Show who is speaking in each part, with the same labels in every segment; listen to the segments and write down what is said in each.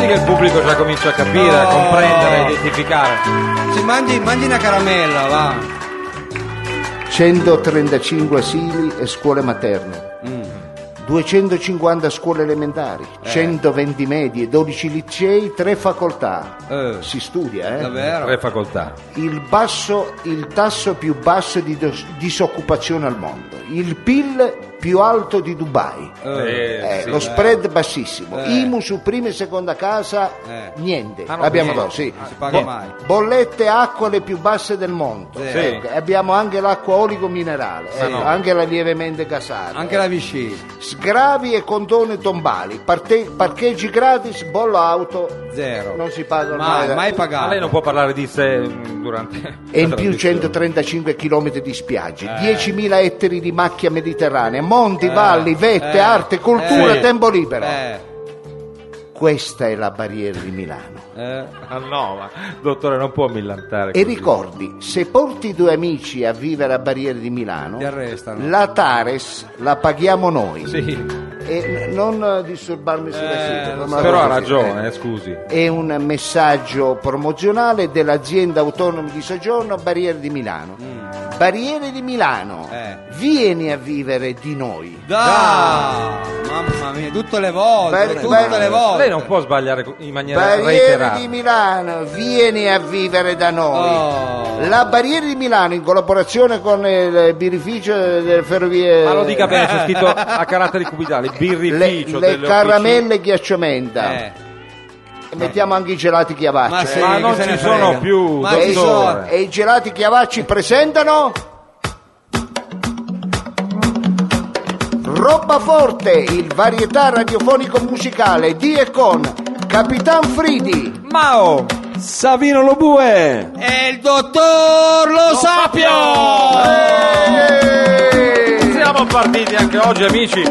Speaker 1: eh, pubblico già comincia a capire, a
Speaker 2: No.
Speaker 1: comprendere, a identificare.
Speaker 2: Sì, mangi, mangi una caramella, va.
Speaker 3: 135 asili e scuole materne, 250 scuole elementari, 120 medie, 12 licei, 3 facoltà.
Speaker 2: Eh.
Speaker 3: Si studia, eh?
Speaker 2: Davvero?
Speaker 1: Tre facoltà.
Speaker 3: Il, basso, il tasso più basso di dos- disoccupazione al mondo, il PIL più alto di Dubai.
Speaker 1: Eh,
Speaker 3: Eh,
Speaker 1: sì.
Speaker 3: lo spread bassissimo,
Speaker 2: Eh.
Speaker 3: IMU su prima e seconda casa
Speaker 2: Eh.
Speaker 3: niente,
Speaker 1: Ah, no,
Speaker 3: abbiamo
Speaker 1: niente.
Speaker 3: dato, sì.
Speaker 2: Non si paga
Speaker 1: Boh.
Speaker 3: Bo-
Speaker 2: mai.
Speaker 3: Bollette acqua le più basse del mondo,
Speaker 2: Sì. Ah,
Speaker 3: Eh, abbiamo anche l'acqua olico minerale,
Speaker 1: Ma
Speaker 3: eh,
Speaker 1: no.
Speaker 3: anche la lievemente casata,
Speaker 2: Anche la Vichy.
Speaker 3: sgravi e condoni tombali, parte- parcheggi gratis, bollo auto,
Speaker 2: Zero.
Speaker 3: non si paga ormai
Speaker 2: mai,
Speaker 3: da-
Speaker 2: mai
Speaker 1: Ma
Speaker 2: pagato.
Speaker 1: lei non può parlare di sé mm, durante.
Speaker 3: e in
Speaker 1: la
Speaker 3: più
Speaker 1: traduzione.
Speaker 3: 135 km di spiagge, 10.000 ettari di macchia mediterranea, monti, valli, vette,
Speaker 2: Eh. eh,
Speaker 3: arte, cultura,
Speaker 1: eh.
Speaker 3: tempo libero.
Speaker 2: Eh,
Speaker 3: Questa è la barriera di Milano.
Speaker 2: eh.
Speaker 1: Ah, no, ma dottore, non può millantare.
Speaker 3: E
Speaker 1: così.
Speaker 3: ricordi, se porti i tuoi amici a vivere a Barriere di Milano,
Speaker 2: Ti arrestano.
Speaker 3: la Tares la paghiamo noi.
Speaker 1: Sì,
Speaker 3: E n- non eh, disturbarmi sulla
Speaker 2: Eh,
Speaker 3: sigla,
Speaker 2: lo
Speaker 3: ma-
Speaker 2: so.
Speaker 1: però ha
Speaker 3: sì,
Speaker 1: ragione,
Speaker 3: eh.
Speaker 1: eh, scusi.
Speaker 3: È un messaggio promozionale dell'azienda autonoma di soggiorno Barriere di Milano. Barriere di Milano,
Speaker 2: Eh.
Speaker 3: vieni a vivere di noi.
Speaker 2: Da! Mamma mia, tutte le volte,
Speaker 3: Bene,
Speaker 2: tutte
Speaker 3: bene.
Speaker 2: le volte.
Speaker 1: Lei non può sbagliare co- in maniera
Speaker 3: Barriere
Speaker 1: reiterata.
Speaker 3: di Milano, vieni a vivere da noi.
Speaker 2: Oh.
Speaker 3: La Barriere di Milano in collaborazione con il birrificio delle ferrovie. Eh,
Speaker 1: Ma lo dica bene, c'è scritto a caratteri cubitali, birrificio
Speaker 3: le, le
Speaker 1: delle
Speaker 3: caramelle ghiacciomenta.
Speaker 2: Eh,
Speaker 3: Mettiamo anche i gelati chiavacci. Eh,
Speaker 2: Ma
Speaker 1: officine.
Speaker 2: se-
Speaker 1: Ma non
Speaker 2: chi se
Speaker 1: ci
Speaker 2: ne
Speaker 1: sono
Speaker 2: frega.
Speaker 1: più,
Speaker 2: Ma
Speaker 3: e,
Speaker 2: ci
Speaker 1: dottore.
Speaker 2: sono.
Speaker 3: i, e i gelati chiavacci presentano Roba Forte, il varietà radiofonico musicale di e con Capitan Fridi.
Speaker 1: Mao!
Speaker 4: Savino Lobue!
Speaker 2: E il dottor Lo, Sapio! Eh!
Speaker 1: Siamo partiti anche oggi, amici.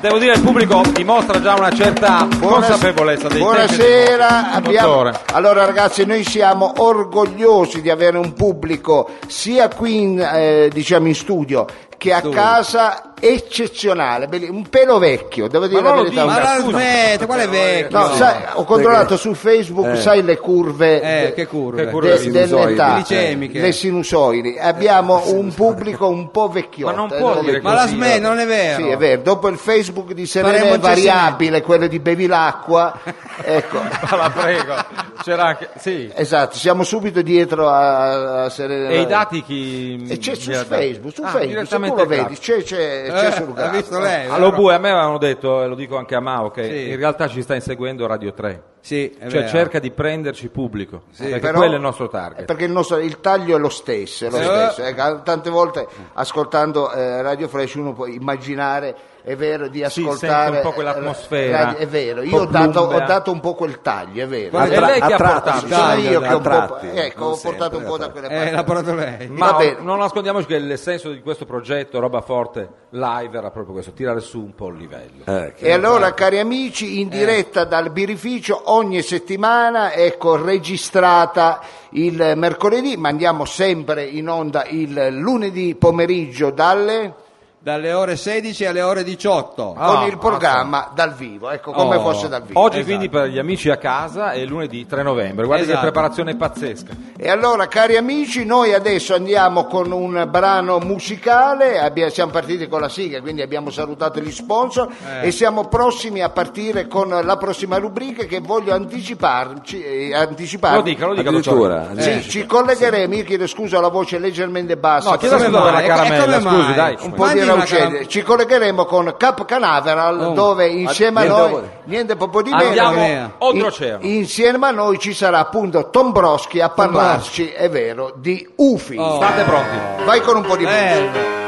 Speaker 1: Devo dire, il pubblico dimostra già una certa
Speaker 3: Buonas-
Speaker 1: consapevolezza dei tempi.
Speaker 3: Buonasera, abbiamo...
Speaker 1: Dottore.
Speaker 3: allora ragazzi noi siamo orgogliosi di avere un pubblico sia qui in, eh, diciamo in studio che a casa eccezionale, Belli- un pelo vecchio, devo dire
Speaker 1: Ma
Speaker 3: la
Speaker 1: non lo
Speaker 3: verità.
Speaker 1: dica,
Speaker 2: Ma la
Speaker 1: scusa.
Speaker 2: smetta, quale vecchio?
Speaker 3: No, sai, ho controllato su Facebook, sai le curve,
Speaker 2: Eh,
Speaker 3: de-
Speaker 2: che curve.
Speaker 1: Che Eh. curve.
Speaker 3: de-
Speaker 1: sinusoidi.
Speaker 3: dell'età,
Speaker 2: Glicemiche.
Speaker 3: le sinusoidi. Abbiamo un pubblico un po' vecchiotto.
Speaker 1: Eh, Ma non
Speaker 3: eh,
Speaker 1: può
Speaker 3: devo
Speaker 1: dire
Speaker 3: dire
Speaker 2: Ma la
Speaker 1: così,
Speaker 2: smetta, non è vero.
Speaker 3: sì, è vero. Dopo il Facebook di Serena
Speaker 2: Faremo
Speaker 3: è variabile, quello di Bevilacqua, ecco.
Speaker 1: Ma la prego, c'era anche. Sì.
Speaker 3: Esatto, siamo subito dietro a, a Serena.
Speaker 1: E i dati chi.
Speaker 3: E Eh, c'è su
Speaker 1: gliela dà?
Speaker 3: Facebook, su
Speaker 1: Ah,
Speaker 3: Facebook, se tu
Speaker 1: direttamente
Speaker 3: lo
Speaker 1: gratis.
Speaker 3: vedi, c'è, c'è, c'è
Speaker 2: Eh,
Speaker 3: sul
Speaker 2: l'ha
Speaker 3: grafo.
Speaker 2: visto lei? vero?
Speaker 1: Allo Bue a me avevano detto, e lo dico anche a Mao, che
Speaker 2: Sì.
Speaker 1: in realtà ci sta inseguendo Radio 3.
Speaker 2: Sì, è
Speaker 1: cioè
Speaker 2: vero.
Speaker 1: cerca di prenderci pubblico, perché
Speaker 3: Però-
Speaker 1: quello è il nostro target.
Speaker 3: Perché il, nostro- il taglio è lo stesso, è lo
Speaker 2: Sì.
Speaker 3: stesso. Ecco, tante volte ascoltando eh, Radio Flash uno può immaginare, è vero, di
Speaker 1: Sì,
Speaker 3: ascoltare...
Speaker 1: sente un po' quell'atmosfera.
Speaker 3: eh, radio- è vero,
Speaker 4: Un
Speaker 3: io
Speaker 4: po'
Speaker 3: ho dato, ho
Speaker 1: plumbea.
Speaker 3: dato un po' quel taglio, è vero.
Speaker 2: Ma
Speaker 1: E
Speaker 4: Attra-
Speaker 1: lei che ha
Speaker 4: attratti,
Speaker 1: portato?
Speaker 3: Sono
Speaker 2: dai,
Speaker 3: io che ho un
Speaker 4: attratti,
Speaker 3: po'...
Speaker 4: non
Speaker 3: Ecco, ho
Speaker 4: sempre,
Speaker 3: portato un po' da
Speaker 4: attratti.
Speaker 3: quelle
Speaker 2: Eh,
Speaker 3: parti.
Speaker 2: l'ha portato lei.
Speaker 1: Ma
Speaker 3: Va bene.
Speaker 1: non nascondiamoci che l'essenzo di questo progetto, Roba Forte Live, era proprio questo, tirare su un po' il livello.
Speaker 4: Eh, che-
Speaker 3: E allora, cari amici, in diretta dal birrificio ogni settimana, ecco, registrata il mercoledì, ma andiamo sempre in onda il lunedì pomeriggio dalle...
Speaker 2: Dalle ore 16 alle ore 18.
Speaker 1: Ah,
Speaker 3: con il programma dal vivo, ecco, come
Speaker 2: Oh.
Speaker 3: fosse dal vivo.
Speaker 1: Oggi
Speaker 2: Esatto.
Speaker 1: quindi per gli amici a casa è lunedì 3 novembre, guarda
Speaker 2: Esatto.
Speaker 1: che preparazione pazzesca.
Speaker 3: E allora, cari amici, noi adesso andiamo con un brano musicale. abbia- siamo partiti con la sigla, quindi abbiamo salutato gli sponsor
Speaker 1: Eh.
Speaker 3: e siamo prossimi a partire con la prossima rubrica che voglio anticiparci. eh, anticiparvi.
Speaker 1: Lo dica, lo dica,
Speaker 4: Addirittura,
Speaker 1: dottore.
Speaker 4: addirittura.
Speaker 3: Sì, ci collegheremo. Io chiedo scusa, la voce è leggermente bassa.
Speaker 1: No, chiedo
Speaker 2: Come
Speaker 1: scusa per la
Speaker 2: mai? E come
Speaker 1: caramella,
Speaker 2: mai?
Speaker 1: scusi, dai.
Speaker 3: un po'
Speaker 2: Mandi
Speaker 3: di
Speaker 2: una
Speaker 3: raucene.
Speaker 2: caram-
Speaker 3: Ci collegheremo con Cap Canaveral,
Speaker 5: Oh.
Speaker 3: dove insieme a
Speaker 4: niente
Speaker 3: noi,
Speaker 4: dopo-
Speaker 3: niente proprio di meno.
Speaker 2: Mamma
Speaker 1: Andiamo
Speaker 2: mia.
Speaker 1: oltreoceano.
Speaker 3: In- Insieme a noi ci sarà appunto Tombroschi a parlarci, è vero, di UFI.
Speaker 2: Oh.
Speaker 1: State pronti.
Speaker 3: Vai con un
Speaker 5: Eh.
Speaker 3: po' di musica.
Speaker 2: Bello.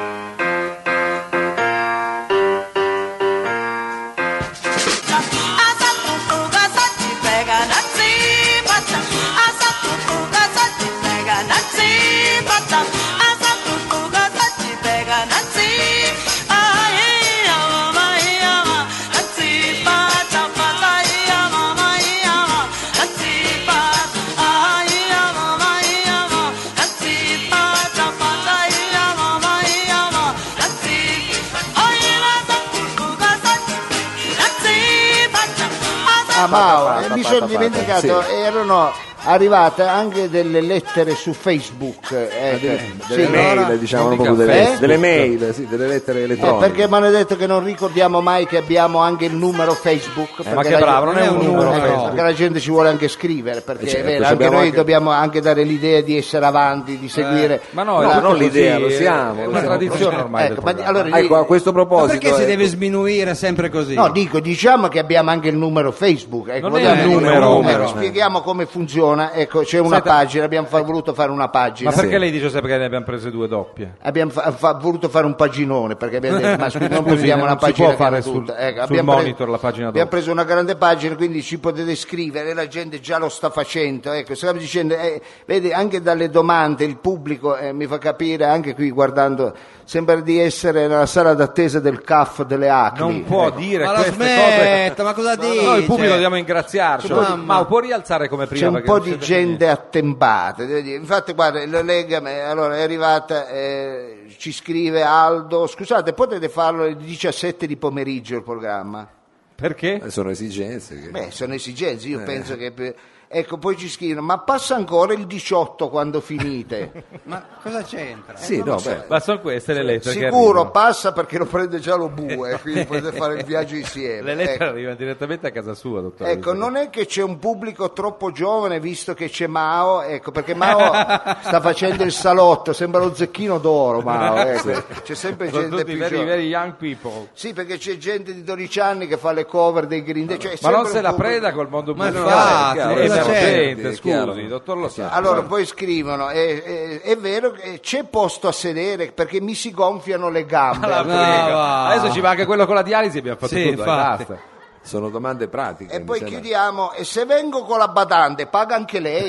Speaker 5: Yeah.
Speaker 3: Ah, Mao,
Speaker 5: fatta,
Speaker 3: mi
Speaker 5: fatta,
Speaker 3: sono
Speaker 5: fatta,
Speaker 3: dimenticato,
Speaker 5: sì.
Speaker 3: erano arrivate anche delle lettere su Facebook. ecco. Sì.
Speaker 5: Ah,
Speaker 3: eh?
Speaker 5: delle mail,
Speaker 2: allora,
Speaker 5: diciamo,
Speaker 2: non
Speaker 5: non
Speaker 2: dica
Speaker 5: proprio delle,
Speaker 3: Facebook.
Speaker 5: delle mail, sì, delle lettere
Speaker 3: Eh,
Speaker 5: elettroniche. Ecco,
Speaker 3: perché mi hanno detto che non ricordiamo mai che abbiamo anche il numero Facebook. perché
Speaker 1: Eh, ma che
Speaker 3: la
Speaker 1: bravo,
Speaker 3: gente-
Speaker 1: non è un numero
Speaker 3: eh,
Speaker 1: Facebook.
Speaker 3: Perché la gente ci vuole anche scrivere, perché
Speaker 5: Eh,
Speaker 3: è
Speaker 5: certo,
Speaker 3: vero,
Speaker 5: ci
Speaker 3: anche
Speaker 5: abbiamo
Speaker 3: noi
Speaker 5: anche-
Speaker 3: dobbiamo anche dare l'idea di essere avanti, di seguire.
Speaker 1: Eh, ma no,
Speaker 5: No,
Speaker 1: è
Speaker 5: non
Speaker 1: tutto
Speaker 5: l'idea,
Speaker 1: così,
Speaker 5: lo siamo,
Speaker 1: È
Speaker 5: lo
Speaker 1: una
Speaker 5: siamo.
Speaker 1: tradizione ormai.
Speaker 3: Ecco,
Speaker 1: del
Speaker 3: ma di-
Speaker 1: programma.
Speaker 3: allora,
Speaker 5: Ah, ecco, a questo
Speaker 2: Ma
Speaker 5: proposito...
Speaker 2: perché si
Speaker 5: eh,
Speaker 2: deve sminuire sempre così?
Speaker 3: No, dico, diciamo che abbiamo anche il numero Facebook. Ecco,
Speaker 1: Non è
Speaker 3: vogliamo-
Speaker 1: un numero,
Speaker 3: ecco,
Speaker 1: un numero.
Speaker 3: Spieghiamo come funziona. Ecco, c'è una
Speaker 1: Senta-
Speaker 3: pagina, abbiamo fa- voluto fare una pagina.
Speaker 1: Ma perché lei dice sempre che ne abbiamo prese due doppie?
Speaker 3: Eh. Abbiamo fa- fa- voluto fare un paginone perché abbiamo detto ma scusi, non
Speaker 1: Scusi,
Speaker 3: possiamo
Speaker 1: non
Speaker 3: una
Speaker 1: si
Speaker 3: pagina
Speaker 1: può fare
Speaker 3: che era
Speaker 1: sul-
Speaker 3: tutta.
Speaker 1: sul
Speaker 3: pre-
Speaker 1: monitor la pagina
Speaker 3: abbiamo
Speaker 1: dopo.
Speaker 3: preso una grande pagina quindi ci potete scrivere la gente già lo sta facendo ecco stiamo dicendo eh, vedi anche dalle domande il pubblico eh, mi fa capire anche qui guardando sembra di essere nella sala d'attesa del CAF delle Acme
Speaker 1: Non può dire
Speaker 2: ma la
Speaker 1: queste
Speaker 2: smetta,
Speaker 1: cose.
Speaker 2: ma cosa dici?
Speaker 1: Noi il pubblico dobbiamo ingraziarci.
Speaker 2: Mamma.
Speaker 1: Ma può rialzare come prima?
Speaker 3: C'è un
Speaker 1: perché
Speaker 3: po'
Speaker 1: non
Speaker 3: di
Speaker 1: sente
Speaker 3: gente attempata, devo dire. infatti guarda, la Lega eh, allora, è arrivata, eh, ci scrive Aldo, scusate potete farlo alle 17 di pomeriggio il programma?
Speaker 1: niente. Perché?
Speaker 5: eh, Sono esigenze. Che...
Speaker 3: Beh, sono esigenze,
Speaker 1: Eh.
Speaker 3: io penso che... per- Ecco, poi ci scrivono, ma passa ancora il 18 quando finite? Eh,
Speaker 2: Ma cosa c'entra?
Speaker 5: sì, no, beh,
Speaker 1: Ma sono queste le lettere che
Speaker 3: Sicuro,
Speaker 1: arrivano.
Speaker 3: passa perché lo prende già lo bue, quindi potete fare il viaggio insieme.
Speaker 1: Le lettere
Speaker 3: Ecco.
Speaker 1: arrivano direttamente a casa sua, dottore.
Speaker 3: Ecco, non è che c'è un pubblico troppo giovane visto che c'è Mao, ecco, perché Mao sta facendo il salotto, sembra lo zecchino d'oro Mao, ecco. c'è sempre
Speaker 1: sono
Speaker 3: gente
Speaker 1: tutti
Speaker 3: più
Speaker 1: veri,
Speaker 3: giovane.
Speaker 1: veri young people.
Speaker 3: Sì, perché c'è gente di 12 anni che fa le cover dei Green Day, cioè,
Speaker 1: Ma
Speaker 3: sempre
Speaker 1: non se
Speaker 3: un
Speaker 1: la
Speaker 3: pubblico-
Speaker 1: preda col mondo
Speaker 2: Ma
Speaker 1: musicale.
Speaker 2: infatti,
Speaker 1: è
Speaker 2: cosa c'è?
Speaker 1: emergente,
Speaker 5: È chiaro.
Speaker 1: scusi, dottor Lo Sa.
Speaker 3: Allora poi scrivono, è, è- è vero che c'è posto a sedere perché mi si gonfiano le gambe.
Speaker 1: La prego.
Speaker 2: Brava.
Speaker 1: Adesso ci va anche quello con la dialisi, abbiamo fatto
Speaker 2: Sì,
Speaker 1: tutto, e
Speaker 2: infatti.
Speaker 1: basta.
Speaker 5: sono domande pratiche.
Speaker 3: E
Speaker 5: mi
Speaker 3: poi
Speaker 5: sembra.
Speaker 3: chiudiamo, e se vengo con la badante paga anche lei?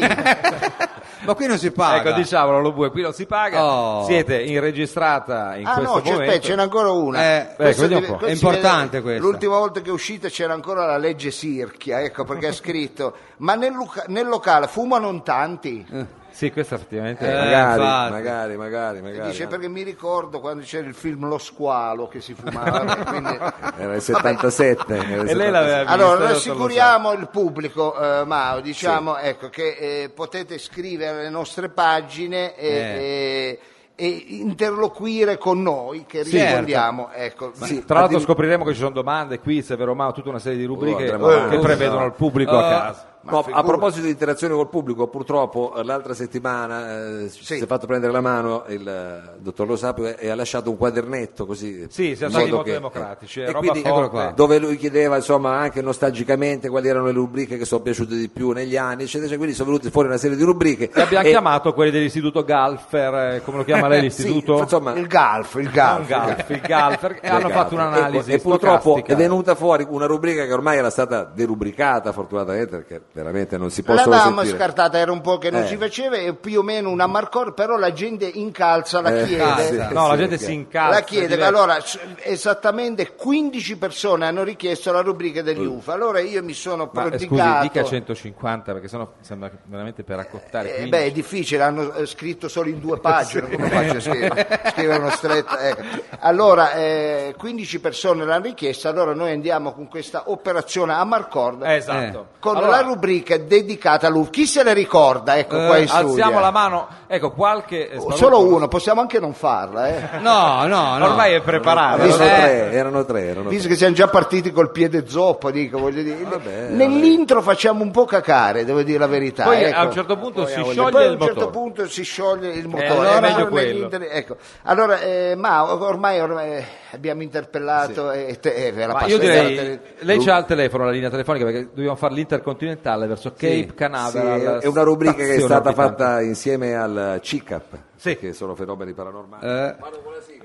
Speaker 2: Ma qui non si paga.
Speaker 1: Ecco, diciamolo, lo bue, qui non si paga.
Speaker 2: Oh.
Speaker 1: Siete in registrata in
Speaker 3: Ah
Speaker 1: questo
Speaker 3: no, c'è,
Speaker 1: momento.
Speaker 3: aspetta, ce n'è ancora una.
Speaker 2: Eh, ecco,
Speaker 3: Questo
Speaker 1: vediamo
Speaker 3: deve-
Speaker 1: un po'.
Speaker 2: È
Speaker 3: questo
Speaker 2: importante
Speaker 3: deve-
Speaker 2: questa.
Speaker 3: L'ultima volta che è uscita c'era ancora la legge Sirchia, ecco perché ha scritto, ma nel, luca- nel locale fumano in tanti.
Speaker 1: Sì, questa effettivamente
Speaker 2: Eh,
Speaker 1: è
Speaker 5: Magari,
Speaker 2: infatti.
Speaker 5: magari, magari, magari.
Speaker 3: Dice perché mi ricordo quando c'era il film Lo squalo che si fumava. quindi-
Speaker 5: Era il 77. era il
Speaker 1: E lei l'aveva
Speaker 5: 77.
Speaker 1: visto,
Speaker 3: Allora,
Speaker 1: dottor Lo Sa.
Speaker 3: rassicuriamo il pubblico, eh, Mao, diciamo ecco, che eh, potete scrivere alle nostre pagine e, e- e interloquire con noi che
Speaker 2: Certo.
Speaker 3: rispondiamo. Ecco.
Speaker 5: Sì,
Speaker 1: Tra l'altro
Speaker 5: addir-
Speaker 1: scopriremo che ci sono domande, quiz, è vero ma tutta una serie di rubriche
Speaker 5: andremo avanti.
Speaker 1: che prevedono il pubblico a casa.
Speaker 5: No, a proposito di interazione col pubblico, purtroppo eh, l'altra settimana eh,
Speaker 3: Sì.
Speaker 5: si è fatto prendere la mano il eh, dottor Lo Sapio e- e ha lasciato un quadernetto così.
Speaker 1: Sì, siamo
Speaker 5: in
Speaker 1: stati
Speaker 5: modo
Speaker 1: molto
Speaker 5: che-
Speaker 1: democratici,
Speaker 5: eh,
Speaker 1: eh,
Speaker 5: e
Speaker 1: roba
Speaker 5: quindi-
Speaker 1: forte.
Speaker 5: eccolo qua, dove lui chiedeva insomma anche nostalgicamente quali erano le rubriche che sono piaciute di più negli anni, eccetera, eccetera. quindi sono venute fuori una serie di rubriche.
Speaker 1: E abbiamo
Speaker 5: E-
Speaker 1: chiamato quelli dell'istituto Galfer, eh, come lo chiama lei
Speaker 5: Eh. sì,
Speaker 1: l'istituto?
Speaker 5: insomma,
Speaker 3: il Galf, il Galf.
Speaker 1: Un Galf, il Galfer, e hanno
Speaker 5: Legato.
Speaker 1: fatto un'analisi
Speaker 5: Ecco, e purtroppo
Speaker 1: stocastica.
Speaker 5: è venuta fuori una rubrica che ormai era stata derubricata fortunatamente perché veramente non si possono
Speaker 3: L'avevamo
Speaker 5: sentire
Speaker 3: scartata, era un po' che non
Speaker 5: Eh.
Speaker 3: ci faceva, e più o meno una marcor, però la gente incalza, la
Speaker 5: Eh,
Speaker 3: chiede.
Speaker 2: sì.
Speaker 1: No, la
Speaker 5: sì,
Speaker 1: gente
Speaker 5: sì.
Speaker 1: si incalza.
Speaker 3: La chiede,
Speaker 1: diventa-
Speaker 3: allora s- esattamente 15 persone hanno richiesto la rubrica degli UFA. Allora io mi sono
Speaker 1: Mm. Ma, eh,
Speaker 3: prodigato.
Speaker 1: scusi, dica 150 perché sennò sembra che veramente per accottare.
Speaker 3: Eh,
Speaker 1: quindi-
Speaker 3: beh, è difficile, hanno eh, scritto solo in due pagine, come faccio a scrivere? Scrivere uno stretto. ecco. Allora, eh, 15 persone l'hanno richiesta, allora noi andiamo con questa operazione a Marcord
Speaker 1: Eh, esatto.
Speaker 3: con
Speaker 1: Allora,
Speaker 3: la rubrica dedicata all'UFA. Chi se le ricorda? Ecco, qua in
Speaker 1: eh, alziamo
Speaker 3: studio.
Speaker 1: la mano, ecco qualche. eh,
Speaker 3: Oh,
Speaker 1: sparuto-
Speaker 3: Solo uno, possiamo anche non farla, eh.
Speaker 2: No, no, no.
Speaker 1: Ormai è preparato.
Speaker 5: erano
Speaker 3: Eh.
Speaker 5: tre erano tre erano
Speaker 3: Visto
Speaker 5: tre.
Speaker 3: che siamo già partiti col piede zoppo, dico, voglio
Speaker 1: Ah,
Speaker 3: dire.
Speaker 5: Vabbè,
Speaker 3: Nell'intro facciamo un po' cacare, devo dire la verità.
Speaker 1: Poi
Speaker 3: ecco.
Speaker 1: a un certo punto si
Speaker 3: Poi
Speaker 1: scioglie
Speaker 3: a
Speaker 1: il
Speaker 3: un certo
Speaker 1: motore.
Speaker 3: punto si scioglie il motore.
Speaker 1: allora
Speaker 3: Eh,
Speaker 1: è meglio
Speaker 3: allora
Speaker 1: quello.
Speaker 3: nell'inter- ecco. Allora, eh, ma ormai, ormai eh, abbiamo interpellato e te- eh, ve la
Speaker 1: Ma
Speaker 3: passo-
Speaker 1: io direi,
Speaker 3: guardate-
Speaker 1: lei c'ha il telefono, la linea telefonica, perché dobbiamo fare l'intercontinentale verso Cape
Speaker 5: Sì,
Speaker 1: Canaveral. alla
Speaker 5: è una rubrica che è
Speaker 1: stazione
Speaker 5: stata
Speaker 1: orbitante.
Speaker 5: fatta insieme al CICAP
Speaker 1: Sì.
Speaker 5: che sono fenomeni paranormali
Speaker 2: Eh,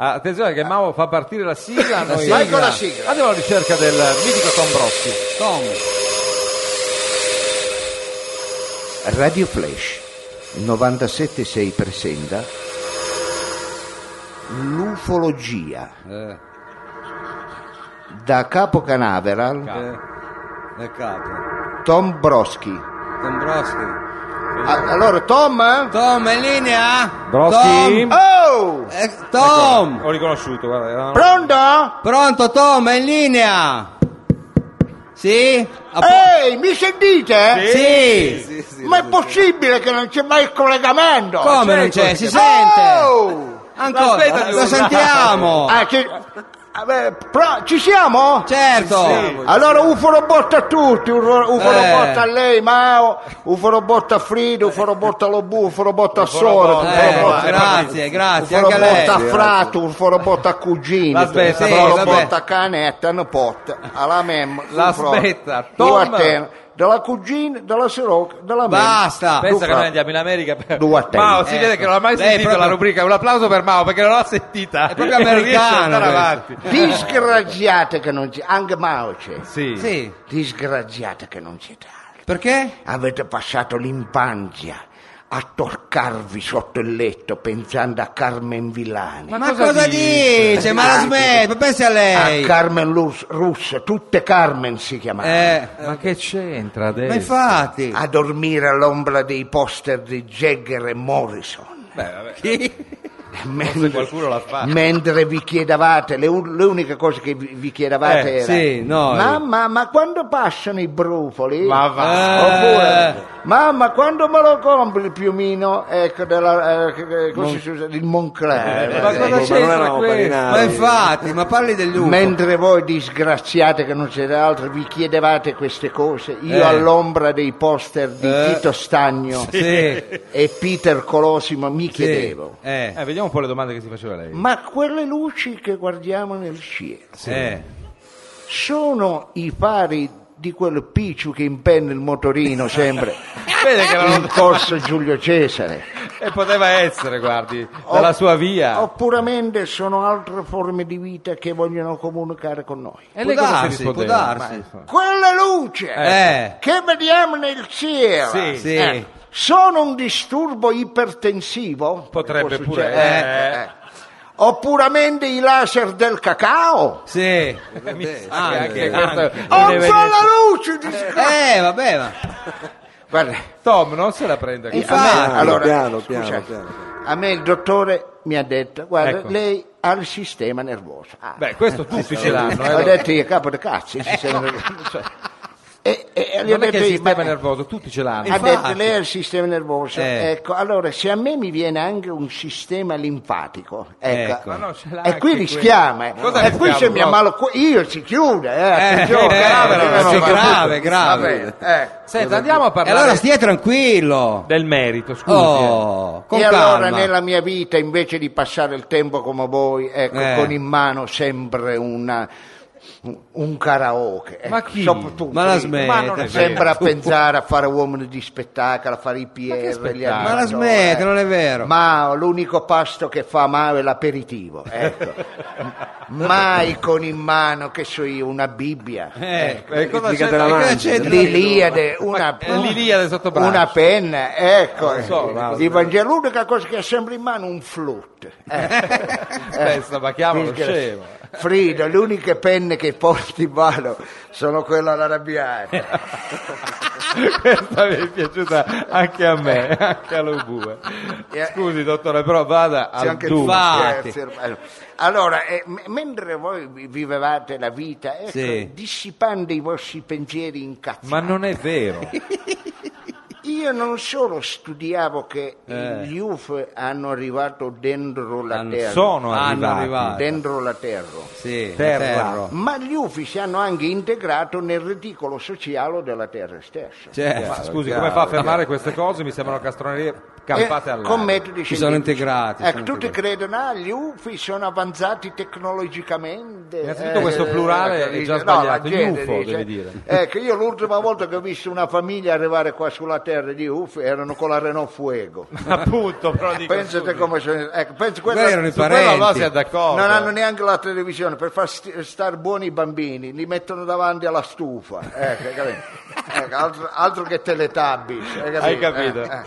Speaker 1: Ah, attenzione che Mao fa partire la sigla. Noi...
Speaker 3: sigla. Vai con la sigla.
Speaker 1: Andiamo alla ricerca del mitico Tom Brocchi.
Speaker 2: Tom.
Speaker 3: Radio Flash 976 presenta l'ufologia
Speaker 2: Eh,
Speaker 3: da Capo Canaveral
Speaker 2: eh, eh, capo.
Speaker 3: Tom Broschi.
Speaker 2: Dombrowski.
Speaker 3: Ah, allora Tom? eh?
Speaker 2: Tom è in linea?
Speaker 1: Broschi?
Speaker 2: Tom.
Speaker 3: Oh!
Speaker 2: Eh, Tom.
Speaker 1: Ho riconosciuto, guarda. era una-
Speaker 3: Pronto?
Speaker 2: Pronto Tom, è in linea? Sì? A po-
Speaker 3: Ehi, mi sentite?
Speaker 2: Eh, sì.
Speaker 5: Sì, sì,
Speaker 3: Ma è possibile che non c'è mai il collegamento?
Speaker 2: Come non c'è? Si sente?
Speaker 3: Oh!
Speaker 1: Aspetta
Speaker 2: Ancora,
Speaker 1: che
Speaker 2: lo
Speaker 1: urla.
Speaker 2: sentiamo.
Speaker 3: Ah, ci... ah, beh, pro- ci siamo?
Speaker 2: Certo.
Speaker 5: Sì.
Speaker 3: Allora uforobotto a tutti, ufo- uforobotto
Speaker 2: Eh.
Speaker 3: a lei, Mao, uforobotto a Frida, uforobotto a Lobu, uforobotto a Sora,
Speaker 1: Uforobotto.
Speaker 2: Eh,
Speaker 3: uforobotto a-
Speaker 2: grazie, grazie anche a
Speaker 3: uforobotto a
Speaker 2: lei. eh.
Speaker 3: frato, uforobotto a cugino,
Speaker 1: L'aspetta,
Speaker 2: sì,
Speaker 3: uforobotto
Speaker 2: vabbè.
Speaker 3: a canetta, a nipote, alla mem,
Speaker 1: L'aspetta,
Speaker 3: due a
Speaker 1: Tom.
Speaker 3: te, dalla cugina, dalla sirocca, dalla mem.
Speaker 2: Basta.
Speaker 3: Due
Speaker 1: Pensa che
Speaker 3: fra-
Speaker 1: noi andiamo in America per...
Speaker 3: Due a te.
Speaker 1: Mao, si
Speaker 2: Ecco.
Speaker 1: vede che non ha mai
Speaker 2: Lei
Speaker 1: sentito
Speaker 2: proprio-
Speaker 1: la rubrica. Un applauso per Mao perché non l'ha sentita.
Speaker 2: È proprio
Speaker 1: E non riesce ad
Speaker 2: americano
Speaker 1: andare
Speaker 2: questo.
Speaker 1: avanti.
Speaker 3: Disgraziate che non c'è, anche Mao c'è.
Speaker 1: Sì.
Speaker 2: Sì.
Speaker 3: Disgraziate che non siete altri.
Speaker 2: Perché?
Speaker 3: Avete passato l'infanzia a toccarvi sotto il letto pensando a Carmen Villani.
Speaker 2: Ma, cosa, dice? Ah, Ma la smetta, pensi a
Speaker 3: a
Speaker 2: lei.
Speaker 3: Carmen Lus- Russo, tutte Carmen si chiamavano.
Speaker 2: Eh,
Speaker 1: Ma che c'entra
Speaker 2: ma
Speaker 1: adesso?
Speaker 2: infatti.
Speaker 3: A dormire all'ombra dei poster di Jagger e Morrison.
Speaker 1: Beh, vabbè.
Speaker 3: Mentre,
Speaker 1: qualcuno l'ha fatto.
Speaker 3: mentre vi chiedevate, le, un- le uniche cose che vi, vi chiedevate
Speaker 1: Eh,
Speaker 3: era
Speaker 2: sì, noi.
Speaker 3: Mamma, ma quando passano i brufoli?
Speaker 1: Ma va.
Speaker 2: Eh.
Speaker 3: Oppure, mamma, quando me lo compri il piumino? Ecco, della, eh, eh, come si usa? Il Moncler.
Speaker 1: Ma
Speaker 5: Eh,
Speaker 1: cosa
Speaker 5: ma
Speaker 1: c'entra
Speaker 5: non eravamo
Speaker 1: questo?
Speaker 5: parinari.
Speaker 2: Ma infatti, ma parli del lupo.
Speaker 3: Mentre voi disgraziate che non siete altro vi chiedevate queste cose, io
Speaker 2: Eh.
Speaker 3: all'ombra dei poster di
Speaker 2: Eh.
Speaker 3: Tito Stagno
Speaker 2: Sì.
Speaker 3: e Peter Colosimo mi
Speaker 2: sì.
Speaker 3: chiedevo,
Speaker 2: Eh.
Speaker 1: Eh, vediamo un po' le domande che si faceva lei.
Speaker 3: ma quelle luci che guardiamo nel cielo
Speaker 2: Eh.
Speaker 3: sono i pari di quel picciu che impenna il motorino sempre
Speaker 1: Vede che era-
Speaker 3: in corso Giulio Cesare?
Speaker 1: E poteva essere, guardi, dalla sua via.
Speaker 3: O puramente sono altre forme di vita che vogliono comunicare con noi?
Speaker 1: E
Speaker 2: Può
Speaker 1: lei cosa si
Speaker 2: darsi, può
Speaker 1: rispondeva?
Speaker 2: darsi.
Speaker 1: Ma-
Speaker 3: Quelle luci
Speaker 2: Eh.
Speaker 3: che vediamo nel cielo
Speaker 1: Sì.
Speaker 2: Sì.
Speaker 3: eh, sono un disturbo ipertensivo?
Speaker 1: Potrebbe
Speaker 3: Può
Speaker 1: pure,
Speaker 3: succedere.
Speaker 1: eh.
Speaker 3: Eh, eh. O puramente i laser del cacao?
Speaker 2: Sì.
Speaker 5: Eh,
Speaker 1: Mi sa che
Speaker 2: Anche,
Speaker 1: anche questo
Speaker 2: anche.
Speaker 1: non
Speaker 3: O
Speaker 1: deve
Speaker 3: sono
Speaker 1: essere.
Speaker 3: luci di
Speaker 2: Eh, vabbè, ma.
Speaker 3: Guarda,
Speaker 1: Tom, non se la prenda con-
Speaker 3: a me-
Speaker 2: Infatti,
Speaker 3: allora,
Speaker 5: piano, piano,
Speaker 3: scusate,
Speaker 5: piano, piano.
Speaker 3: a me il dottore mi ha detto, guarda,
Speaker 1: Ecco.
Speaker 3: lei ha il sistema nervoso. Ah,
Speaker 1: Beh, questo tutti ce l'hanno. eh,
Speaker 3: ho
Speaker 1: lo-
Speaker 3: detto io, capo di cazzo, il sistema nervoso.
Speaker 1: cioè,
Speaker 3: E, e- e gli ho
Speaker 1: non è che
Speaker 3: detto
Speaker 1: il
Speaker 3: io,
Speaker 1: sistema
Speaker 3: ma-
Speaker 1: nervoso, tutti ce l'hanno.
Speaker 3: Ha detto lei ha il sistema nervoso.
Speaker 2: Eh.
Speaker 3: Ecco, allora se a me mi viene anche un sistema linfatico,
Speaker 2: Ecco.
Speaker 3: ecco.
Speaker 2: Ma
Speaker 1: no, ce l'ha
Speaker 3: e qui
Speaker 1: anche
Speaker 3: rischiamo, eh.
Speaker 1: Cosa
Speaker 3: e qui
Speaker 1: rischiamo,
Speaker 3: se mi
Speaker 1: no?
Speaker 3: ammalo qui- io si chiude, eh, attenzione,
Speaker 1: è grave,
Speaker 3: eh,
Speaker 1: allora,
Speaker 3: no,
Speaker 1: sì,
Speaker 3: ma-
Speaker 2: grave,
Speaker 3: Va
Speaker 2: grave.
Speaker 3: bene, eh.
Speaker 1: Senta, andiamo a
Speaker 2: E
Speaker 1: parlare
Speaker 2: allora stia tranquillo.
Speaker 1: del merito, scusi. eh.
Speaker 2: Oh, con
Speaker 3: e allora
Speaker 2: calma.
Speaker 3: nella mia vita invece di passare il tempo come voi, ecco,
Speaker 2: Eh.
Speaker 3: con in mano sempre una- un- un karaoke eh.
Speaker 1: Ma chi?
Speaker 3: Soprattutto
Speaker 2: Ma la
Speaker 3: io.
Speaker 2: smetta, eh.
Speaker 3: ma non
Speaker 2: è
Speaker 3: sempre
Speaker 2: vero.
Speaker 3: a pensare a fare uomini di spettacolo a fare i PR gli
Speaker 1: spettacolo?
Speaker 2: Ma la
Speaker 3: attori,
Speaker 2: smetta,
Speaker 3: eh.
Speaker 2: non è vero.
Speaker 3: Ma l'unico pasto che fa male è l'aperitivo, ecco. Mai con in mano, che so io, una Bibbia,
Speaker 2: Eh,
Speaker 1: Eh, cosa
Speaker 5: Mica
Speaker 1: c'entra-
Speaker 5: te la
Speaker 1: eh, cosa
Speaker 5: mangi.
Speaker 1: c'entra-
Speaker 3: l'Iliade, una,
Speaker 1: Eh, L'Iliade sotto braccio.
Speaker 3: una penna, ecco.
Speaker 1: so, ma-
Speaker 3: il Vangelo, l'unica cosa che ha sempre in mano è un flute. Eh,
Speaker 1: Pensa, ma Eh, chiamalo
Speaker 3: Disgra-
Speaker 1: scemo.
Speaker 3: Frido, le uniche penne che porti in mano sono quella
Speaker 1: Eh,
Speaker 3: all'arrabbiata.
Speaker 1: Questa mi è piaciuta anche a me, anche a Lobue.
Speaker 3: Eh,
Speaker 1: Scusi, dottore, però vada
Speaker 3: C'è
Speaker 1: al
Speaker 3: anche il
Speaker 1: dunque.
Speaker 2: Infatti.
Speaker 3: scherzo, ormai. Allora, eh, m- mentre voi vi- vivevate la vita, ecco,
Speaker 2: Sì.
Speaker 3: dissipando i vostri pensieri incazzati,
Speaker 1: Ma non è vero.
Speaker 3: io non solo studiavo che
Speaker 1: Eh.
Speaker 3: gli UF hanno arrivato dentro la
Speaker 2: Hanno-
Speaker 3: Terra,
Speaker 1: Sono
Speaker 2: Hanno
Speaker 1: arrivati.
Speaker 2: arrivato.
Speaker 3: dentro la Terra,
Speaker 2: Sì,
Speaker 1: Terra.
Speaker 2: terra.
Speaker 3: ma gli UFI si hanno anche integrato nel reticolo sociale della Terra stessa.
Speaker 2: Certo.
Speaker 1: Ma scusi, come fa a fermare queste cose? Mi sembrano castronerie campate
Speaker 3: Eh,
Speaker 1: all'aria.
Speaker 3: con metodi
Speaker 2: Ci sono
Speaker 3: scientifici.
Speaker 2: integrati,
Speaker 3: Ecco,
Speaker 2: sono
Speaker 3: tutti
Speaker 2: integrati.
Speaker 3: credono, ah, gli UFI sono avanzati tecnologicamente. Eh, ecco,
Speaker 1: Innanzitutto questo plurale è già
Speaker 3: dice- no, la
Speaker 1: sbagliato, gli
Speaker 3: gente
Speaker 1: UFO, devi dire.
Speaker 3: Ecco, io l'ultima volta che ho visto una famiglia arrivare qua sulla terra di UFI erano con la Renault Fuego.
Speaker 1: Appunto, però dico,
Speaker 3: Pensate
Speaker 1: scusi,
Speaker 3: come sono... Ecco, penso quella-
Speaker 2: Quelli erano i
Speaker 1: Su quello allora si è
Speaker 2: parenti.
Speaker 1: d'accordo.
Speaker 3: non hanno neanche la televisione per far sti- star buoni i bambini, li mettono davanti alla stufa. Ecco, capito? Ecco, altro, altro che teletabis.
Speaker 1: Hai capito?
Speaker 3: Eh,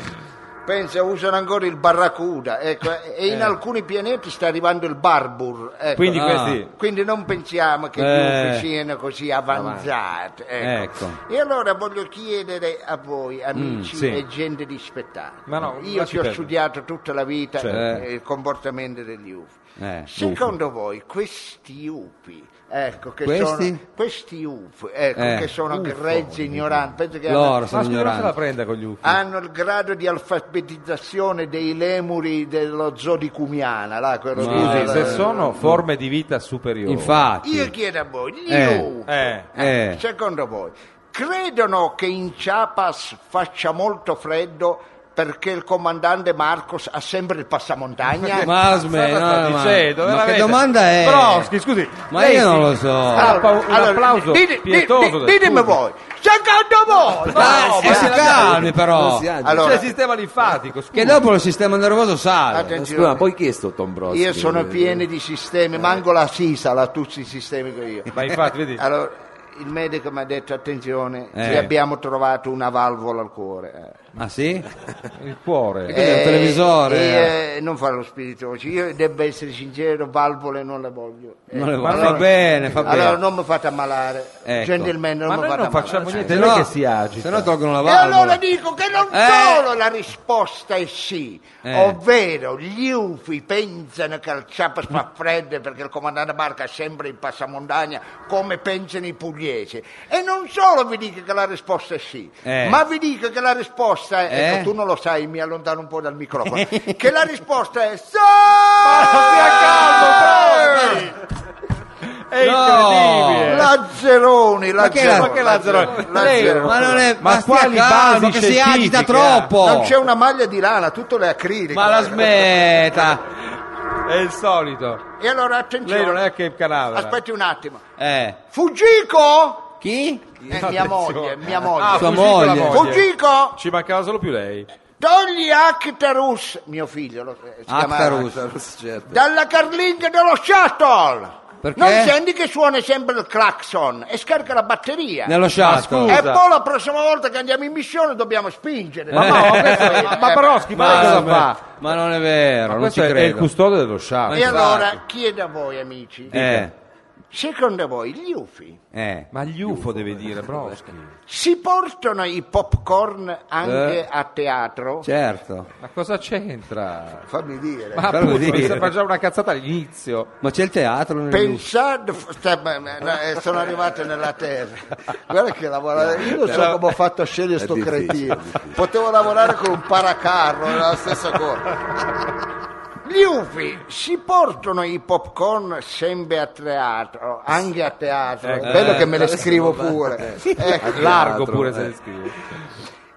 Speaker 3: Pensa, usano ancora il barracuda. Ecco, e e in alcuni pianeti sta arrivando il barbur. ecco.
Speaker 1: Quindi
Speaker 2: Ah.
Speaker 1: questi...
Speaker 3: Quindi non pensiamo che
Speaker 2: Eh.
Speaker 3: gli UFO siano così avanzati. Ecco.
Speaker 2: Ecco. Mm,
Speaker 3: E allora voglio chiedere a voi, amici
Speaker 1: sì.
Speaker 3: e gente di spettacolo.
Speaker 1: Ma no,
Speaker 3: Io
Speaker 1: ma
Speaker 3: ci
Speaker 1: ci
Speaker 3: ho
Speaker 1: perdo.
Speaker 3: studiato tutta la vita
Speaker 1: Certo.
Speaker 3: eh, il comportamento degli UFO.
Speaker 2: Eh,
Speaker 3: Secondo voi questi upi, ecco, che
Speaker 2: Questi?
Speaker 3: sono questi upi, ecco,
Speaker 2: Eh,
Speaker 3: che sono
Speaker 2: ufo,
Speaker 3: grezzi ignoranti, penso che
Speaker 2: Loro
Speaker 3: hanno,
Speaker 2: sono
Speaker 1: Ma scusa, non se la
Speaker 2: ignoranti.
Speaker 1: prenda con gli UFO.
Speaker 2: Ah,
Speaker 3: hanno il grado di alfabetizzazione dei lemuri dello zoo di Cumiana, là, quello
Speaker 2: Ma
Speaker 3: lì
Speaker 1: Scusi,
Speaker 3: del-
Speaker 1: se sono forme di vita superiori.
Speaker 2: Infatti.
Speaker 3: Io chiedo a voi, gli
Speaker 2: Eh,
Speaker 3: upi,
Speaker 1: Eh.
Speaker 2: Eh.
Speaker 3: secondo voi, credono che in Chiapas faccia molto freddo perché il comandante Marcos ha sempre il passamontagna? Eh.
Speaker 2: Ma
Speaker 1: cioè, Cosa
Speaker 2: smetti,
Speaker 1: sta
Speaker 2: no, ma-
Speaker 1: dicendo?
Speaker 2: ma che
Speaker 1: Veramente.
Speaker 2: domanda è?
Speaker 1: Broschi, scusi.
Speaker 2: Ma
Speaker 1: lei
Speaker 2: io
Speaker 1: si-
Speaker 2: non lo so.
Speaker 1: Ah, pa- un applauso
Speaker 3: dite- di-
Speaker 1: pietoso. Eh, Ah,
Speaker 3: di- ditemi
Speaker 1: Scusi.
Speaker 3: voi, secondo voi,
Speaker 2: Dai,
Speaker 3: no,
Speaker 2: si-
Speaker 3: ma-
Speaker 2: si calmi
Speaker 1: Oh.
Speaker 2: però.
Speaker 5: Non si agita.
Speaker 3: Allora-
Speaker 1: C'è il sistema Cioè, linfatico, scusi.
Speaker 2: Che dopo il sistema nervoso sale.
Speaker 3: Attenzione.
Speaker 5: Scusa, ma poi chi è sto Tom Broschi?
Speaker 3: io sono
Speaker 5: Eh,
Speaker 3: pieno di sistemi, manco la sisala, tutti i sistemi che ho io.
Speaker 1: Ma infatti, vedi,
Speaker 3: Allora, il medico mi ha detto attenzione,
Speaker 2: Eh.
Speaker 3: ci abbiamo trovato una valvola al cuore. eh.
Speaker 2: Ah sì?
Speaker 1: il cuore.
Speaker 2: Quindi è un
Speaker 3: Eh,
Speaker 2: televisore,
Speaker 3: e, eh, non fare lo spiritoso, io devo essere sincero, valvole non le voglio. Eh,
Speaker 2: Non le vuole.
Speaker 1: Ma
Speaker 2: Fa
Speaker 1: allora-
Speaker 2: bene, fa bene.
Speaker 3: Allora non mi fate ammalare,
Speaker 2: Ecco.
Speaker 3: gentilmente
Speaker 1: Ma
Speaker 3: non
Speaker 1: noi
Speaker 3: mi fate
Speaker 1: non
Speaker 3: ammalare.
Speaker 1: facciamo
Speaker 3: Eh.
Speaker 1: niente,
Speaker 2: Se
Speaker 1: non
Speaker 2: no-
Speaker 1: è che si agita.
Speaker 2: Se no tolgono la
Speaker 3: E
Speaker 2: valvola.
Speaker 3: allora dico che non
Speaker 2: Eh.
Speaker 3: solo la risposta è sì,
Speaker 2: Eh.
Speaker 3: ovvero gli UFI pensano che il Chiapas fa freddo perché il comandante Marca è sempre in passamondagna come pensano i pugliesi. E non solo vi dico che la risposta è sì,
Speaker 2: Eh.
Speaker 3: ma vi dico che la risposta è...
Speaker 2: Eh.
Speaker 3: ecco, tu non lo sai, mi allontano un po' dal microfono. che la risposta è... Sì!
Speaker 1: È
Speaker 2: eh, No!
Speaker 1: incredibile.
Speaker 3: Lazzeroni, Lazzeroni.
Speaker 2: Ma che la-
Speaker 1: ma che Lazzeroni? Lei-
Speaker 3: Lazzeroni.
Speaker 2: Ma non è.
Speaker 1: Ma
Speaker 2: Ma, stia
Speaker 1: quali
Speaker 2: calmo,
Speaker 1: basi
Speaker 2: che si agita
Speaker 1: scientifiche ha?
Speaker 2: troppo.
Speaker 3: Non c'è una maglia di lana, tutto le acriliche.
Speaker 2: Ma la smetta.
Speaker 1: È il solito.
Speaker 3: E allora attenzione.
Speaker 1: Lei non è che il cadavere.
Speaker 3: Aspetti un attimo.
Speaker 2: Eh.
Speaker 3: Fugico?
Speaker 2: Chi?
Speaker 3: Eh, mia moglie, mia
Speaker 1: Ah,
Speaker 3: moglie.
Speaker 2: Sua
Speaker 1: fuggì con la
Speaker 2: moglie.
Speaker 3: Fugico?
Speaker 1: Ci mancava solo più lei.
Speaker 3: Togli Actarus, mio figlio, lo- eh, si chiama
Speaker 2: Actarus.
Speaker 5: Broschi, certo.
Speaker 3: dalla carlinga dello shuttle.
Speaker 2: Perché?
Speaker 3: Non senti che suona sempre il clacson e scarica la batteria. Ah,
Speaker 2: Nello
Speaker 1: scusa. Eh, boh,
Speaker 2: shuttle.
Speaker 3: E poi la prossima volta che andiamo in missione dobbiamo spingere.
Speaker 1: Ma no, questo- ma, ma Broschi, ma, lei cosa
Speaker 2: non-
Speaker 1: fa?
Speaker 2: ma non è vero,
Speaker 1: Ma
Speaker 2: non ci
Speaker 1: questo è,
Speaker 2: credo.
Speaker 1: è il custode dello sciapo.
Speaker 3: E allora chiedo a voi amici,
Speaker 2: Eh,
Speaker 3: secondo voi gli UFI
Speaker 2: eh.
Speaker 1: Ma gli UFO deve dire, Broschi.
Speaker 3: si portano i popcorn anche
Speaker 2: Eh.
Speaker 3: a teatro?
Speaker 2: Certo.
Speaker 1: Ma cosa c'entra?
Speaker 3: Fammi dire.
Speaker 1: Ma
Speaker 2: Fallo
Speaker 1: appunto,
Speaker 2: dire.
Speaker 1: mi sembra già una cazzata all'inizio.
Speaker 2: Ma c'è il teatro nelle luci.
Speaker 3: Pensate, sta- ma- ma- no, eh, sono arrivato nella terra. Guarda che lavorare, io non so come ho fatto a scegliere sto
Speaker 5: difficile,
Speaker 3: cretino. Potevo lavorare con un paracarro, era la stessa cosa. Gli UFI si portano i popcorn sempre a teatro, anche a teatro.
Speaker 1: Ecco.
Speaker 3: Bello che me le
Speaker 5: Eh, adesso
Speaker 3: scrivo
Speaker 5: non va-
Speaker 3: pure.
Speaker 5: Eh.
Speaker 3: Ecco.
Speaker 1: Largo
Speaker 5: Teatro,
Speaker 1: pure
Speaker 5: eh.
Speaker 1: se ne scrive.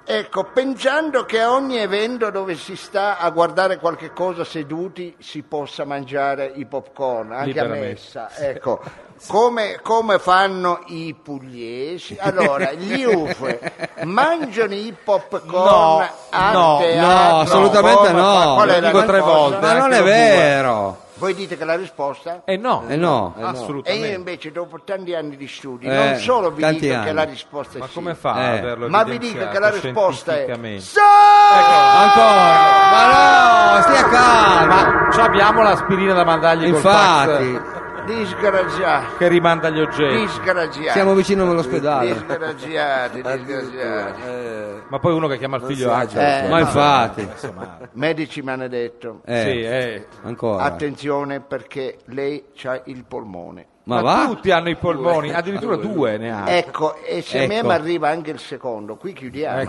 Speaker 3: Ecco, pensando che a ogni evento dove si sta a guardare qualche cosa seduti si possa mangiare i popcorn, anche a
Speaker 1: Liberamente.
Speaker 3: messa. Ecco, come, come fanno i pugliesi? Allora, gli UF mangiano i popcorn
Speaker 1: No,
Speaker 3: a
Speaker 1: no,
Speaker 3: teatro?
Speaker 2: no, assolutamente
Speaker 3: Come
Speaker 2: no.
Speaker 3: fa- Qual è
Speaker 1: Lo
Speaker 3: la
Speaker 1: dico tre
Speaker 3: risposta?
Speaker 1: volte. ecco.
Speaker 2: Ma non è
Speaker 1: Anche lo
Speaker 2: vero.
Speaker 3: Voi dite che la risposta?
Speaker 1: E no,
Speaker 2: Eh no.
Speaker 3: E io
Speaker 1: assolutamente.
Speaker 3: invece dopo tanti anni di studi
Speaker 2: Eh,
Speaker 3: non solo vi
Speaker 2: tanti
Speaker 3: dico che
Speaker 2: anni.
Speaker 3: la risposta è
Speaker 1: Ma
Speaker 3: sì,
Speaker 1: come fa a
Speaker 2: Eh.
Speaker 1: averlo
Speaker 3: ma vi dico che la
Speaker 1: evidenziato
Speaker 3: risposta è
Speaker 1: scientificamente? Ecco,
Speaker 3: sì!
Speaker 2: Ancora. Ma no, stia calmo.
Speaker 1: Ah, Ma abbiamo l'aspirina da mandargli col fax
Speaker 2: Infatti,
Speaker 3: Disgraziati,
Speaker 1: che rimanda gli oggetti.
Speaker 3: disgraziati.
Speaker 2: siamo vicino all'ospedale.
Speaker 5: eh,
Speaker 3: Disgraziati, disgraziati.
Speaker 5: Addirittura, eh.
Speaker 1: Ma poi uno che chiama il
Speaker 5: Non
Speaker 1: figlio
Speaker 5: si
Speaker 1: H.
Speaker 5: agita.
Speaker 2: Ma infatti.
Speaker 3: Medici mi hanno detto,
Speaker 2: Eh,
Speaker 1: Sì, eh.
Speaker 2: ancora.
Speaker 3: attenzione perché lei ha il polmone.
Speaker 2: Ma
Speaker 1: Ma,
Speaker 2: va?
Speaker 1: tutti hanno i polmoni, addirittura due ne ha.
Speaker 3: Ecco, e se a me
Speaker 2: Ecco.
Speaker 3: mi arriva anche il secondo, qui chiudiamo.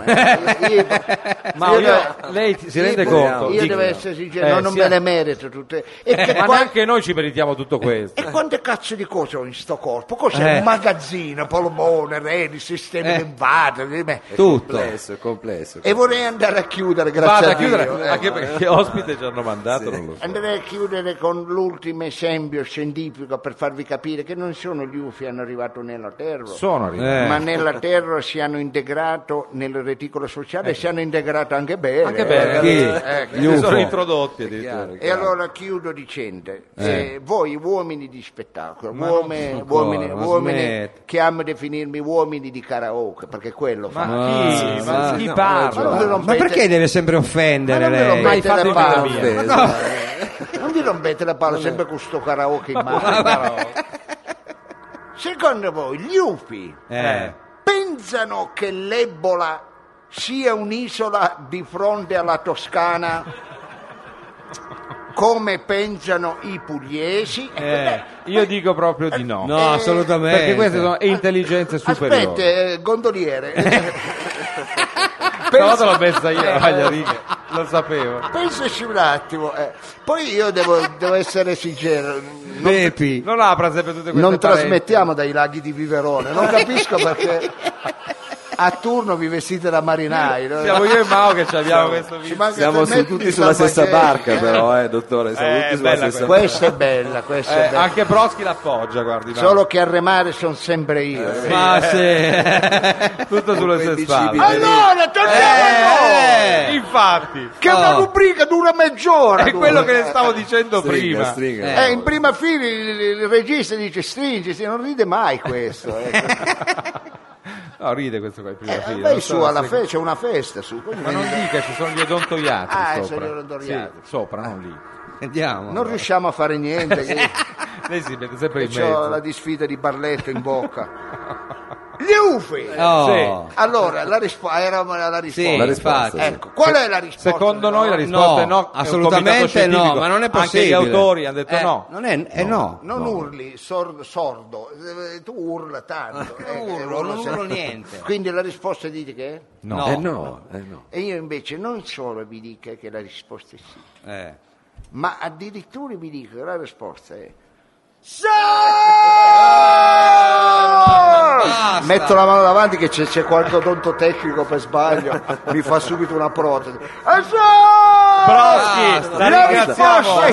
Speaker 3: eh. Io- io-
Speaker 1: Ecco. Ma
Speaker 3: io
Speaker 1: io-
Speaker 3: devo-
Speaker 1: lei ti- si rende
Speaker 3: io-
Speaker 1: conto?
Speaker 3: Io
Speaker 1: Dica.
Speaker 3: devo essere sincero,
Speaker 1: Eh,
Speaker 3: non
Speaker 1: sia-
Speaker 3: me le merito tutte. E, che
Speaker 1: Eh,
Speaker 3: Eh,
Speaker 1: Ma
Speaker 3: qua-
Speaker 1: neanche noi ci meritiamo tutto questo.
Speaker 3: e quante cazzo di cose ho in sto corpo? Cos'è
Speaker 2: Eh.
Speaker 3: un magazzino, polmone, reni, sistemi
Speaker 2: Eh.
Speaker 3: linfatici? beh.
Speaker 2: Tutto.
Speaker 5: Complesso, è complesso.
Speaker 3: E vorrei andare a chiudere, grazie
Speaker 1: Vada
Speaker 3: a
Speaker 1: a chiudere,
Speaker 3: Dio,
Speaker 1: anche
Speaker 3: ecco.
Speaker 1: perché ospite ci hanno mandato, non lo so.
Speaker 3: Andrei a chiudere con l'ultimo esempio scientifico per farvi capire che non sono gli UFI che hanno arrivato nella Terra,
Speaker 1: Sono arrivati.
Speaker 2: Eh.
Speaker 3: ma nella Terra si hanno integrato nel reticolo sociale e si hanno integrato anche bene.
Speaker 1: Anche bene.
Speaker 2: Chi?
Speaker 3: Eh,
Speaker 2: Gli
Speaker 1: Si
Speaker 2: UFO.
Speaker 1: sono introdotti addirittura.
Speaker 5: Chiaro.
Speaker 3: E allora chiudo dicendo, eh, voi uomini di spettacolo, uomini,
Speaker 2: ancora,
Speaker 3: uomini-
Speaker 2: ma
Speaker 3: uomini
Speaker 2: smetti.
Speaker 3: che amo definirmi uomini di karaoke, perché quello fa.
Speaker 1: Ma
Speaker 2: Ma-
Speaker 1: chi?
Speaker 2: sì,
Speaker 1: Ma
Speaker 2: sì,
Speaker 1: chi
Speaker 5: no,
Speaker 1: parla?
Speaker 3: ma-
Speaker 2: Ah, Ma perché deve sempre offendere
Speaker 3: Ma non me lo
Speaker 2: lei?
Speaker 3: mai-
Speaker 1: Hai fatto
Speaker 3: Mettete
Speaker 1: in
Speaker 3: la
Speaker 1: vita
Speaker 3: pausa.
Speaker 1: mia.
Speaker 5: Offeso.
Speaker 3: Non vi rompete la palla sempre con sto karaoke in mano. Secondo voi gli UFI
Speaker 2: Eh.
Speaker 3: pensano che l'Ebola sia un'isola di fronte alla Toscana? come pensano i pugliesi.
Speaker 1: Eh, io dico proprio di no.
Speaker 2: No, assolutamente.
Speaker 1: Perché queste sono intelligenze superiori.
Speaker 3: Aspetta, eh, gondoliere,
Speaker 5: Eh.
Speaker 1: Stavolta l'ho messa io
Speaker 3: Eh.
Speaker 1: la maglia righe, lo sapevo.
Speaker 3: pensaci un attimo. eh. Poi io devo, devo essere sincero, non,
Speaker 2: Pepi.
Speaker 1: Non apra sempre tutte queste
Speaker 3: non
Speaker 1: pareti.
Speaker 3: trasmettiamo dai laghi di Viverone, non capisco perché a turno vi vestite da marinai. no?
Speaker 1: Siamo io e Mao che ci abbiamo questo
Speaker 3: Ci
Speaker 1: video.
Speaker 3: manca
Speaker 5: Siamo su-
Speaker 3: talmente
Speaker 5: tutti
Speaker 3: di
Speaker 5: sulla stessa
Speaker 3: salvagente.
Speaker 5: barca, però, eh, dottore. Siamo
Speaker 1: Eh,
Speaker 5: tutti sulla
Speaker 1: bella
Speaker 5: stessa
Speaker 1: quella.
Speaker 3: Questa è bella, questa è
Speaker 1: Eh,
Speaker 3: bella.
Speaker 1: anche Proschi l'appoggia, guardi. no? Ah,
Speaker 3: Solo eh. che a remare sono sempre io.
Speaker 1: Eh,
Speaker 2: Ma sì.
Speaker 1: tutto sulle sue
Speaker 5: Quei
Speaker 1: spalle.
Speaker 5: bicipiti.
Speaker 3: Allora, torniamo a noi!
Speaker 1: Eh, Infatti,
Speaker 3: Che una
Speaker 2: Oh.
Speaker 3: rubrica dura mezz'ora.
Speaker 1: è
Speaker 3: dura.
Speaker 1: quello che le stavo dicendo
Speaker 5: Stringa,
Speaker 1: prima.
Speaker 5: stringa.
Speaker 3: Eh, in prima fila il, il regista dice stringiti, non ride mai questo. ecco.
Speaker 1: No, ride questo qua in prima
Speaker 3: Eh,
Speaker 1: fila.
Speaker 3: vai
Speaker 1: non so
Speaker 3: su, alla
Speaker 1: se-
Speaker 3: fe- c'è una festa su. così
Speaker 1: Ma
Speaker 3: non,
Speaker 1: non dica, ci sono gli odontoiatri
Speaker 3: Ah,
Speaker 1: sopra.
Speaker 3: sono gli odontoiatri.
Speaker 1: Sì, sopra, non lì.
Speaker 2: Andiamo.
Speaker 3: non riusciamo a fare niente. che-
Speaker 1: Lei si mette sempre in
Speaker 3: C'ho
Speaker 1: Eh, mezzo.
Speaker 3: la disfida di Barletta in bocca. Gli ufi!
Speaker 2: Oh.
Speaker 3: Allora, la risposta era la risposta.
Speaker 2: Sì,
Speaker 5: La risposta,
Speaker 2: infatti.
Speaker 3: Ecco, qual è la risposta?
Speaker 1: Secondo noi la risposta
Speaker 2: No,
Speaker 1: è no. è un
Speaker 2: assolutamente
Speaker 1: comitato scientifico.
Speaker 2: no, ma non è possibile.
Speaker 1: Anche gli autori hanno detto
Speaker 2: Eh,
Speaker 1: no.
Speaker 2: Non è, eh, no.
Speaker 3: Non urli, sor- sordo, Eh, tu urla tanto. Eh,
Speaker 2: Ah, urlo,
Speaker 3: uno
Speaker 2: non
Speaker 3: se-
Speaker 2: urlo niente.
Speaker 3: Quindi la risposta dite che è?
Speaker 2: No.
Speaker 5: Eh no, eh no.
Speaker 3: E io invece non solo vi dico che la risposta è sì,
Speaker 2: Eh.
Speaker 3: ma addirittura vi dico che la risposta è...
Speaker 2: Basta.
Speaker 3: Metto la mano davanti che c'è, c'è qualche odonto tecnico per sbaglio, mi fa subito una protesi. Eh
Speaker 1: Proschi,
Speaker 2: Basta,
Speaker 1: la
Speaker 3: la risposta è
Speaker 1: ringraziamo
Speaker 3: sì, la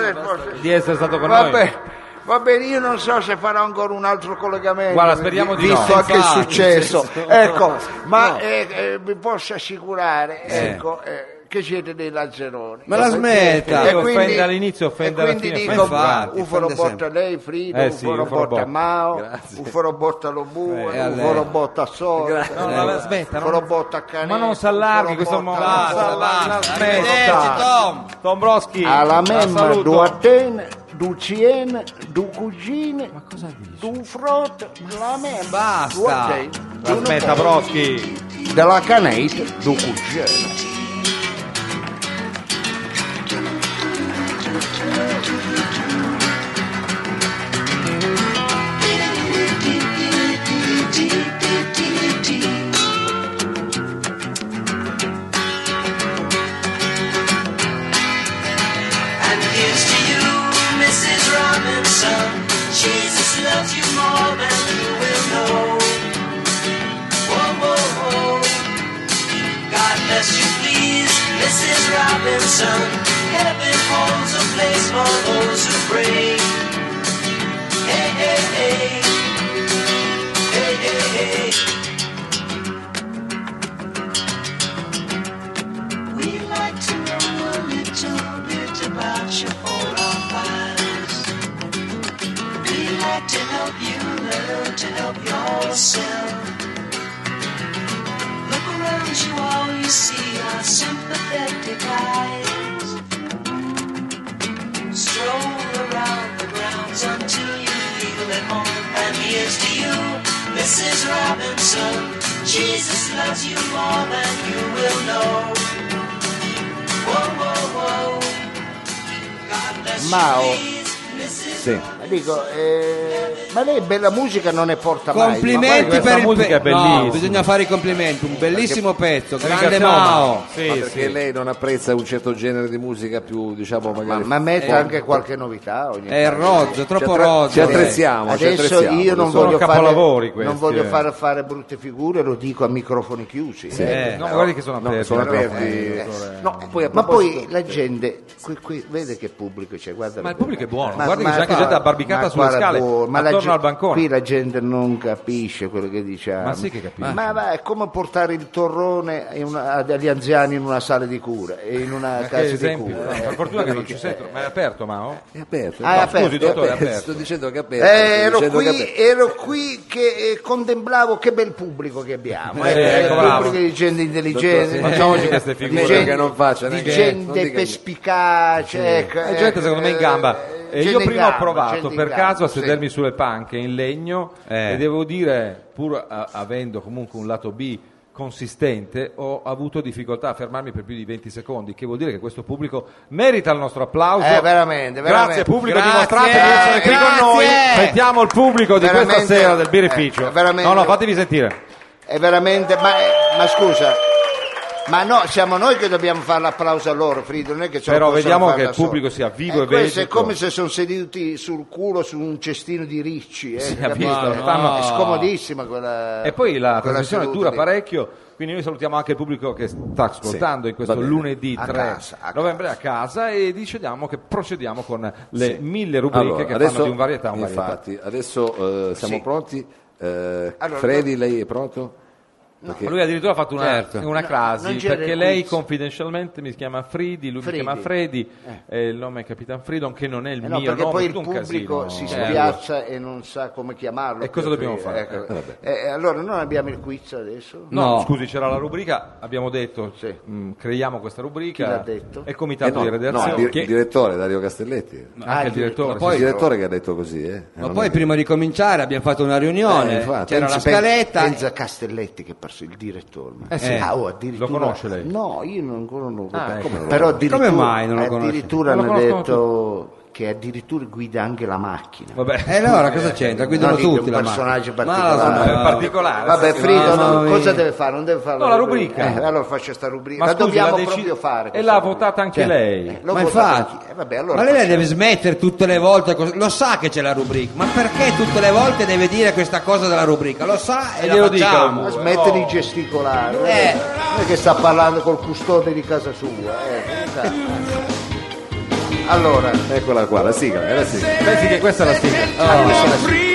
Speaker 3: risposta è sì.
Speaker 1: di essere stato con
Speaker 3: Va
Speaker 1: noi.
Speaker 3: bene, va bene, io non so se farò ancora un altro collegamento.
Speaker 1: Guarda, speriamo di
Speaker 3: visto
Speaker 1: no.
Speaker 3: anche il
Speaker 2: Infatti,
Speaker 3: successo.
Speaker 2: sì, sì.
Speaker 3: Ecco, ma
Speaker 2: No.
Speaker 3: eh, eh, vi posso assicurare, ecco, eh, che siete dei lazzeroni.
Speaker 2: Ma la smetta.
Speaker 1: Io offendo all'inizio, offendo
Speaker 3: e
Speaker 1: alla
Speaker 3: quindi
Speaker 1: fine,
Speaker 3: dico,
Speaker 2: offendo infatti,
Speaker 3: Ufo lo
Speaker 2: offende
Speaker 3: botta lei, Frida,
Speaker 1: Eh
Speaker 3: Ufo
Speaker 1: sì,
Speaker 3: lo
Speaker 1: Ufo lo
Speaker 3: botta
Speaker 1: botta.
Speaker 3: Mao,
Speaker 5: Grazie.
Speaker 3: Ufo lo botta lo bue,
Speaker 2: Eh, a
Speaker 3: Ufo
Speaker 2: lei.
Speaker 3: lo botta Sole, eh,
Speaker 1: No, no, la smetta,
Speaker 3: Ufo
Speaker 1: non-
Speaker 3: lo botta Canetto,
Speaker 1: Ma non si
Speaker 3: Ufo
Speaker 1: allarghi
Speaker 3: lo
Speaker 1: questo Ah,
Speaker 3: botta-
Speaker 1: momento.
Speaker 2: Basta,
Speaker 1: la
Speaker 2: basta.
Speaker 1: smetta.
Speaker 2: Arrivederci, Tom.
Speaker 1: Tom Broschi.
Speaker 3: alla
Speaker 1: la
Speaker 3: memma
Speaker 1: saluto.
Speaker 3: du Atene, du Cien, du Cugine, du Frot, la memma.
Speaker 2: Basta.
Speaker 3: du Atene,
Speaker 1: La
Speaker 3: du
Speaker 1: smetta,
Speaker 3: Nopò,
Speaker 1: Broschi.
Speaker 3: Della Canate, du Cugine.
Speaker 6: And here's to you, Mrs. Robinson. Jesus loves you more than you will know. Whoa, whoa, whoa. God bless you, please, Mrs. Robinson. Heaven holds a place for those who pray. Hey, hey, hey. Hey, hey, hey. We like to know a little bit about your oral files. We like to help you learn to help yourself. Look around you, all you see are sympathetic eyes. Stroll around the grounds until you feel at home. And here's to you, Mrs. Robinson. Jesus loves you more than you will know. Whoa, whoa, whoa. God bless
Speaker 3: Mao.
Speaker 6: you, please, Mrs.
Speaker 5: Sì.
Speaker 3: Ma Dico, eh, ma lei bella musica non ne porta mai.
Speaker 1: guarda,
Speaker 2: Complimenti
Speaker 1: questa
Speaker 2: per il
Speaker 1: musica
Speaker 2: pe-
Speaker 1: è bellissima.
Speaker 2: No, bisogna fare i complimenti. Un bellissimo pezzo. Grande
Speaker 1: Ringraziamo
Speaker 2: Mao.
Speaker 5: Ma
Speaker 1: Sì,
Speaker 5: perché
Speaker 1: sì.
Speaker 5: lei non apprezza un certo genere di musica più, diciamo,
Speaker 3: Ma,
Speaker 5: magari...
Speaker 3: ma metta anche qualche novità ogni
Speaker 2: È
Speaker 3: tanto.
Speaker 2: rozzo, troppo Eh,
Speaker 5: Ci attre-
Speaker 2: rozzo.
Speaker 5: ci attrezziamo, ci
Speaker 3: eh. Adesso
Speaker 5: attrezziamo.
Speaker 3: io non
Speaker 1: Sono
Speaker 3: voglio,
Speaker 1: capolavori
Speaker 3: fare,
Speaker 1: questi,
Speaker 3: non voglio
Speaker 1: eh.
Speaker 3: fare, fare brutte figure, lo dico a microfoni chiusi. eh.
Speaker 2: Eh,
Speaker 1: No, guardi che sono
Speaker 5: No,
Speaker 1: aperti.
Speaker 5: sono
Speaker 1: però.
Speaker 5: aperti.
Speaker 1: Eh,
Speaker 5: No, poi a
Speaker 3: Ma
Speaker 5: proposito-
Speaker 3: poi la gente, qui, qui- vede che pubblico c'è, guarda.
Speaker 1: Ma il
Speaker 3: qui.
Speaker 1: pubblico è buono, guarda che c'è anche
Speaker 3: qua-
Speaker 1: gente abbarbicata
Speaker 3: ma
Speaker 1: sulle
Speaker 3: guarda,
Speaker 1: scale,
Speaker 3: buono, ma la
Speaker 1: attorno
Speaker 3: gente-
Speaker 1: al bancone.
Speaker 3: Qui la gente non capisce quello che diciamo.
Speaker 1: Ma sì che capisce.
Speaker 3: Ma va, è come portare il torrone in una- agli anziani in una sala di cura, e in una
Speaker 1: ma che
Speaker 3: casa di
Speaker 1: esempio.
Speaker 3: cura.
Speaker 1: No,
Speaker 3: eh.
Speaker 1: per fortuna che non ci sento. Ma è aperto, Mao?
Speaker 5: È aperto.
Speaker 3: Ah, è aperto.
Speaker 1: Scusi, dottore, è aperto.
Speaker 5: Sto dicendo che è aperto. sto
Speaker 3: Eh, ero,
Speaker 5: dicendo che è
Speaker 3: qui,
Speaker 5: aperto.
Speaker 3: ero qui che eh, contemplavo che bel pubblico che abbiamo. eh.
Speaker 1: Eh, ecco,
Speaker 3: Un
Speaker 1: bravo.
Speaker 3: pubblico di gente intelligente,
Speaker 5: Dottor,
Speaker 1: Facciamoci queste figure
Speaker 3: di
Speaker 5: Dice
Speaker 3: gente,
Speaker 5: che non faccia
Speaker 3: di
Speaker 5: neanche- non
Speaker 3: gente
Speaker 5: dica niente.
Speaker 3: perspicace. Ecco,
Speaker 1: La gente
Speaker 3: eh,
Speaker 1: secondo me in
Speaker 3: eh,
Speaker 1: gamba. E io
Speaker 3: gente in
Speaker 1: prima
Speaker 3: gamba,
Speaker 1: ho provato
Speaker 3: gente in
Speaker 1: per
Speaker 3: gamba,
Speaker 1: caso a
Speaker 3: sì.
Speaker 1: sedermi sulle panche in legno
Speaker 2: Eh.
Speaker 1: e devo dire, pur a- avendo comunque un lato B consistente, ho avuto difficoltà a fermarmi per più di 20 secondi, che vuol dire che questo pubblico merita il nostro applauso.
Speaker 3: Eh, veramente, veramente.
Speaker 1: Grazie pubblico,
Speaker 2: Grazie,
Speaker 1: dimostrate di essere qui
Speaker 2: grazie.
Speaker 1: con noi. Sentiamo il pubblico di questa
Speaker 3: Veramente,
Speaker 1: sera del birrificio.
Speaker 3: eh, veramente.
Speaker 1: no, no, fatevi sentire.
Speaker 3: È veramente. Ma, eh, ma scusa. Ma no, siamo noi che dobbiamo fare l'applauso a loro, Frido, non è che ce lo
Speaker 1: Però
Speaker 3: possono
Speaker 1: vediamo
Speaker 3: fare
Speaker 1: che
Speaker 3: da
Speaker 1: il pubblico
Speaker 3: soli.
Speaker 1: sia vivo e
Speaker 3: questo È
Speaker 1: vegeto.
Speaker 3: come se sono seduti sul culo su un cestino di ricci, eh, capito?
Speaker 1: capito,
Speaker 3: Eh,
Speaker 1: stanno-
Speaker 3: È scomodissima quella
Speaker 1: E poi la
Speaker 3: quella
Speaker 1: trasmissione
Speaker 3: Eh, seduta
Speaker 1: dura
Speaker 3: lì.
Speaker 1: parecchio, quindi noi salutiamo anche il pubblico che sta ascoltando in questo
Speaker 5: va bene.
Speaker 1: lunedì
Speaker 3: A
Speaker 1: 3
Speaker 3: casa, a
Speaker 1: novembre a casa e decidiamo che procediamo con le
Speaker 5: Sì.
Speaker 1: mille rubriche
Speaker 5: Allora,
Speaker 1: che
Speaker 5: adesso-
Speaker 1: fanno di un varietà a un varietà.
Speaker 5: Infatti, adesso eh, siamo
Speaker 3: Sì.
Speaker 5: pronti. Eh,
Speaker 3: Allora,
Speaker 5: Freddy, lei è pronto?
Speaker 1: Ma
Speaker 5: Perché-
Speaker 1: Lui addirittura ha fatto una,
Speaker 2: Certo.
Speaker 1: una
Speaker 3: No,
Speaker 1: crasi
Speaker 3: non c'era
Speaker 1: perché
Speaker 3: il
Speaker 1: lei
Speaker 3: quiz.
Speaker 1: confidenzialmente mi si chiama Fridi, lui
Speaker 3: Fridi.
Speaker 1: mi chiama Freddy, eh, il nome è Capitan Fridon che non è il
Speaker 3: Eh no,
Speaker 1: mio
Speaker 3: perché
Speaker 1: nome,
Speaker 3: poi
Speaker 1: è
Speaker 3: il
Speaker 1: tutto un
Speaker 3: pubblico
Speaker 1: casino.
Speaker 3: si
Speaker 1: Eh,
Speaker 3: spiaccia e non sa come chiamarlo.
Speaker 1: E cosa dobbiamo fare?
Speaker 3: Ecco. Eh, allora, non abbiamo il quiz adesso?
Speaker 1: No,
Speaker 2: No.
Speaker 1: scusi, c'era la rubrica, abbiamo detto,
Speaker 3: Sì.
Speaker 1: mh, creiamo questa rubrica.
Speaker 3: Chi l'ha detto?
Speaker 1: È il
Speaker 5: Eh,
Speaker 1: comitato
Speaker 5: no,
Speaker 1: di
Speaker 5: no,
Speaker 1: redazione.
Speaker 5: il, dir-
Speaker 1: che-
Speaker 5: il direttore Dario Castelletti.
Speaker 1: anche il direttore.
Speaker 2: ma
Speaker 1: sì,
Speaker 5: il
Speaker 2: poi-
Speaker 5: direttore che ha detto così. Eh.
Speaker 2: Ma
Speaker 5: Non
Speaker 2: poi
Speaker 5: è-
Speaker 2: prima di cominciare abbiamo fatto una riunione,
Speaker 5: Eh, infatti,
Speaker 2: c'era la
Speaker 5: pensa-
Speaker 2: scaletta.
Speaker 3: Enzo Castelletti che è perso il direttore. ma-
Speaker 1: Eh sì.
Speaker 3: Ah, oh, addirittura-
Speaker 1: Lo conosce lei?
Speaker 3: No, io non ancora non lo conosco.
Speaker 1: Ah, ecco.
Speaker 3: Come- Però addirittura,
Speaker 2: Come mai non lo conosce?
Speaker 3: addirittura
Speaker 1: Non lo
Speaker 3: hanno
Speaker 1: conoscono
Speaker 3: detto che addirittura guida anche la macchina.
Speaker 1: Vabbè.
Speaker 2: E allora cosa c'entra? Guidano
Speaker 3: No, dico,
Speaker 2: tutti
Speaker 3: un
Speaker 2: la
Speaker 3: personaggio
Speaker 2: macchina.
Speaker 3: particolare.
Speaker 2: Ma la-
Speaker 1: Eh, particolare.
Speaker 3: Ah, Vabbè,
Speaker 1: sì,
Speaker 3: Frido,
Speaker 2: mamma
Speaker 3: no,
Speaker 2: mia.
Speaker 3: cosa deve fare? Non deve fare
Speaker 1: No, la rubrica.
Speaker 3: Eh, allora faccio sta rubrica.
Speaker 1: Ma
Speaker 3: la
Speaker 1: scusi,
Speaker 3: dobbiamo
Speaker 1: deci-
Speaker 3: proprio fare.
Speaker 1: E
Speaker 3: questa
Speaker 1: l'ha
Speaker 3: rubrica.
Speaker 1: votata anche lei.
Speaker 3: Eh, l'ho
Speaker 2: Cioè, Ma
Speaker 3: votata
Speaker 2: infatti,
Speaker 3: anchio. Eh, vabbè, allora
Speaker 2: ma lei la
Speaker 3: facciamo.
Speaker 2: deve smettere tutte le volte, cos- lo sa che c'è la rubrica, ma perché tutte le volte deve dire questa cosa della rubrica? Lo sa e,
Speaker 1: E
Speaker 2: la
Speaker 1: Eh, glielo dica,
Speaker 2: facciamo.
Speaker 3: Ma smette di gesticolare.
Speaker 2: Eh.
Speaker 3: Non è che sta parlando col custode di casa sua. eh, dai. Allora,
Speaker 5: Eccola qua, la sigla. è la sigla.
Speaker 1: Pensi che questa è la sigla?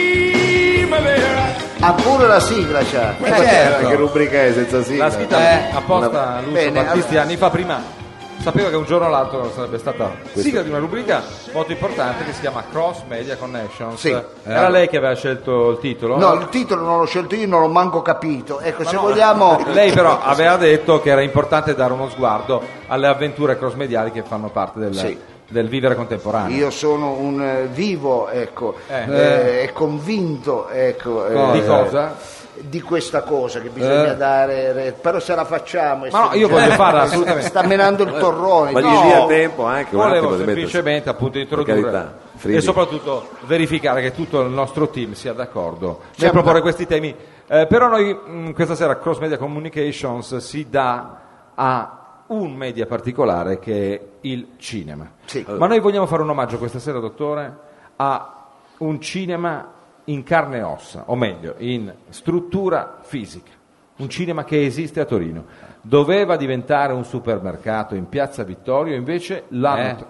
Speaker 3: ha pure la sigla c'ha.
Speaker 2: Ma certo.
Speaker 5: Che rubrica è senza sigla?
Speaker 1: L'ha scritta
Speaker 2: Eh,
Speaker 1: apposta Lucio
Speaker 3: Bene,
Speaker 1: Battisti
Speaker 3: allora-
Speaker 1: anni fa prima. Sapeva che un giorno o l'altro sarebbe stata sigla di una rubrica molto importante che si chiama Cross Media Connections.
Speaker 3: Sì.
Speaker 1: Era lei che aveva scelto il titolo?
Speaker 3: No, il titolo non l'ho scelto io, non l'ho manco capito. Ecco, se
Speaker 1: no,
Speaker 3: vogliamo...
Speaker 1: Lei però aveva detto che era importante dare uno sguardo alle avventure crossmediali che fanno parte del,
Speaker 3: Sì.
Speaker 1: del vivere contemporaneo.
Speaker 3: Io sono un eh, vivo, ecco,
Speaker 1: Eh.
Speaker 3: eh, e convinto, ecco, eh,
Speaker 1: Di cosa? Eh.
Speaker 3: di questa cosa che bisogna dare, re- però se la facciamo... e
Speaker 1: Ma no,
Speaker 3: se- diciamo
Speaker 1: io voglio farla assolutamente.
Speaker 3: Sta menando il torrone.
Speaker 5: Ma gli
Speaker 3: no.
Speaker 5: dia tempo anche Ecco, un
Speaker 1: Volevo
Speaker 5: attimo di mettersi-
Speaker 1: semplicemente appunto
Speaker 5: Per
Speaker 1: introdurre
Speaker 5: carità, Fridi.
Speaker 1: e soprattutto verificare che tutto il nostro team sia d'accordo nel
Speaker 3: Siamo
Speaker 1: proporre
Speaker 3: d'ac-
Speaker 1: questi temi. Eh, però noi mh, questa sera Cross Media Communications si dà a un media particolare che è il cinema.
Speaker 3: Sì.
Speaker 1: Ma noi vogliamo fare un omaggio questa sera, dottore, a un cinema in carne e ossa, o meglio, in struttura fisica. Un cinema che esiste a Torino. Doveva diventare un supermercato in Piazza Vittorio, invece l'hanno
Speaker 2: Eh.
Speaker 1: t-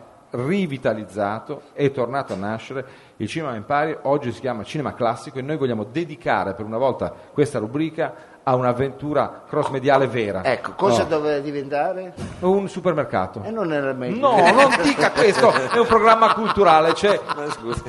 Speaker 1: rivitalizzato, è tornato a nascere il Cinema Empire, oggi si chiama Cinema Classico e noi vogliamo dedicare per una volta questa rubrica a un'avventura cross mediale vera.
Speaker 3: Ecco, cosa
Speaker 1: No,
Speaker 3: doveva diventare?
Speaker 1: un supermercato.
Speaker 3: E non era meglio. Eh,
Speaker 1: No, non dica questo, è un programma culturale, cioè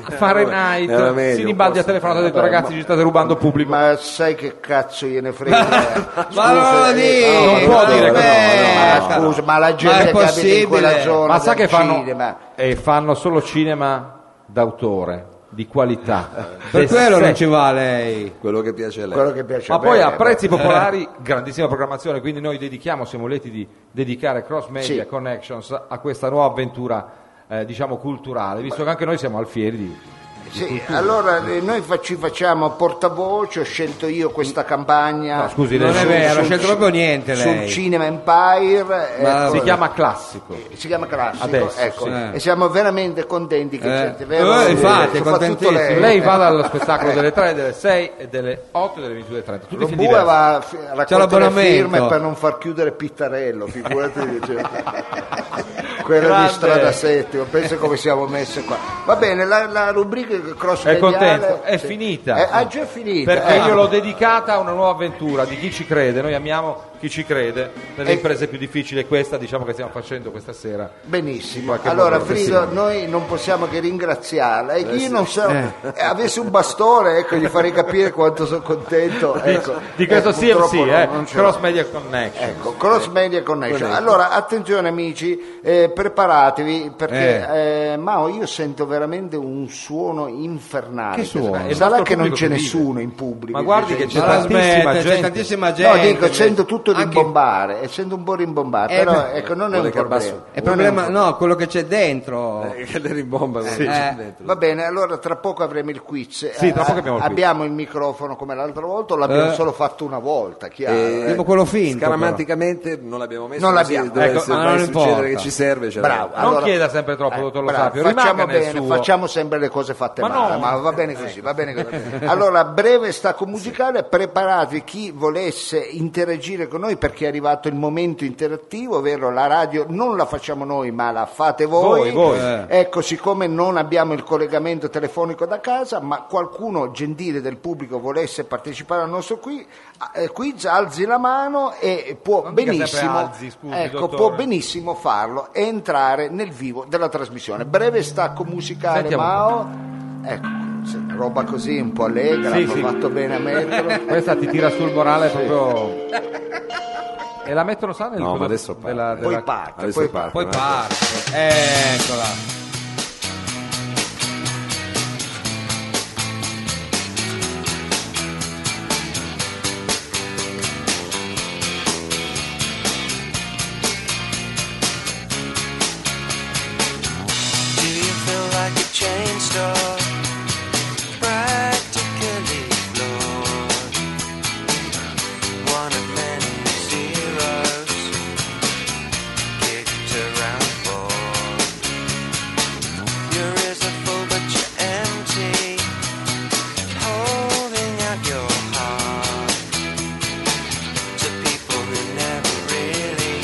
Speaker 1: c'è
Speaker 5: Era
Speaker 1: Fahrenheit,
Speaker 5: meglio,
Speaker 1: Sinibaldi ha
Speaker 5: forse.
Speaker 1: telefonato e ha detto
Speaker 5: Vabbè,
Speaker 1: ragazzi
Speaker 5: ma-
Speaker 1: ci state rubando pubblico.
Speaker 3: Ma sai che cazzo gliene frega?
Speaker 2: Ma non lo dica,
Speaker 1: eh, non può dire che no,
Speaker 2: aspetta.
Speaker 3: Ma scusa, ma la gente
Speaker 2: è
Speaker 3: che abita in quella
Speaker 2: possibile.
Speaker 3: zona
Speaker 1: Ma sa
Speaker 3: del
Speaker 1: che fanno,
Speaker 3: cinema.
Speaker 1: e fanno solo cinema d'autore, di qualità.
Speaker 2: Per quello non
Speaker 1: decente.
Speaker 2: ci va lei.
Speaker 5: Quello che piace a lei.
Speaker 3: Quello che piace
Speaker 1: Ma
Speaker 3: a me,
Speaker 1: poi a
Speaker 3: beh.
Speaker 1: prezzi popolari, grandissima programmazione, quindi noi dedichiamo, siamo lieti di dedicare Cross Media
Speaker 3: Sì.
Speaker 1: Connections a questa nuova avventura, eh, diciamo, culturale, visto che anche noi siamo alfieri di...
Speaker 3: Sì, allora eh, noi fa- ci facciamo portavoce, ho scelto io questa campagna.
Speaker 1: No, scusi,
Speaker 2: Non
Speaker 1: lei-
Speaker 2: è
Speaker 3: sul-
Speaker 2: vero, ha
Speaker 3: sul
Speaker 2: scelto
Speaker 3: ci-
Speaker 2: proprio niente
Speaker 3: Sul
Speaker 2: lei.
Speaker 3: Cinema Empire.
Speaker 2: Ma-
Speaker 3: ecco,
Speaker 1: Si chiama classico.
Speaker 3: si chiama Classico,
Speaker 1: Adesso,
Speaker 3: ecco,
Speaker 1: sì.
Speaker 3: e siamo veramente contenti che
Speaker 2: Eh.
Speaker 3: gente vero,
Speaker 2: Eh, infatti,
Speaker 3: soprattutto
Speaker 2: contentissimo.
Speaker 3: lei.
Speaker 1: Lei va dallo spettacolo delle 3, delle 6 e delle 8 e delle 22.30. Tutti i
Speaker 3: Lo
Speaker 1: film
Speaker 3: Bue
Speaker 1: diversi.
Speaker 3: va a fi- a raccogliere le
Speaker 2: l'abbonamento.
Speaker 3: firme per non far chiudere Pittarello, figurati cioè, quello
Speaker 1: Grande.
Speaker 3: di Strada Settimo, penso come siamo messi qua. Va bene, la, la rubrica cross
Speaker 1: È
Speaker 3: mediale-
Speaker 1: contento, è
Speaker 3: sì.
Speaker 1: finita.
Speaker 3: È, ah, già è finita.
Speaker 1: Perché
Speaker 3: Ah.
Speaker 1: io l'ho dedicata a una nuova avventura di chi ci crede. Noi amiamo chi ci crede, nelle
Speaker 3: E-
Speaker 1: imprese più difficili è questa, diciamo che stiamo facendo questa sera.
Speaker 3: Benissimo,
Speaker 1: qualche
Speaker 3: allora
Speaker 1: modo
Speaker 3: Frido
Speaker 1: sì.
Speaker 3: noi non possiamo che ringraziarla e io non so, eh, avessi un bastone ecco, gli farei capire quanto sono contento. Ecco.
Speaker 1: Di questo
Speaker 3: Eh,
Speaker 1: CMC,
Speaker 3: purtroppo non-
Speaker 1: eh,
Speaker 3: non ce l'ho.
Speaker 1: Cross Media Connection.
Speaker 3: Ecco, cross media connection. Allora, attenzione amici, eh, preparatevi perché eh, Mao io sento veramente un suono infernale.
Speaker 1: Che suono?
Speaker 3: Sarà
Speaker 1: È il nostro
Speaker 3: che non
Speaker 1: pubblico
Speaker 3: c'è
Speaker 1: che vive.
Speaker 3: nessuno in pubblico.
Speaker 1: Ma guardi che
Speaker 3: Gente.
Speaker 1: c'è
Speaker 2: Ma la
Speaker 1: tantissima
Speaker 2: smetta, c'è
Speaker 1: gente.
Speaker 2: tantissima
Speaker 3: No,
Speaker 2: gente.
Speaker 3: dico, sento
Speaker 2: invece.
Speaker 3: tutto
Speaker 2: Anche-
Speaker 3: rimbombare, eh, sento un po' rimbombare,
Speaker 2: Eh,
Speaker 3: però
Speaker 2: beh,
Speaker 3: ecco, non è un
Speaker 5: vuole che
Speaker 3: problema.
Speaker 5: abbasso-
Speaker 3: Non
Speaker 2: È
Speaker 3: un
Speaker 2: problema,
Speaker 3: problema.
Speaker 2: no, quello che c'è dentro.
Speaker 5: Eh, che le rimbomba
Speaker 2: Eh,
Speaker 3: Va bene, allora tra poco avremo il quiz. Eh,
Speaker 1: Sì, tra poco abbiamo il quiz.
Speaker 3: il microfono come l'altra volta, o l'abbiamo
Speaker 2: Eh.
Speaker 3: solo fatto una volta, chiaro. eh.
Speaker 2: tipo quello finto,
Speaker 5: Scaramanticamente non l'abbiamo messo.
Speaker 3: Non
Speaker 5: così,
Speaker 3: l'abbiamo.
Speaker 5: dovesse
Speaker 1: Ecco,
Speaker 2: ma
Speaker 5: mai
Speaker 2: non
Speaker 5: succedere
Speaker 2: importa.
Speaker 5: che ci serve. ce
Speaker 3: Bravo.
Speaker 5: l'abbiamo.
Speaker 1: Non
Speaker 3: allora-
Speaker 1: chieda sempre troppo, dottor Lo
Speaker 3: bravo,
Speaker 1: Sapio,
Speaker 3: facciamo
Speaker 1: rimanga nel
Speaker 3: bene,
Speaker 1: suo.
Speaker 3: facciamo sempre le cose fatte
Speaker 1: Ma
Speaker 3: male,
Speaker 1: no.
Speaker 3: ma va bene così, va bene così. Allora, breve stacco musicale, preparatevi chi volesse interagire con noi perché è arrivato il momento interattivo, ovvero la radio non la facciamo noi, ma la fate voi.
Speaker 1: Voi, voi.
Speaker 2: Eh.
Speaker 3: Ecco, siccome non abbiamo il collegamento telefonico da casa, ma qualcuno gentile del pubblico volesse partecipare al nostro qui- eh, quiz, alzi la mano e può
Speaker 1: Non dica sempre
Speaker 3: benissimo
Speaker 1: alzi, scusi,
Speaker 3: ecco,
Speaker 1: dottore.
Speaker 3: può benissimo farlo e entrare nel vivo della trasmissione. Breve stacco musicale,
Speaker 1: Sentiamo.
Speaker 3: Mao. Ecco, se- roba così un po' allegra,
Speaker 1: Sì,
Speaker 3: ho
Speaker 1: sì.
Speaker 3: fatto bene a metterlo.
Speaker 1: Questa ti tira sul morale proprio... E la mettono sa nel
Speaker 5: No, ma adesso
Speaker 1: della, della,
Speaker 3: Poi
Speaker 5: parte.
Speaker 3: parte,
Speaker 5: Adesso eh.
Speaker 3: poi
Speaker 5: parte,
Speaker 2: Poi
Speaker 5: no?
Speaker 2: parte. Eccola.
Speaker 6: Do you feel like a chain store? Practically floored. One of many zeros kicked around board. Your ears are full but you're empty. Holding out your heart to people who never really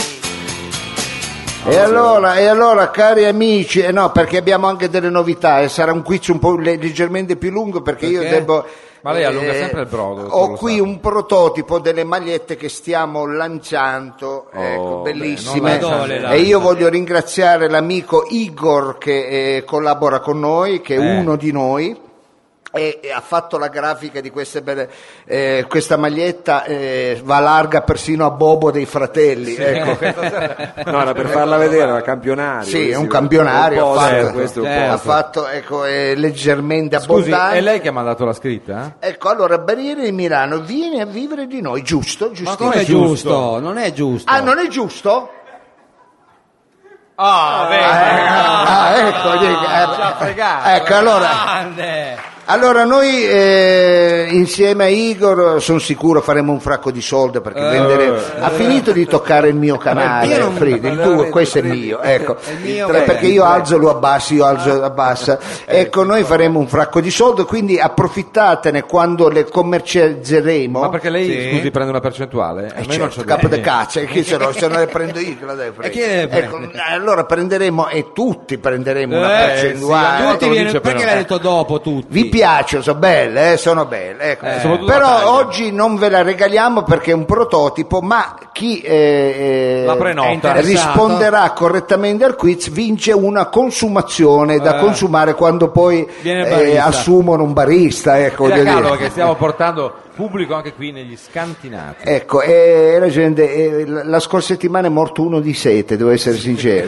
Speaker 3: E allora, e allora, cari amici, eh no, perché abbiamo anche delle novità e sarà un quiz un po' le- leggermente più lungo perché, io
Speaker 2: Perché?
Speaker 3: devo. eh,
Speaker 1: Ma lei allunga sempre il brodo, dottor
Speaker 3: Ho
Speaker 1: Lo
Speaker 3: qui
Speaker 1: Sapio.
Speaker 3: un prototipo delle magliette che stiamo lanciando,
Speaker 1: Oh,
Speaker 3: ecco,
Speaker 2: beh,
Speaker 3: bellissime.
Speaker 2: non lanciate.
Speaker 3: e io voglio ringraziare l'amico Igor che eh, collabora con noi, che è
Speaker 2: Eh.
Speaker 3: uno di noi. E e ha fatto la grafica di queste belle. eh, questa maglietta eh, va larga persino a Bobo dei fratelli. ecco.
Speaker 5: No, era per farla vedere, era campionario.
Speaker 3: Sì, è
Speaker 5: questi,
Speaker 3: un campionario, ha
Speaker 5: un po',
Speaker 3: fatto,
Speaker 5: eh, questo è
Speaker 3: ha
Speaker 5: un po'.
Speaker 3: fatto, ecco, eh, leggermente
Speaker 1: Scusi,
Speaker 3: abbondante.
Speaker 1: è lei che ha mandato la scritta? eh?
Speaker 3: Ecco, allora Barriere di Milano, vieni a vivere di noi, giusto?
Speaker 2: Ma
Speaker 3: Giustino?
Speaker 2: come è giusto? Non è giusto.
Speaker 3: Ah, non è giusto?
Speaker 1: Ah,
Speaker 3: Eh, ah, ecco, dica, eh, ecco,
Speaker 2: Ah.
Speaker 3: allora,
Speaker 2: Grande.
Speaker 3: allora noi eh, insieme a Igor sono sicuro faremo un fracco di soldi perché vendere... ha finito di toccare il mio canale,
Speaker 2: Eh. Io non-
Speaker 3: Fridi, il tuo, questo è il mio, ecco,
Speaker 2: È il mio, Eh,
Speaker 3: Il tre,
Speaker 2: beh.
Speaker 3: perché io alzo, lo abbassi, io alzo, lo abbassa. Ecco, noi faremo un fracco di soldi, quindi approfittatene quando le commercializzeremo.
Speaker 1: Ma perché lei,
Speaker 2: Sì.
Speaker 1: scusi, prende una percentuale? A
Speaker 3: Eh,
Speaker 1: me
Speaker 3: certo,
Speaker 1: non c'è
Speaker 3: capo
Speaker 1: da-
Speaker 3: de caccia, chi se no, se no le prendo io, che la devo
Speaker 2: E chi le
Speaker 3: prendere.
Speaker 2: prende?
Speaker 3: Ecco, allora prenderemo e tutti prenderemo una
Speaker 2: Eh,
Speaker 3: percentuale. ecco,
Speaker 2: sì, tutti
Speaker 1: lo
Speaker 2: viene-
Speaker 1: dice
Speaker 2: perché
Speaker 1: però.
Speaker 2: l'ha detto dopo tutti?
Speaker 3: Vi piacciono, sono belle, eh, sono belle. ecco.
Speaker 1: soprattutto la taglia.
Speaker 3: Però oggi non ve la regaliamo perché è un prototipo, ma chi eh, eh,
Speaker 1: La prenota.
Speaker 2: È interessato.
Speaker 3: risponderà correttamente al quiz vince una consumazione
Speaker 1: Eh.
Speaker 3: da consumare quando poi
Speaker 2: Viene il
Speaker 3: eh,
Speaker 2: barista.
Speaker 3: assumono un barista. Ecco,
Speaker 1: Sì,
Speaker 3: voglio dire.
Speaker 1: cavolo, che stiamo portando pubblico anche qui negli scantinati.
Speaker 3: Ecco, e la gente, eh, la la scorsa settimana è morto uno di sete, devo essere sincero.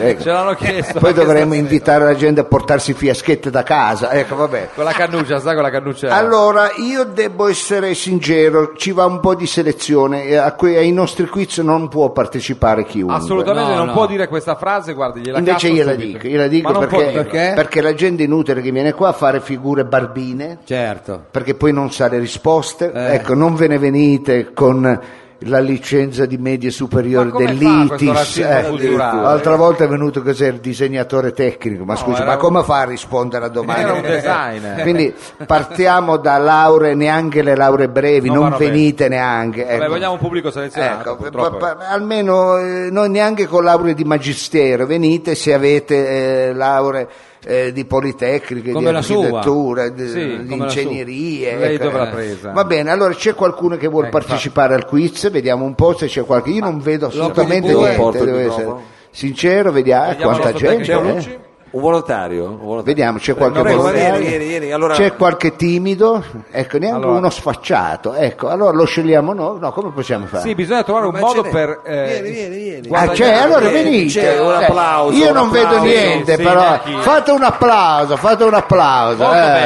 Speaker 3: ecco.
Speaker 1: Ce l'hanno chiesto.
Speaker 3: Poi
Speaker 1: anche
Speaker 3: dovremmo
Speaker 1: stasera.
Speaker 3: invitare la gente a portarsi fiaschette da casa. Ecco, vabbè.
Speaker 1: Con la cannuccia, sai con la cannuccia?
Speaker 3: Allora, io devo essere sincero, ci va un po' di selezione, eh, a que- ai nostri quiz non può partecipare chiunque.
Speaker 1: Assolutamente
Speaker 2: No,
Speaker 1: non
Speaker 2: no.
Speaker 1: può dire questa frase, guardi, gliela
Speaker 3: Invece
Speaker 1: cazzo
Speaker 3: gliela
Speaker 1: subito.
Speaker 3: dico, gliela dico
Speaker 1: Ma non può
Speaker 3: perché,
Speaker 1: dirlo.
Speaker 2: Perché?
Speaker 3: perché la gente è inutile che viene qua a fare figure barbine,
Speaker 2: Certo.
Speaker 3: perché poi non sa le risposte.
Speaker 2: Eh.
Speaker 3: Ecco, non ve ne venite con la licenza di medie superiori
Speaker 1: Ma come fa questo
Speaker 3: dell'ITIS. Eh,
Speaker 1: razzismo culturale?
Speaker 3: L'altra volta è venuto così il disegnatore tecnico, ma scusa,
Speaker 1: era
Speaker 3: ma
Speaker 1: un-
Speaker 3: come fa a rispondere a domande?
Speaker 1: Era un designer.
Speaker 3: Quindi partiamo da lauree, neanche le lauree brevi,
Speaker 1: No,
Speaker 3: non
Speaker 1: va bene.
Speaker 3: venite neanche.
Speaker 1: Vabbè,
Speaker 3: ecco.
Speaker 1: vogliamo un pubblico selezionato.
Speaker 3: Ecco,
Speaker 1: purtroppo.
Speaker 3: pa- pa- almeno eh, non neanche con lauree di magistero, venite se avete eh, lauree eh, di Politecniche,
Speaker 2: Come
Speaker 3: di
Speaker 2: la sua.
Speaker 3: architettura, di,
Speaker 1: Sì,
Speaker 3: di
Speaker 1: come la sua.
Speaker 3: ingegneria.
Speaker 1: Lei
Speaker 3: ecco.
Speaker 1: dove l'ha presa?
Speaker 3: Va bene, allora c'è qualcuno che vuole
Speaker 1: Ecco,
Speaker 3: partecipare al quiz, vediamo un po' se c'è qualche. Io non vedo assolutamente
Speaker 5: Lopez,
Speaker 3: niente,
Speaker 5: porto il
Speaker 3: devo essere
Speaker 5: microfono.
Speaker 3: sincero, vediamo,
Speaker 1: Vediamo
Speaker 3: quanta
Speaker 1: il nostro
Speaker 3: gente.
Speaker 1: tecnico
Speaker 3: eh.
Speaker 1: Lucci.
Speaker 5: Un volontario? Un volontario.
Speaker 3: Vediamo,
Speaker 1: Eh,
Speaker 3: c'è qualche
Speaker 5: no, prego,
Speaker 3: volontario?
Speaker 5: vieni, vieni, vieni, allora-
Speaker 3: C'è qualche timido? Ecco, neanche
Speaker 1: Allora-
Speaker 3: uno sfacciato. Ecco, allora lo scegliamo noi. No, come possiamo fare?
Speaker 1: Sì, bisogna trovare un
Speaker 5: Ma
Speaker 1: modo
Speaker 5: ce n'è.
Speaker 1: per... eh,
Speaker 5: Vieni, vieni, vieni.
Speaker 3: Ah,
Speaker 1: guadagnare-
Speaker 3: c'è, allora
Speaker 5: vieni,
Speaker 3: venite.
Speaker 5: c'è, un
Speaker 3: Eh,
Speaker 5: applauso,
Speaker 3: Io
Speaker 5: un
Speaker 3: non vedo
Speaker 5: applauso.
Speaker 3: niente,
Speaker 1: Sì,
Speaker 3: però
Speaker 1: neanch'io.
Speaker 3: fate un applauso, fate un applauso.
Speaker 1: Molto
Speaker 3: eh.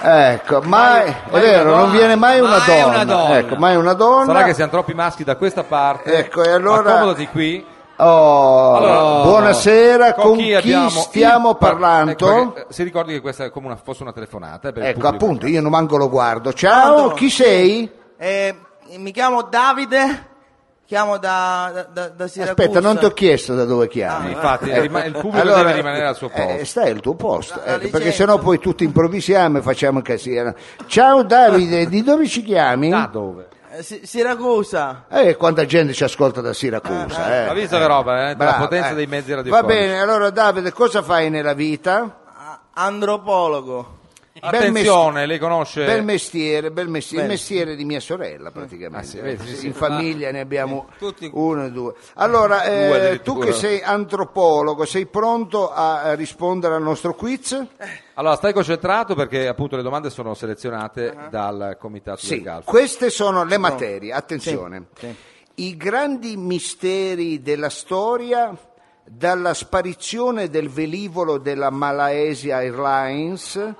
Speaker 1: bene.
Speaker 3: Ecco, mai, è vero, non viene mai una
Speaker 2: Mai
Speaker 3: donna.
Speaker 2: una donna.
Speaker 3: Ecco, mai una donna.
Speaker 1: Sarà che siamo troppi maschi da questa parte.
Speaker 3: Ecco, e allora-
Speaker 1: Accomodati qui.
Speaker 3: Oh,
Speaker 1: Allora,
Speaker 3: buonasera,
Speaker 1: con, chi, abbiamo il
Speaker 3: stiamo
Speaker 1: par-
Speaker 3: parlando?
Speaker 1: Ecco, che- si ricordi che questa è come una, fosse una telefonata. eh, per il
Speaker 3: Ecco,
Speaker 1: pubblico. Ah,
Speaker 3: appunto, io non manco lo guardo. Ciao,
Speaker 7: Pronto?
Speaker 3: chi sei?
Speaker 7: Eh, mi chiamo Davide, chiamo da, da, da, da Siracusa.
Speaker 3: Aspetta, non ti ho chiesto da dove
Speaker 1: Eh,
Speaker 3: chiami.
Speaker 1: Infatti,
Speaker 3: Ecco.
Speaker 1: rima- il pubblico
Speaker 3: Allora,
Speaker 1: deve rimanere al suo posto.
Speaker 3: eh, stai al tuo posto,
Speaker 7: La- la
Speaker 3: ecco, perché
Speaker 7: licenza.
Speaker 3: sennò poi tutti improvvisiamo e facciamo casino. Ciao Davide, di dove ci chiami?
Speaker 1: da dove?
Speaker 7: Eh, Si- Siracusa.
Speaker 3: Eh, quanta gente ci ascolta da Siracusa. eh.
Speaker 1: Ha visto che roba, eh?
Speaker 3: Bravo,
Speaker 1: la potenza
Speaker 3: eh.
Speaker 1: dei mezzi
Speaker 3: Va
Speaker 1: radiofonici.
Speaker 3: bene, allora Davide, cosa fai nella vita?
Speaker 7: a- Andropologo.
Speaker 3: Bel
Speaker 1: Attenzione, lei conosce...
Speaker 3: Bel mestiere, bel mestiere, il mestiere di mia sorella praticamente.
Speaker 1: Ah, sì, vedi, sì, Ah, sì.
Speaker 3: In famiglia ne abbiamo
Speaker 2: Tutti-
Speaker 3: uno e due. Allora, eh, tu
Speaker 1: addirittura.
Speaker 3: che sei antropologo, sei pronto a eh, rispondere al nostro quiz?
Speaker 1: Allora, stai concentrato perché appunto le domande sono selezionate
Speaker 3: Ah.
Speaker 1: dal comitato del Galfo.
Speaker 3: queste sono le materie, attenzione. I grandi misteri della storia, dalla sparizione del velivolo della Malaysia Airlines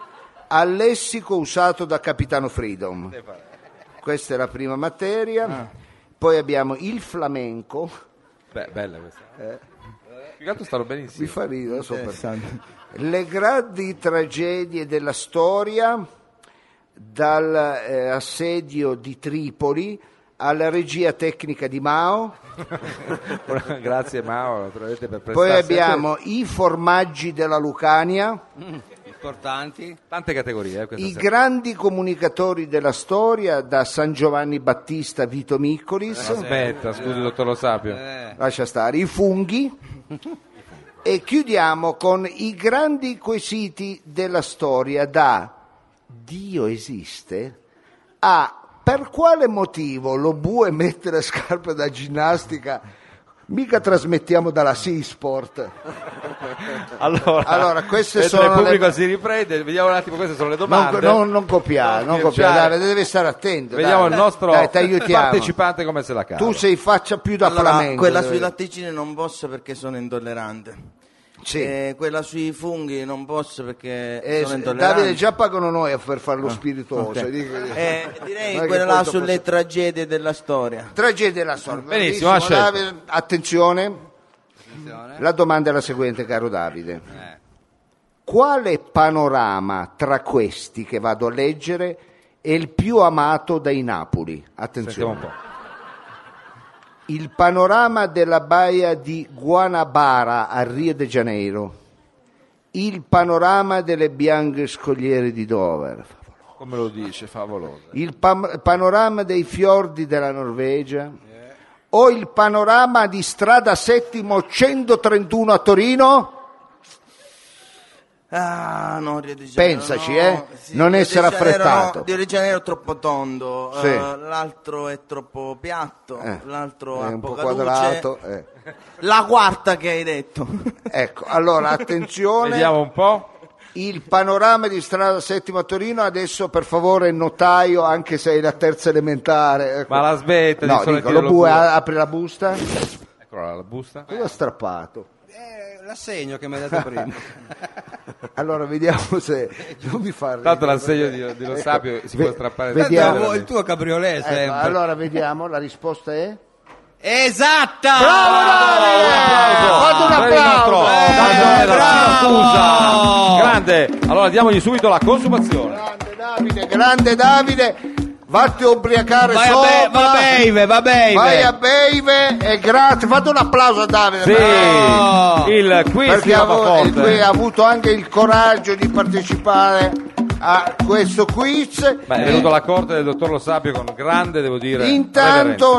Speaker 3: al lessico usato da Capitano Freedom. Questa è la prima materia. Poi abbiamo il flamenco.
Speaker 1: Beh, bella questa. Più che altro stanno
Speaker 3: Eh. Mi
Speaker 1: benissimo.
Speaker 3: fa ridere, non so perché. Le grandi tragedie della storia, dall'assedio di Tripoli alla regia tecnica di Mao,
Speaker 1: Grazie Mauro, naturalmente, per
Speaker 3: poi
Speaker 1: prestarsi-
Speaker 3: abbiamo i formaggi della Lucania,
Speaker 2: Importanti.
Speaker 1: Tante categorie, eh, questa
Speaker 3: i
Speaker 1: sera.
Speaker 3: grandi comunicatori della storia, da San Giovanni Battista a Vito Micolis,
Speaker 1: Aspetta, scusi dottor Lo Sapio.
Speaker 3: Eh. lascia stare, i funghi. E chiudiamo con i grandi quesiti della storia da Dio esiste a per quale motivo lo bue mette le scarpe da ginnastica mica trasmettiamo dalla Seasport
Speaker 1: Allora,
Speaker 3: Allora, queste
Speaker 1: mentre
Speaker 3: sono
Speaker 1: il pubblico
Speaker 3: le-
Speaker 1: si riprende, vediamo un attimo, queste sono le
Speaker 3: non,
Speaker 1: domande. cioè,
Speaker 3: non, non copiare non copiare dai, devi stare attento dai.
Speaker 1: Vediamo il nostro
Speaker 3: dai, ti aiutiamo.
Speaker 1: partecipante come se la cava.
Speaker 3: tu sei faccia più da
Speaker 7: Allora,
Speaker 3: flamenco
Speaker 7: quella sui
Speaker 3: devi-
Speaker 7: latticini non posso perché sono intollerante.
Speaker 3: Sì.
Speaker 7: Eh, quella sui funghi non posso perché
Speaker 3: Eh,
Speaker 7: sono
Speaker 3: se-
Speaker 7: intollerante.
Speaker 3: Davide già pagano noi a per
Speaker 1: Ah.
Speaker 3: fare lo spirituoso dico-
Speaker 7: Eh,
Speaker 3: Non è
Speaker 7: direi
Speaker 3: che
Speaker 7: quella
Speaker 3: poi
Speaker 7: là
Speaker 3: dopo-
Speaker 7: sulle tragedie della storia.
Speaker 3: Tragedia della storia.
Speaker 1: Benissimo, ha scelto.
Speaker 3: Davide, attenzione. La domanda è la seguente, caro Davide.
Speaker 7: Eh.
Speaker 3: Quale panorama tra questi che vado a leggere è il più amato dai Napoli?
Speaker 1: Sentiamo un
Speaker 3: Attenzione.
Speaker 1: po'.
Speaker 3: Il panorama della baia di Guanabara a Rio de Janeiro. Il panorama delle bianche scogliere di Dover.
Speaker 1: Come lo dice, favoloso.
Speaker 3: Il pam- panorama dei fiordi della Norvegia o il panorama di strada settimo 131 a Torino?
Speaker 7: Ah, no, Rio di Janeiro.
Speaker 3: Pensaci,
Speaker 7: no.
Speaker 3: eh.
Speaker 7: Sì,
Speaker 3: Non
Speaker 7: Rio di Janeiro
Speaker 3: essere
Speaker 7: no,
Speaker 3: affrettato.
Speaker 7: Rio di Janeiro è troppo tondo,
Speaker 3: Sì.
Speaker 7: eh, l'altro è troppo piatto,
Speaker 3: Eh,
Speaker 7: l'altro
Speaker 3: è
Speaker 7: ha
Speaker 3: un po'
Speaker 7: poca
Speaker 3: quadrato.
Speaker 7: luce.
Speaker 3: eh.
Speaker 7: La quarta che hai detto.
Speaker 3: Ecco, allora attenzione.
Speaker 1: Vediamo un po'.
Speaker 3: Il panorama di strada settimo a Torino, adesso per favore notaio, anche se è la terza elementare. ecco.
Speaker 1: Ma la smetta di
Speaker 3: No,
Speaker 1: solo
Speaker 3: dico,
Speaker 1: dire
Speaker 3: lo
Speaker 1: lo
Speaker 3: bue,
Speaker 1: bue.
Speaker 3: a- apri la busta. Cosa
Speaker 1: Eccola la busta.
Speaker 3: ha strappato?
Speaker 2: Eh, l'assegno che mi hai dato prima.
Speaker 3: Allora vediamo se non mi fa ridere.
Speaker 1: Tanto l'assegno di, di Lo Sapio si
Speaker 3: Ecco. ve-
Speaker 1: può strappare.
Speaker 3: vediamo.
Speaker 1: da
Speaker 2: Tanto
Speaker 1: tutte
Speaker 2: Eh, il
Speaker 1: le-
Speaker 2: tuo cabriolet
Speaker 3: Ecco,
Speaker 2: sempre.
Speaker 3: allora vediamo, la risposta è?
Speaker 2: Esatta!
Speaker 3: Fate un
Speaker 1: Per Ah, il nostro-
Speaker 3: applauso!
Speaker 1: Eh, Daniele da
Speaker 2: bravo!
Speaker 1: Siracusa. Grande. Allora diamogli subito la consumazione.
Speaker 3: Grande Davide, grande Davide, vatti a ubriacare
Speaker 2: Vai a
Speaker 3: sopra.
Speaker 2: be- va beve, va beve.
Speaker 3: Vai a Beive e grazie, fate un applauso a Davide.
Speaker 1: Sì.
Speaker 3: bravo.
Speaker 1: Il quiz
Speaker 3: Perché
Speaker 1: chiama
Speaker 3: ha,
Speaker 1: forte.
Speaker 3: lui ha avuto anche il coraggio di partecipare a questo quiz.
Speaker 1: Beh, è venuto la corte del dottor Lo Sapio con grande, devo dire.
Speaker 3: Intanto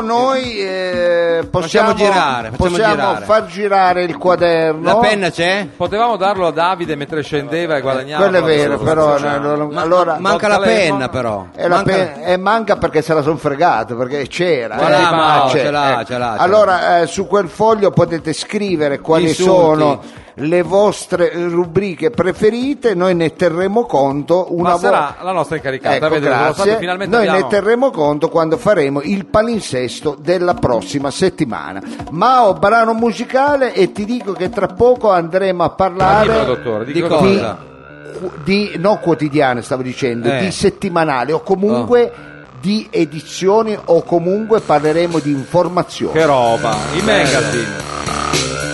Speaker 1: reverenza.
Speaker 3: noi eh, possiamo,
Speaker 2: Facciamo girare, facciamo
Speaker 3: possiamo
Speaker 2: girare.
Speaker 3: far girare il quaderno.
Speaker 2: La penna c'è?
Speaker 1: Potevamo darlo a Davide mentre scendeva e guadagnava.
Speaker 3: Quello è
Speaker 1: qualcosa
Speaker 3: vero,
Speaker 1: su-
Speaker 3: però
Speaker 1: su-
Speaker 3: no, no,
Speaker 2: Ma-
Speaker 3: allora
Speaker 2: manca la
Speaker 1: Botta Lemon.
Speaker 2: penna però.
Speaker 3: è la
Speaker 2: Manca-
Speaker 3: pe- eh, manca perché se la sono fregata, perché c'era.
Speaker 2: Ce l'ha,
Speaker 3: eh, ma
Speaker 2: Mao,
Speaker 3: c'è,
Speaker 2: ce l'ha,
Speaker 3: ecco.
Speaker 2: ce l'ha, ce l'ha.
Speaker 3: Allora eh, su quel foglio potete scrivere quali
Speaker 2: Insulti.
Speaker 3: sono le vostre rubriche preferite, noi ne terremo conto una
Speaker 1: Ma sarà
Speaker 3: volta.
Speaker 1: la nostra incaricata.
Speaker 3: Ecco,
Speaker 1: Vedete, lo
Speaker 3: grazie.
Speaker 1: sapete, finalmente
Speaker 3: Noi ne
Speaker 1: abbiamo-
Speaker 3: terremo conto quando faremo il palinsesto della prossima settimana. Mao, brano musicale e ti dico che tra poco andremo a
Speaker 1: Ma
Speaker 3: parlare
Speaker 1: dimmelo, dottore, di
Speaker 2: Di
Speaker 1: cosa?
Speaker 3: di,
Speaker 2: cosa?
Speaker 3: di- non quotidiane stavo dicendo
Speaker 2: Eh.
Speaker 3: di settimanali o comunque
Speaker 1: Oh.
Speaker 3: di edizioni o comunque parleremo di informazioni
Speaker 1: Che roba,
Speaker 3: Eh.
Speaker 1: i magazine.
Speaker 2: Eh,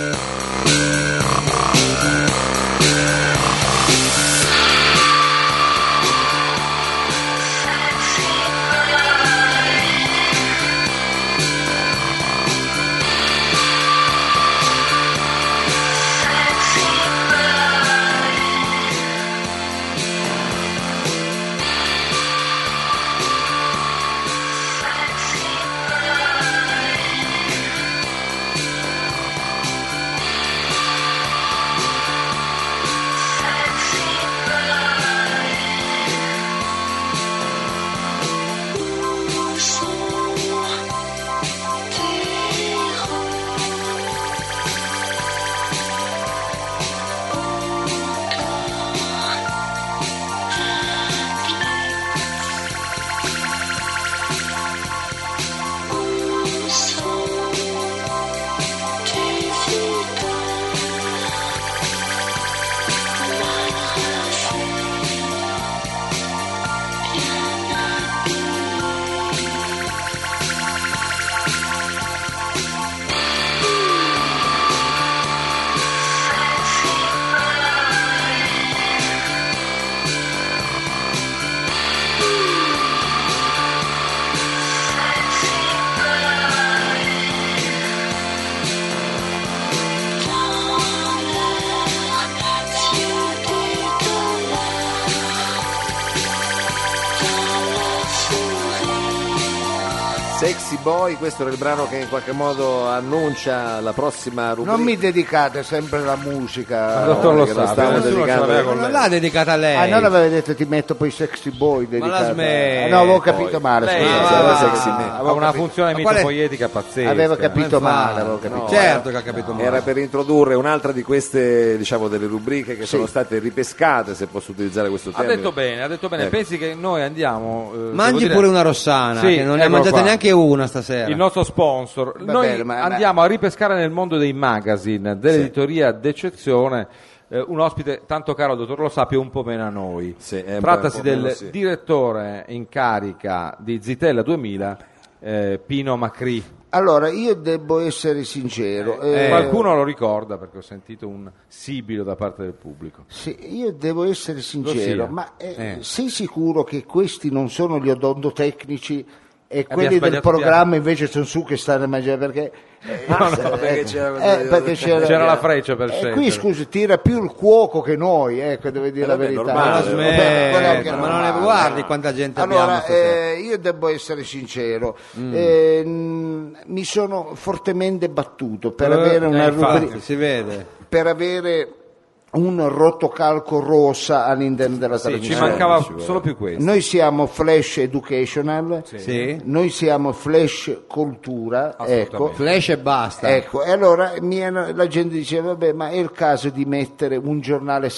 Speaker 5: Sexy Boy, questo era il brano che in qualche modo annuncia la prossima rubrica.
Speaker 3: non mi dedicate sempre alla musica
Speaker 1: Dottor Lo
Speaker 5: perché lo
Speaker 1: Sapio,
Speaker 5: stavo
Speaker 1: nessuno ce
Speaker 5: dedicando.
Speaker 1: l'aveva con
Speaker 2: Non
Speaker 1: lei.
Speaker 2: l'ha dedicata a
Speaker 1: Eh,
Speaker 2: lei.
Speaker 3: Ah, non avevo detto ti metto poi sexy boy dedicato.
Speaker 2: smetti,
Speaker 3: Ah, no avevo
Speaker 2: poi.
Speaker 3: capito male
Speaker 1: Lei
Speaker 3: scusate.
Speaker 1: è-
Speaker 5: Sarà
Speaker 2: Ah,
Speaker 5: Sexy Me.
Speaker 1: Ha una funzione
Speaker 2: Ma qual è-
Speaker 1: mitopoietica pazzesca.
Speaker 3: avevo capito
Speaker 2: Ma infatti,
Speaker 3: male avevo capito
Speaker 5: no.
Speaker 2: certo che ha capito male.
Speaker 5: Era per introdurre un'altra di queste, diciamo, delle rubriche che
Speaker 3: Sì.
Speaker 5: sono state ripescate, se posso utilizzare questo
Speaker 1: Ha
Speaker 5: termine.
Speaker 1: detto bene, ha detto bene.
Speaker 5: Ecco.
Speaker 1: Pensi che noi andiamo. eh, devo
Speaker 2: Mangi
Speaker 1: dire-
Speaker 2: pure una rossana,
Speaker 1: Sì,
Speaker 2: che non ne ha
Speaker 1: eccolo
Speaker 2: mangiata
Speaker 1: qua.
Speaker 2: neanche una stasera.
Speaker 1: Il nostro sponsor.
Speaker 3: Va
Speaker 1: Noi
Speaker 3: bene, ma-
Speaker 1: andiamo a ripescare nel mondo dei magazine, dell'editoria d'eccezione. eh, un ospite tanto caro al dottor Lo Sapio, un po' meno a noi.
Speaker 5: Sì, è un
Speaker 1: Trattasi
Speaker 5: po' meno,
Speaker 1: del
Speaker 5: sì.
Speaker 1: direttore in carica di Zitella 2000, eh, Pino Macri.
Speaker 3: allora io devo essere sincero eh,
Speaker 1: Qualcuno lo ricorda perché ho sentito un sibilo da parte del pubblico.
Speaker 3: Sì, io devo essere
Speaker 1: Lo
Speaker 3: sincero,
Speaker 1: sia.
Speaker 3: ma eh, sei sicuro che questi non sono gli odontotecnici e quelli del
Speaker 1: sbagliato
Speaker 3: programma invece sono su che stanno a mangiare perché eh,
Speaker 1: No, no,
Speaker 3: eh,
Speaker 5: perché c'era-
Speaker 3: eh, perché c'era-
Speaker 1: C'era la freccia per
Speaker 3: Eh,
Speaker 1: scegliere.
Speaker 3: qui scusi tira più il cuoco che noi ecco devo dire la
Speaker 5: vabbè,
Speaker 3: verità
Speaker 5: normale.
Speaker 2: Ma
Speaker 5: Ma
Speaker 2: la
Speaker 5: no,
Speaker 2: smetta,
Speaker 3: Quello che è
Speaker 2: ma non ne
Speaker 3: normale.
Speaker 2: guardi quanta gente abbiamo
Speaker 3: Allora,
Speaker 2: stasera.
Speaker 3: eh, io devo essere sincero, eh, mh, mi sono fortemente battuto per
Speaker 1: Eh,
Speaker 3: avere una
Speaker 2: Eh, infatti,
Speaker 3: rubrica,
Speaker 2: si vede.
Speaker 3: per avere un rotocalco rossa all'interno della
Speaker 1: Sì, ci
Speaker 3: trasmissione.
Speaker 1: mancava solo più questo.
Speaker 3: Noi siamo Flash Educational,
Speaker 2: Sì.
Speaker 3: noi siamo Flash Cultura, ecco.
Speaker 2: Flash e basta.
Speaker 3: Ecco, e allora mi hanno- la gente diceva, vabbè, ma è il caso di mettere un giornale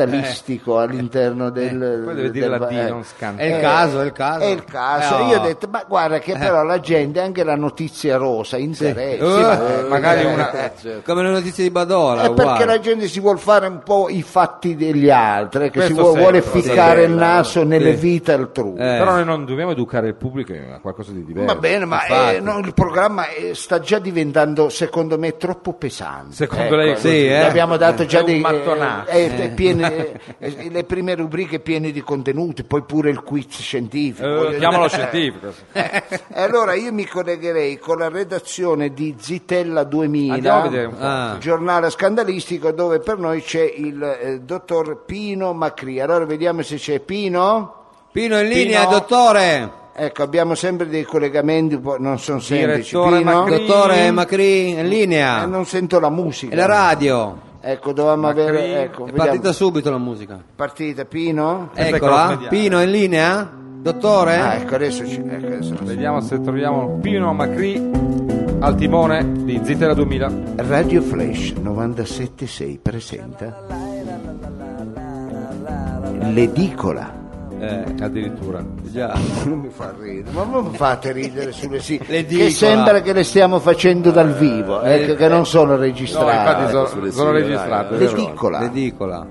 Speaker 3: scantalistico all'interno del...
Speaker 1: Eh. Poi deve dire
Speaker 3: del-
Speaker 1: la D,
Speaker 3: eh.
Speaker 1: non scanta.
Speaker 2: È il caso, è il caso.
Speaker 3: È il caso.
Speaker 2: Eh,
Speaker 3: Io
Speaker 2: oh.
Speaker 3: ho detto, ma guarda che però la gente, anche la notizia rosa, interessa.
Speaker 2: Eh,
Speaker 3: ma-
Speaker 1: magari
Speaker 3: eh,
Speaker 1: una-
Speaker 3: eh,
Speaker 2: Come le notizie di Badola,
Speaker 3: è perché
Speaker 2: uguale.
Speaker 3: la gente si vuole fare un po' i fatti degli altri, che si
Speaker 1: Questo
Speaker 3: vuole, vuole
Speaker 1: sempre,
Speaker 3: ficcare
Speaker 5: sì.
Speaker 3: il naso nelle
Speaker 2: Sì.
Speaker 3: vite altrui.
Speaker 2: Eh.
Speaker 1: Però noi non dobbiamo educare il pubblico a qualcosa di diverso.
Speaker 3: Va bene, ma eh, no, il programma eh, sta già diventando, secondo me, troppo pesante.
Speaker 1: Secondo lei è
Speaker 3: Ecco,
Speaker 2: così, eh?
Speaker 3: Abbiamo dato già
Speaker 1: È un
Speaker 3: dei, eh,
Speaker 1: mattonazzo.
Speaker 3: eh, eh, piene- eh, le prime rubriche piene di contenuti, poi pure il quiz scientifico.
Speaker 1: Eh,
Speaker 3: voglio
Speaker 1: chiamalo
Speaker 3: dire.
Speaker 1: scientifico.
Speaker 3: E allora io mi collegherei con la redazione di Zitella 2000,
Speaker 1: Andiamo a vedere un po'.
Speaker 2: Ah.
Speaker 3: giornale scandalistico dove per noi c'è il eh, dottor Pino Macri. Allora vediamo se c'è Pino.
Speaker 2: Pino in linea,
Speaker 3: Pino.
Speaker 2: dottore.
Speaker 3: Ecco, abbiamo sempre dei collegamenti, un po'- non sono semplici.
Speaker 1: Direttore
Speaker 3: Pino?
Speaker 1: Macri.
Speaker 2: Dottore Macri in linea.
Speaker 3: Eh, non sento la
Speaker 2: È
Speaker 3: musica.
Speaker 2: la radio.
Speaker 3: Ecco, dovevamo avere... Ecco,
Speaker 2: È
Speaker 3: vediamo.
Speaker 2: partita subito la musica.
Speaker 3: Partita, Pino?
Speaker 2: Eccola.
Speaker 1: vediamo.
Speaker 2: Pino in linea? Dottore?
Speaker 3: Ah, ecco, adesso ci... Ecco, adesso lo so.
Speaker 1: Vediamo se troviamo Pino Macri al timone di Zitera 2000.
Speaker 3: Radio Flash 976 presenta L'edicola.
Speaker 1: Eh, addirittura.
Speaker 2: Già.
Speaker 3: Non mi fa ridere, ma non mi fate ridere sulle sigle.
Speaker 2: L'edicola.
Speaker 3: Che
Speaker 1: ah.
Speaker 3: sembra che le stiamo facendo dal vivo, ecco, che non sono
Speaker 1: No, infatti
Speaker 3: registrate.
Speaker 1: sono,
Speaker 5: sulle
Speaker 1: sono
Speaker 5: sigle,
Speaker 1: registrato.
Speaker 5: dai,
Speaker 1: è vero.
Speaker 3: L'edicola.
Speaker 2: Ridicola.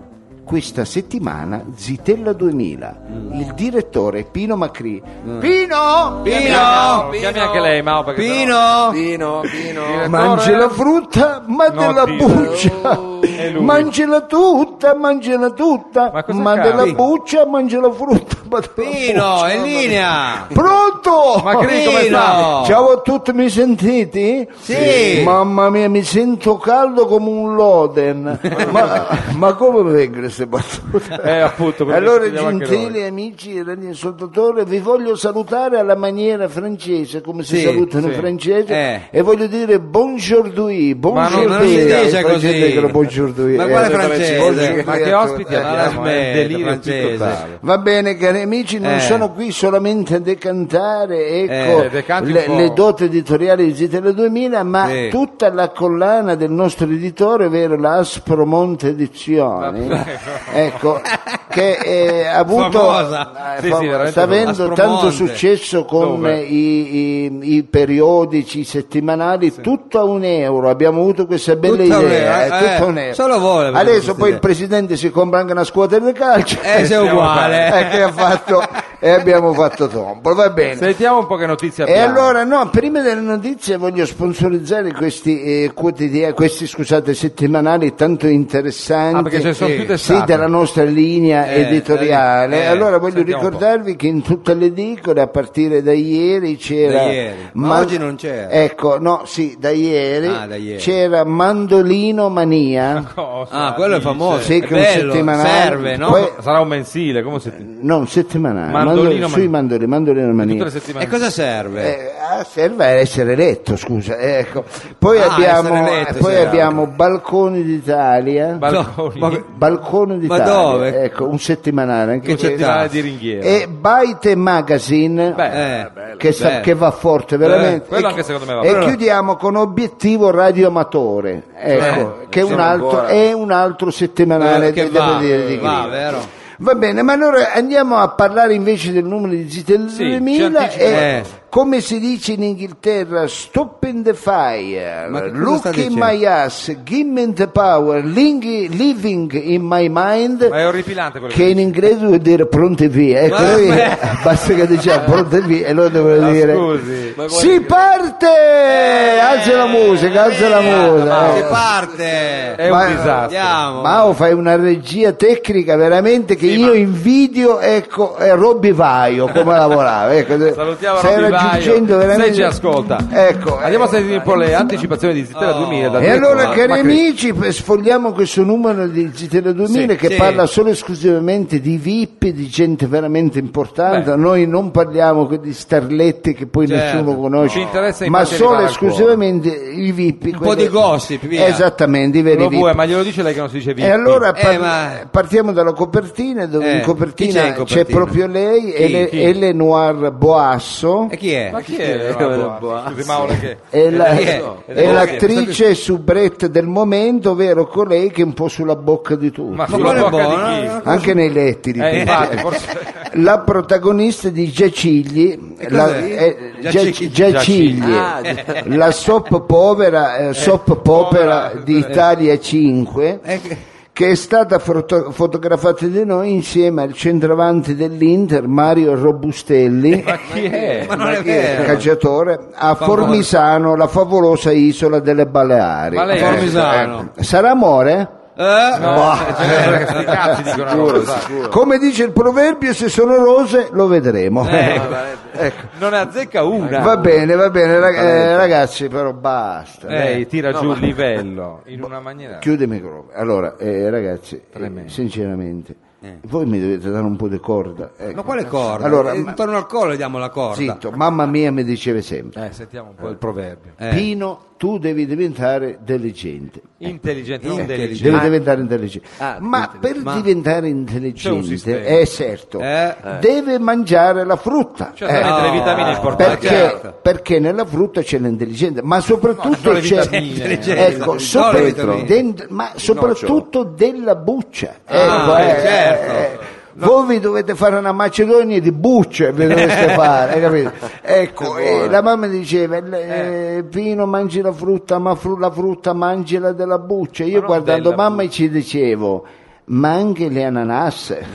Speaker 3: Questa settimana Zitella 2000.
Speaker 1: Mm.
Speaker 3: Il direttore Pino Macri. Pino!
Speaker 2: Pino!
Speaker 1: Chiami anche lei, Mao, perché sennò-
Speaker 2: Pino!
Speaker 5: Pino, Pino.
Speaker 1: Direttore-
Speaker 3: Mangi la frutta, ma
Speaker 1: No,
Speaker 3: della
Speaker 1: Dio.
Speaker 3: buccia.
Speaker 1: È lui.
Speaker 3: Mangiala tutta, mangiala tutta.
Speaker 1: Ma cosa
Speaker 3: Ma della
Speaker 1: cambia?
Speaker 3: buccia, mangia la frutta. Ma della
Speaker 2: Pino,
Speaker 3: buccia,
Speaker 2: in
Speaker 3: ma-
Speaker 2: linea!
Speaker 3: Pronto?
Speaker 1: Macri, come
Speaker 2: Pino!
Speaker 1: sta?
Speaker 3: Ciao a tutti, mi sentite?
Speaker 2: Sì.
Speaker 3: Mamma mia, mi sento caldo come un loden. ma, ma come vengono queste battute?
Speaker 1: Eh, appunto, perché
Speaker 3: Allora,
Speaker 1: ci vediamo anche
Speaker 3: gentili amici e radioascoltatori, vi voglio salutare alla maniera francese, come si
Speaker 2: Sì,
Speaker 3: salutano
Speaker 1: sì.
Speaker 3: i francesi,
Speaker 2: Eh,
Speaker 3: e voglio dire buongiorno, buongiorno.
Speaker 2: non si dice così.
Speaker 3: buongiorno.
Speaker 2: Ma quale
Speaker 3: Eh,
Speaker 2: francese?
Speaker 3: buongiorno
Speaker 1: Ma che
Speaker 3: a
Speaker 1: ospiti
Speaker 3: tutti.
Speaker 1: abbiamo? È un
Speaker 2: Trasmette,
Speaker 1: delirio più
Speaker 2: francese.
Speaker 1: totale.
Speaker 3: Va bene, cari amici, non
Speaker 2: Eh.
Speaker 3: sono qui solamente a decantare ecco,
Speaker 1: Eh, decanti
Speaker 3: le,
Speaker 1: un po'.
Speaker 3: le doti editoriali di Zitella 2000, ma
Speaker 2: Sì.
Speaker 3: tutta la collana del nostro editore, ovvero l'Aspro Monte Edizioni, ecco, che eh, ha avuto,
Speaker 2: Famosa.
Speaker 3: eh,
Speaker 1: Sì,
Speaker 3: fa-
Speaker 1: sì, veramente
Speaker 3: sta avendo
Speaker 2: famosa.
Speaker 3: tanto
Speaker 2: Aspromonte.
Speaker 3: successo con
Speaker 1: Dove?
Speaker 3: eh, i, i- i periodici settimanali, tutto a un euro, abbiamo avuto questa bella
Speaker 2: Tutto a un euro,
Speaker 3: idea, eh, tutto a
Speaker 2: eh,
Speaker 3: un euro.
Speaker 2: solo voi l'avete
Speaker 3: Adesso
Speaker 2: questa
Speaker 3: poi il
Speaker 2: idea.
Speaker 3: presidente si compra anche una squadra di calcio.
Speaker 2: Eh, sei
Speaker 3: Eh, che
Speaker 2: uguale.
Speaker 3: ha fatto e abbiamo fatto tombo, va bene.
Speaker 1: Sentiamo un po' che notizie
Speaker 3: E
Speaker 1: abbiamo.
Speaker 3: allora, no, prima delle notizie voglio sponsorizzare questi eh, quotidiani, questi scusate, settimanali tanto interessanti.
Speaker 1: Ah, perché ce ne sono
Speaker 2: Sì.
Speaker 1: più testate.
Speaker 3: Sì, della nostra linea
Speaker 2: Eh,
Speaker 3: editoriale.
Speaker 2: eh,
Speaker 3: allora voglio
Speaker 1: sentiamo un po'.
Speaker 3: ricordarvi che in tutte le edicole a partire da ieri c'era.
Speaker 2: Da ieri. Ma oggi non c'era.
Speaker 3: Ecco, no, sì, da ieri,
Speaker 2: Ah, da ieri.
Speaker 3: c'era Mandolino Mania.
Speaker 1: Cosa
Speaker 2: Ah, quello è
Speaker 1: dice?
Speaker 2: famoso.
Speaker 3: Sì,
Speaker 2: è
Speaker 3: che un
Speaker 2: bello,
Speaker 3: settimanale.
Speaker 2: serve, no?
Speaker 3: Poi-
Speaker 1: Eh, Sarà un mensile, come si dice?
Speaker 3: Non, settimanale.
Speaker 1: Mandolino
Speaker 3: Mandolino
Speaker 1: Mania.
Speaker 3: Sui mandolini, Mandolino
Speaker 1: Tutte
Speaker 3: Mania.
Speaker 1: le settimane.
Speaker 2: E cosa serve?
Speaker 3: Eh, ah, serve a essere eletto, scusa. Ecco. Poi,
Speaker 2: Ah,
Speaker 3: abbiamo, eh,
Speaker 2: essere eletto,
Speaker 3: poi
Speaker 2: sì,
Speaker 3: abbiamo Balconi d'Italia.
Speaker 1: Balconi.
Speaker 2: No,
Speaker 3: Eh,
Speaker 2: vabbè.
Speaker 3: Balcone d'Italia,
Speaker 2: dove?
Speaker 3: Ecco, un settimanale anche
Speaker 1: Un
Speaker 3: questo.
Speaker 1: settimanale di ringhiera.
Speaker 3: E Byte Magazine.
Speaker 1: Beh,
Speaker 2: Eh,
Speaker 3: Che, sta-
Speaker 2: bello.
Speaker 3: che va forte veramente
Speaker 1: Eh, quello
Speaker 3: E-
Speaker 1: anche secondo me va
Speaker 3: e
Speaker 1: forte.
Speaker 3: chiudiamo con obiettivo radioamatore ecco, che è un,
Speaker 5: siamo
Speaker 3: altro,
Speaker 5: ancora-
Speaker 3: è un altro settimanale
Speaker 2: Eh, che
Speaker 3: de- devo
Speaker 2: va,
Speaker 3: dire,
Speaker 2: va,
Speaker 3: di
Speaker 2: eh.
Speaker 3: Grillo.
Speaker 2: vero?
Speaker 3: Va bene ma allora andiamo a parlare invece del numero di Zitella
Speaker 1: Sì, ci
Speaker 3: 2000 e
Speaker 1: anticipa-
Speaker 2: Eh.
Speaker 3: come si dice in Inghilterra stop in the fire
Speaker 2: Ma che cosa sta
Speaker 3: look in
Speaker 2: dicendo?
Speaker 3: my ass give me the power ling- living in my mind
Speaker 1: ma è orripilante quello
Speaker 3: che in inglese vuol dire pronti via ecco
Speaker 2: Ma-
Speaker 3: lui basta che diceva pronti via e loro devono dire
Speaker 1: scusi. Ma
Speaker 3: si parte alza la musica alza la musica
Speaker 2: Si
Speaker 3: eh.
Speaker 2: parte!
Speaker 1: È
Speaker 3: Ma- Eh,
Speaker 1: un disastro.
Speaker 2: Andiamo!
Speaker 3: Mao fai una regia tecnica veramente che io invidio ecco è Robby Vaio come lavorava ecco,
Speaker 1: Salutiamo
Speaker 3: stai
Speaker 1: Robby Vaio,
Speaker 3: raggiungendo veramente
Speaker 1: se ci ascolta.
Speaker 3: ecco
Speaker 1: Andiamo a
Speaker 3: eh.
Speaker 1: sentire un po' le anticipazioni di Zitella
Speaker 2: Oh.
Speaker 1: 2000. da
Speaker 3: E
Speaker 1: Diego
Speaker 3: allora,
Speaker 1: Mac-
Speaker 3: cari
Speaker 1: Macri.
Speaker 3: amici, p- sfogliamo questo numero di Zitella 2000
Speaker 2: Sì,
Speaker 3: che
Speaker 2: sì.
Speaker 3: parla solo e esclusivamente di VIP, di gente veramente importante. Noi non parliamo que- di starletti che poi
Speaker 2: Certo.
Speaker 3: nessuno
Speaker 1: Ci
Speaker 3: conosce,
Speaker 1: interessa
Speaker 3: ma
Speaker 1: infatti
Speaker 3: solo e
Speaker 1: arrivare al cuore.
Speaker 3: esclusivamente i VIP. Un
Speaker 2: po' di gossip, via.
Speaker 3: Esattamente, i veri
Speaker 1: Lo
Speaker 3: VIP.
Speaker 1: vuoi, ma glielo dice lei che non si dice VIP.
Speaker 3: E allora
Speaker 2: Eh,
Speaker 3: par-
Speaker 2: ma-
Speaker 3: partiamo dalla copertina, dove
Speaker 2: Eh,
Speaker 3: in copertina
Speaker 2: chi c'è
Speaker 3: c'è,
Speaker 2: in copertina?
Speaker 3: proprio lei,
Speaker 2: Chi?
Speaker 3: Ele-
Speaker 2: Chi?
Speaker 3: Elenoir Boasso.
Speaker 2: E chi è?
Speaker 1: Ma chi è? Scusi, Mauro, che...
Speaker 3: È, la-
Speaker 2: chi è?
Speaker 3: è l'attrice soubrette del momento, ovvero colei che è un po' sulla bocca di tutti,
Speaker 1: Ma
Speaker 2: Ma
Speaker 1: sulla
Speaker 2: quello è
Speaker 1: bocca
Speaker 2: buono,
Speaker 1: di chi?
Speaker 3: anche nei letti. di
Speaker 1: Eh,
Speaker 3: tutti.
Speaker 1: infatti, forse...
Speaker 3: La protagonista di Giacigli, la,
Speaker 2: cos'è?
Speaker 3: eh,
Speaker 2: Giacigli.
Speaker 3: Giac- Giacigli, eh,
Speaker 5: Ah, gi-
Speaker 3: la soap povera, eh, soap
Speaker 1: povera,
Speaker 3: popera di Italia 5
Speaker 2: Eh, che-
Speaker 3: che è stata foto- fotografata da noi insieme al centravanti dell'Inter Mario Robustelli
Speaker 1: Ma chi è?
Speaker 2: Ma non è
Speaker 3: il
Speaker 2: vero!
Speaker 3: calciatore a Formisano, la favolosa isola delle Baleari.
Speaker 1: Ma lei-
Speaker 3: Ecco,
Speaker 2: Formisano.
Speaker 3: ecco. Sarà amore?
Speaker 2: Eh?
Speaker 1: Eh, sti cazzi dicono una
Speaker 5: Sicuro,
Speaker 1: roba, sai.
Speaker 5: sicuro.
Speaker 3: Come dice il proverbio, se sono rose lo vedremo. Ecco.
Speaker 1: Non ne azzecca una.
Speaker 3: Va bene, va bene, rag- eh, ragazzi, però basta.
Speaker 2: Eh.
Speaker 1: Lei Eh, tira giù il livello in una maniera.
Speaker 3: Chiude il microfono. Allora, eh, ragazzi, eh, sinceramente, voi mi dovete dare un po' di corda. ecco.
Speaker 2: Eh. Ma quale corda?
Speaker 3: Allora,
Speaker 2: Eh,
Speaker 3: ma-
Speaker 2: Intorno al collo gli diamo la corda.
Speaker 3: Zitto, mamma mia mi diceva sempre,
Speaker 1: Eh, sentiamo un po' il proverbio.
Speaker 2: Eh.
Speaker 3: Pino, tu devi diventare diligente.
Speaker 1: Intelligente, non
Speaker 2: Intelligente.
Speaker 1: delicente.
Speaker 3: Devi diventare intelligente.
Speaker 5: Ah,
Speaker 3: ma
Speaker 5: intelligente.
Speaker 3: per
Speaker 2: Ma-
Speaker 3: diventare
Speaker 1: C'è un sistema.
Speaker 3: intelligente, è certo,
Speaker 2: Eh.
Speaker 3: deve mangiare la frutta.
Speaker 1: Certamente
Speaker 2: Eh.
Speaker 1: le vitamine
Speaker 2: No,
Speaker 1: importanti.
Speaker 3: Perché, perché nella frutta c'è l'intelligenza, ma soprattutto
Speaker 1: No, ci sono le
Speaker 3: c'è
Speaker 1: vitamine.
Speaker 3: ecco,
Speaker 2: No,
Speaker 3: sopra-
Speaker 2: le vitamine.
Speaker 3: dentro- ma soprattutto della buccia. Ecco,
Speaker 2: Ah,
Speaker 3: eh,
Speaker 2: certo.
Speaker 3: eh, voi vi dovete fare una macedonia di bucce, vi dovete fare, hai capito? Ecco, eh, la mamma diceva, l- eh, Pino mangi la frutta, ma fru- la frutta mangila della buccia. Io
Speaker 1: non
Speaker 3: guardando
Speaker 1: della
Speaker 3: mamma ci dicevo, ma anche le ananasse.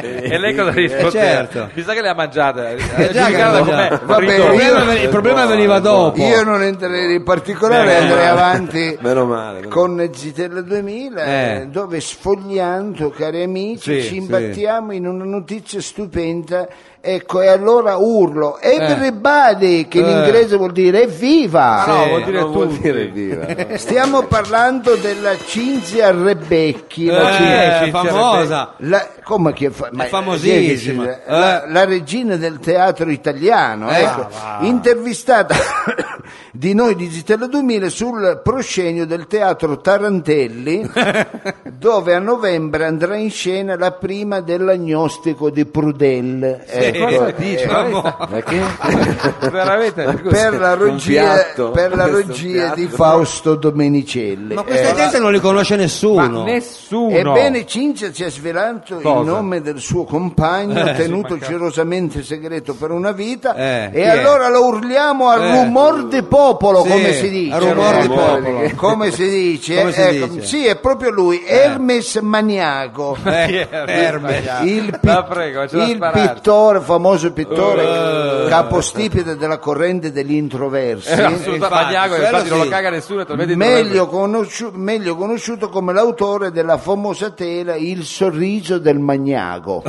Speaker 1: E lei cosa rispondeva?
Speaker 2: certo.
Speaker 1: Mi sa che le ha mangiate.
Speaker 2: Eh, già che le ha
Speaker 1: Giudicata com'è.
Speaker 2: mangiate.
Speaker 3: Va
Speaker 2: Il
Speaker 3: bene,
Speaker 1: Ritorno.
Speaker 3: io-
Speaker 2: problema, il problema veniva dopo.
Speaker 3: Io non entrerei in particolare,
Speaker 1: Meno male.
Speaker 3: andrei avanti
Speaker 5: Meno male, meno
Speaker 3: con Zitella 2000,
Speaker 2: Mm. Eh.
Speaker 3: eh, dove sfogliando, cari amici,
Speaker 2: Sì,
Speaker 3: ci
Speaker 2: sì.
Speaker 3: imbattiamo in una notizia stupenda. Ecco, e allora urlo, everybody, che in
Speaker 2: Eh.
Speaker 3: inglese vuol dire evviva!
Speaker 1: No,
Speaker 2: Sì.
Speaker 1: vuol dire
Speaker 5: non vuol
Speaker 1: tutti.
Speaker 5: dire viva. no.
Speaker 3: Stiamo parlando della Cinzia Rebecchi, la, Cin-
Speaker 2: Eh,
Speaker 1: Cinzia
Speaker 2: famosa.
Speaker 3: la- come che fa- ma-
Speaker 2: È famosissima.
Speaker 5: Eh?
Speaker 3: chi è che si- la, la regina del teatro italiano, ecco, intervistata di noi di Zitello 2000 sul proscenio del teatro Tarantelli, dove a novembre andrà in scena la prima dell'agnostico di Prudel. ecco,
Speaker 1: cosa
Speaker 3: eh,
Speaker 1: dice?
Speaker 2: Famosa.
Speaker 5: Ma Eh, che?
Speaker 1: Veramente.
Speaker 3: per la
Speaker 5: Un
Speaker 3: regia,
Speaker 5: piatto,
Speaker 3: per la
Speaker 5: questo
Speaker 3: regia di
Speaker 5: piatto.
Speaker 3: Fausto Domenicelli.
Speaker 2: Ma questa
Speaker 3: Eh,
Speaker 2: gente non li conosce
Speaker 1: Ma
Speaker 2: nessuno.
Speaker 1: nessuno.
Speaker 3: Ebbene, Cinzia ci ha svelato
Speaker 1: Cosa?
Speaker 3: il nome del suo compagno, tenuto gelosamente segreto per una vita,
Speaker 2: Eh, chi
Speaker 3: e
Speaker 2: è?
Speaker 3: allora lo urliamo al
Speaker 2: Eh.
Speaker 3: rumor di popolo,
Speaker 2: Sì,
Speaker 3: come si dice.
Speaker 2: al rumor di popolo.
Speaker 3: Come si dice?
Speaker 2: Come si
Speaker 3: Ecco,
Speaker 2: dice?
Speaker 3: Sì, è proprio lui, Hermes Maniaco.
Speaker 2: Eh, Erbe.
Speaker 3: Il,
Speaker 1: La
Speaker 3: pit-
Speaker 1: prego, ce la
Speaker 3: il
Speaker 1: sparate.
Speaker 3: pittore, famoso pittore,
Speaker 2: Eh.
Speaker 3: capostipite della corrente degli introversi,
Speaker 1: Era assolutamente
Speaker 2: infatti,
Speaker 1: Eh, maniaco,
Speaker 2: quello
Speaker 1: infatti non lo
Speaker 2: sì.
Speaker 1: caga nessuno.
Speaker 2: Certo,
Speaker 1: talmente
Speaker 3: meglio, conosciu- meglio conosciuto come l'autore della famosa tela Il sorriso del magnaco.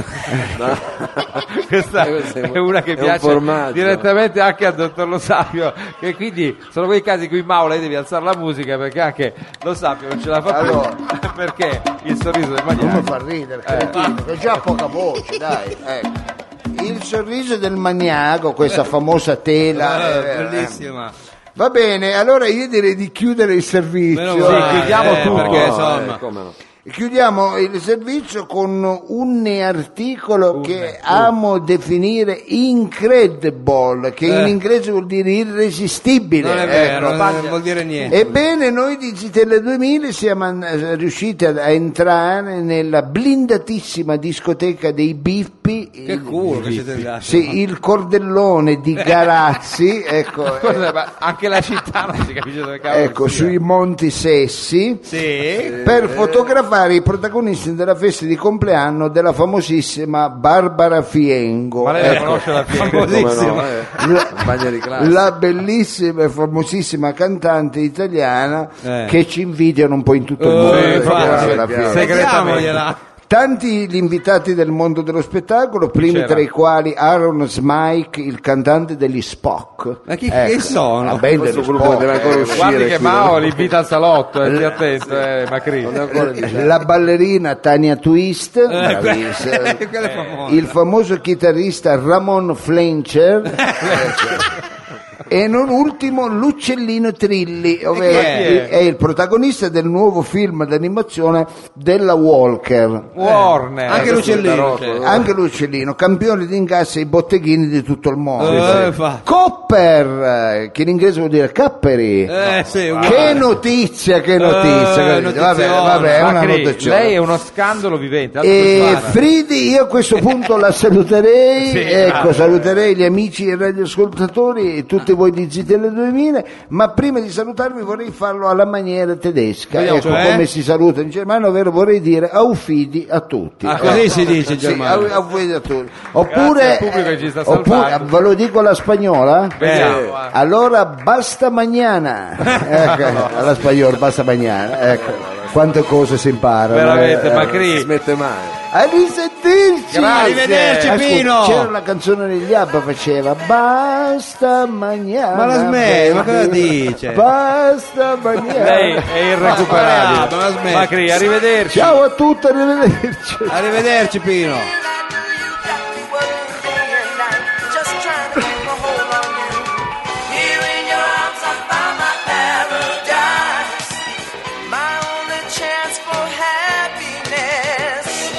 Speaker 1: dovrebbe- Questa è una che
Speaker 5: È un
Speaker 1: piace
Speaker 5: formaggio.
Speaker 1: direttamente anche al dottor Lo Sapio. Che quindi sono quei casi in cui Maula devi alzare la musica perché anche Lo Sapio non ce la fa
Speaker 3: Allora.
Speaker 1: più. Perché il sorriso del
Speaker 3: Non mi
Speaker 1: maniaco.
Speaker 3: fa ridere,
Speaker 2: Eh.
Speaker 3: cretino, che ho già poca voce, dai. ecco. Il sorriso del maniaco, questa famosa tela.
Speaker 2: Eh,
Speaker 3: eh, eh,
Speaker 2: bellissima.
Speaker 3: Va bene, allora io direi di chiudere il servizio.
Speaker 2: Meno
Speaker 1: Sì,
Speaker 2: male,
Speaker 1: chiudiamo
Speaker 2: eh,
Speaker 1: tutto.
Speaker 2: Perché,
Speaker 1: No,
Speaker 2: insomma,
Speaker 5: eh, come no.
Speaker 3: Chiudiamo il servizio con un articolo che amo definire incredible, che in
Speaker 2: Eh.
Speaker 3: inglese vuol dire irresistibile.
Speaker 1: Eh,
Speaker 2: non è vero,
Speaker 3: ecco.
Speaker 2: non vuol dire niente.
Speaker 3: Ebbene, noi di Zitelle 2000 siamo an- eh, riusciti a, a entrare nella blindatissima discoteca dei Bippi.
Speaker 2: Che
Speaker 3: il-
Speaker 2: culo che siete andati.
Speaker 3: Sì, il cordellone di Garazzi, ecco, eh,
Speaker 1: Scusa, ma anche la città non si capisce dove cavolo
Speaker 3: ecco,
Speaker 1: sia.
Speaker 3: sui Monti Sessi.
Speaker 2: Sì. Eh,
Speaker 3: Per fotografare i protagonisti della festa di compleanno della famosissima Barbara Fiengo,
Speaker 1: Ma lei la
Speaker 3: ecco,
Speaker 1: conosce la Fiera?
Speaker 5: Come no,
Speaker 2: Famosissima.
Speaker 5: eh.
Speaker 3: La-
Speaker 5: Compagna di classe.
Speaker 3: la bellissima e famosissima cantante italiana
Speaker 2: Eh.
Speaker 3: che ci invidiano un po' in tutto il
Speaker 2: Eh,
Speaker 3: mondo.
Speaker 2: infatti,
Speaker 3: proprio alla
Speaker 5: sì,
Speaker 3: Fiera.
Speaker 1: sì. segretamente.
Speaker 2: Diamogliela.
Speaker 3: Ecco. Tanti gli invitati del mondo dello spettacolo, primi
Speaker 1: c'era?
Speaker 3: tra i quali Aaron Smike, il cantante degli Spock. Ecco.
Speaker 2: Ma chi- chi sono?
Speaker 3: La band
Speaker 5: Questo
Speaker 3: degli
Speaker 5: gruppo
Speaker 3: Spock.
Speaker 5: deve ancora uscire.
Speaker 1: Guardi che
Speaker 5: qui,
Speaker 1: Mao
Speaker 5: no?
Speaker 1: li invita al salotto, eh, stia attento, eh, Macri.
Speaker 3: La ballerina Tania Twist, bravissima.
Speaker 2: Eh, quella è famosa.
Speaker 3: il famoso chitarrista Ramon Flencher e non ultimo l'uccellino Trilli, ovvero
Speaker 2: chi è?
Speaker 3: è? il protagonista del nuovo film d'animazione della Walker.
Speaker 1: Warner.
Speaker 2: Anche l'uccellino.
Speaker 5: Rocco,
Speaker 2: c'è.
Speaker 3: Anche l'uccellino, campione di incasso ai botteghini di tutto il mondo.
Speaker 2: Eh, fa-
Speaker 3: Copper, eh, che in inglese vuol dire capperi.
Speaker 2: Eh, sì,
Speaker 3: Che
Speaker 2: uguale.
Speaker 3: notizia, che notizia,
Speaker 2: Eh,
Speaker 3: capito? vabbè,
Speaker 2: notiziona.
Speaker 3: vabbè, è una
Speaker 1: Macri,
Speaker 3: notizia.
Speaker 1: lei è uno scandalo vivente. altro che
Speaker 3: E
Speaker 1: Suara.
Speaker 3: Fridi, io a questo punto la saluterei,
Speaker 1: Sì,
Speaker 3: ecco,
Speaker 1: bravo.
Speaker 3: saluterei gli amici radioascoltatori e tutti voi di ZTL 2000, ma prima di salutarvi vorrei farlo alla maniera tedesca,
Speaker 2: Vediamo,
Speaker 3: ecco
Speaker 2: cioè?
Speaker 3: come si saluta in Germania, ovvero vorrei dire aufidi a tutti.
Speaker 2: Ah, così si dice in
Speaker 3: Sì,
Speaker 2: Germania.
Speaker 3: au- aufidi a tutti.
Speaker 1: Grazie al
Speaker 3: Oppure,
Speaker 1: pubblico che ci sta
Speaker 3: oppure
Speaker 1: salvando.
Speaker 3: ve lo dico alla spagnola?
Speaker 1: Vediamo, eh.
Speaker 3: Allora basta mañana. Ecco, alla spagnola basta mañana. Ecco, quante cose si imparano.
Speaker 1: Veramente,
Speaker 3: eh.
Speaker 1: ma
Speaker 5: Non
Speaker 1: Cri,
Speaker 5: smette mai.
Speaker 3: A risentirci!
Speaker 1: Grazie.
Speaker 2: Arrivederci,
Speaker 3: Ascolta,
Speaker 2: Pino.
Speaker 3: C'era una canzone degli Abba faceva Basta magnana.
Speaker 2: Ma la smetti, ma cosa dice?
Speaker 3: Basta magnana.
Speaker 1: lei è irrecuperabile.
Speaker 2: Ma la smetti.
Speaker 1: Ma Cri, arrivederci.
Speaker 3: Ciao a tutti, arrivederci.
Speaker 2: Arrivederci Pino.
Speaker 6: Oh, Just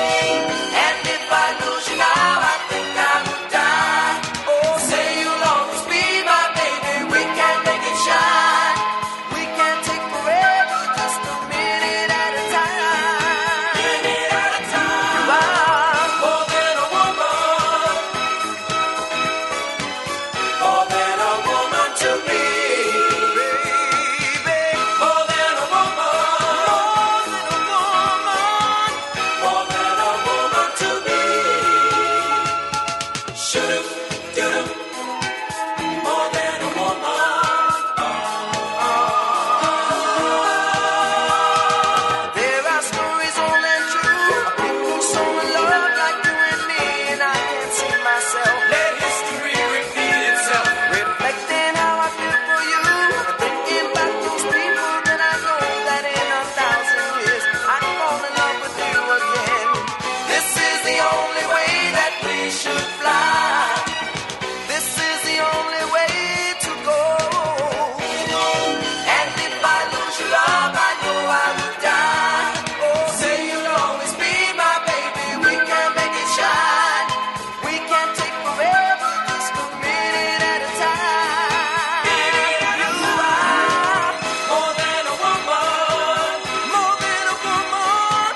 Speaker 6: a minute at a time. Minute at a time. You are more than a woman. More than a woman to me, baby. More than a woman. More than a woman. More than a woman to me. Shoo doo More than a woman. There are stories only true. People so in love like you and me, and I can't see myself. Let history repeat itself. Reflecting how I feel for you. Thinking about those people that I know that in a thousand years I'd fall in love with you again. This is the only way that we should fly. This is the only way to go. And if I lose your love, I know I will die. Oh, say you'll always be my baby. We can make it shine. We can take forever, just a minute at a time. You are more than a woman, more than a woman,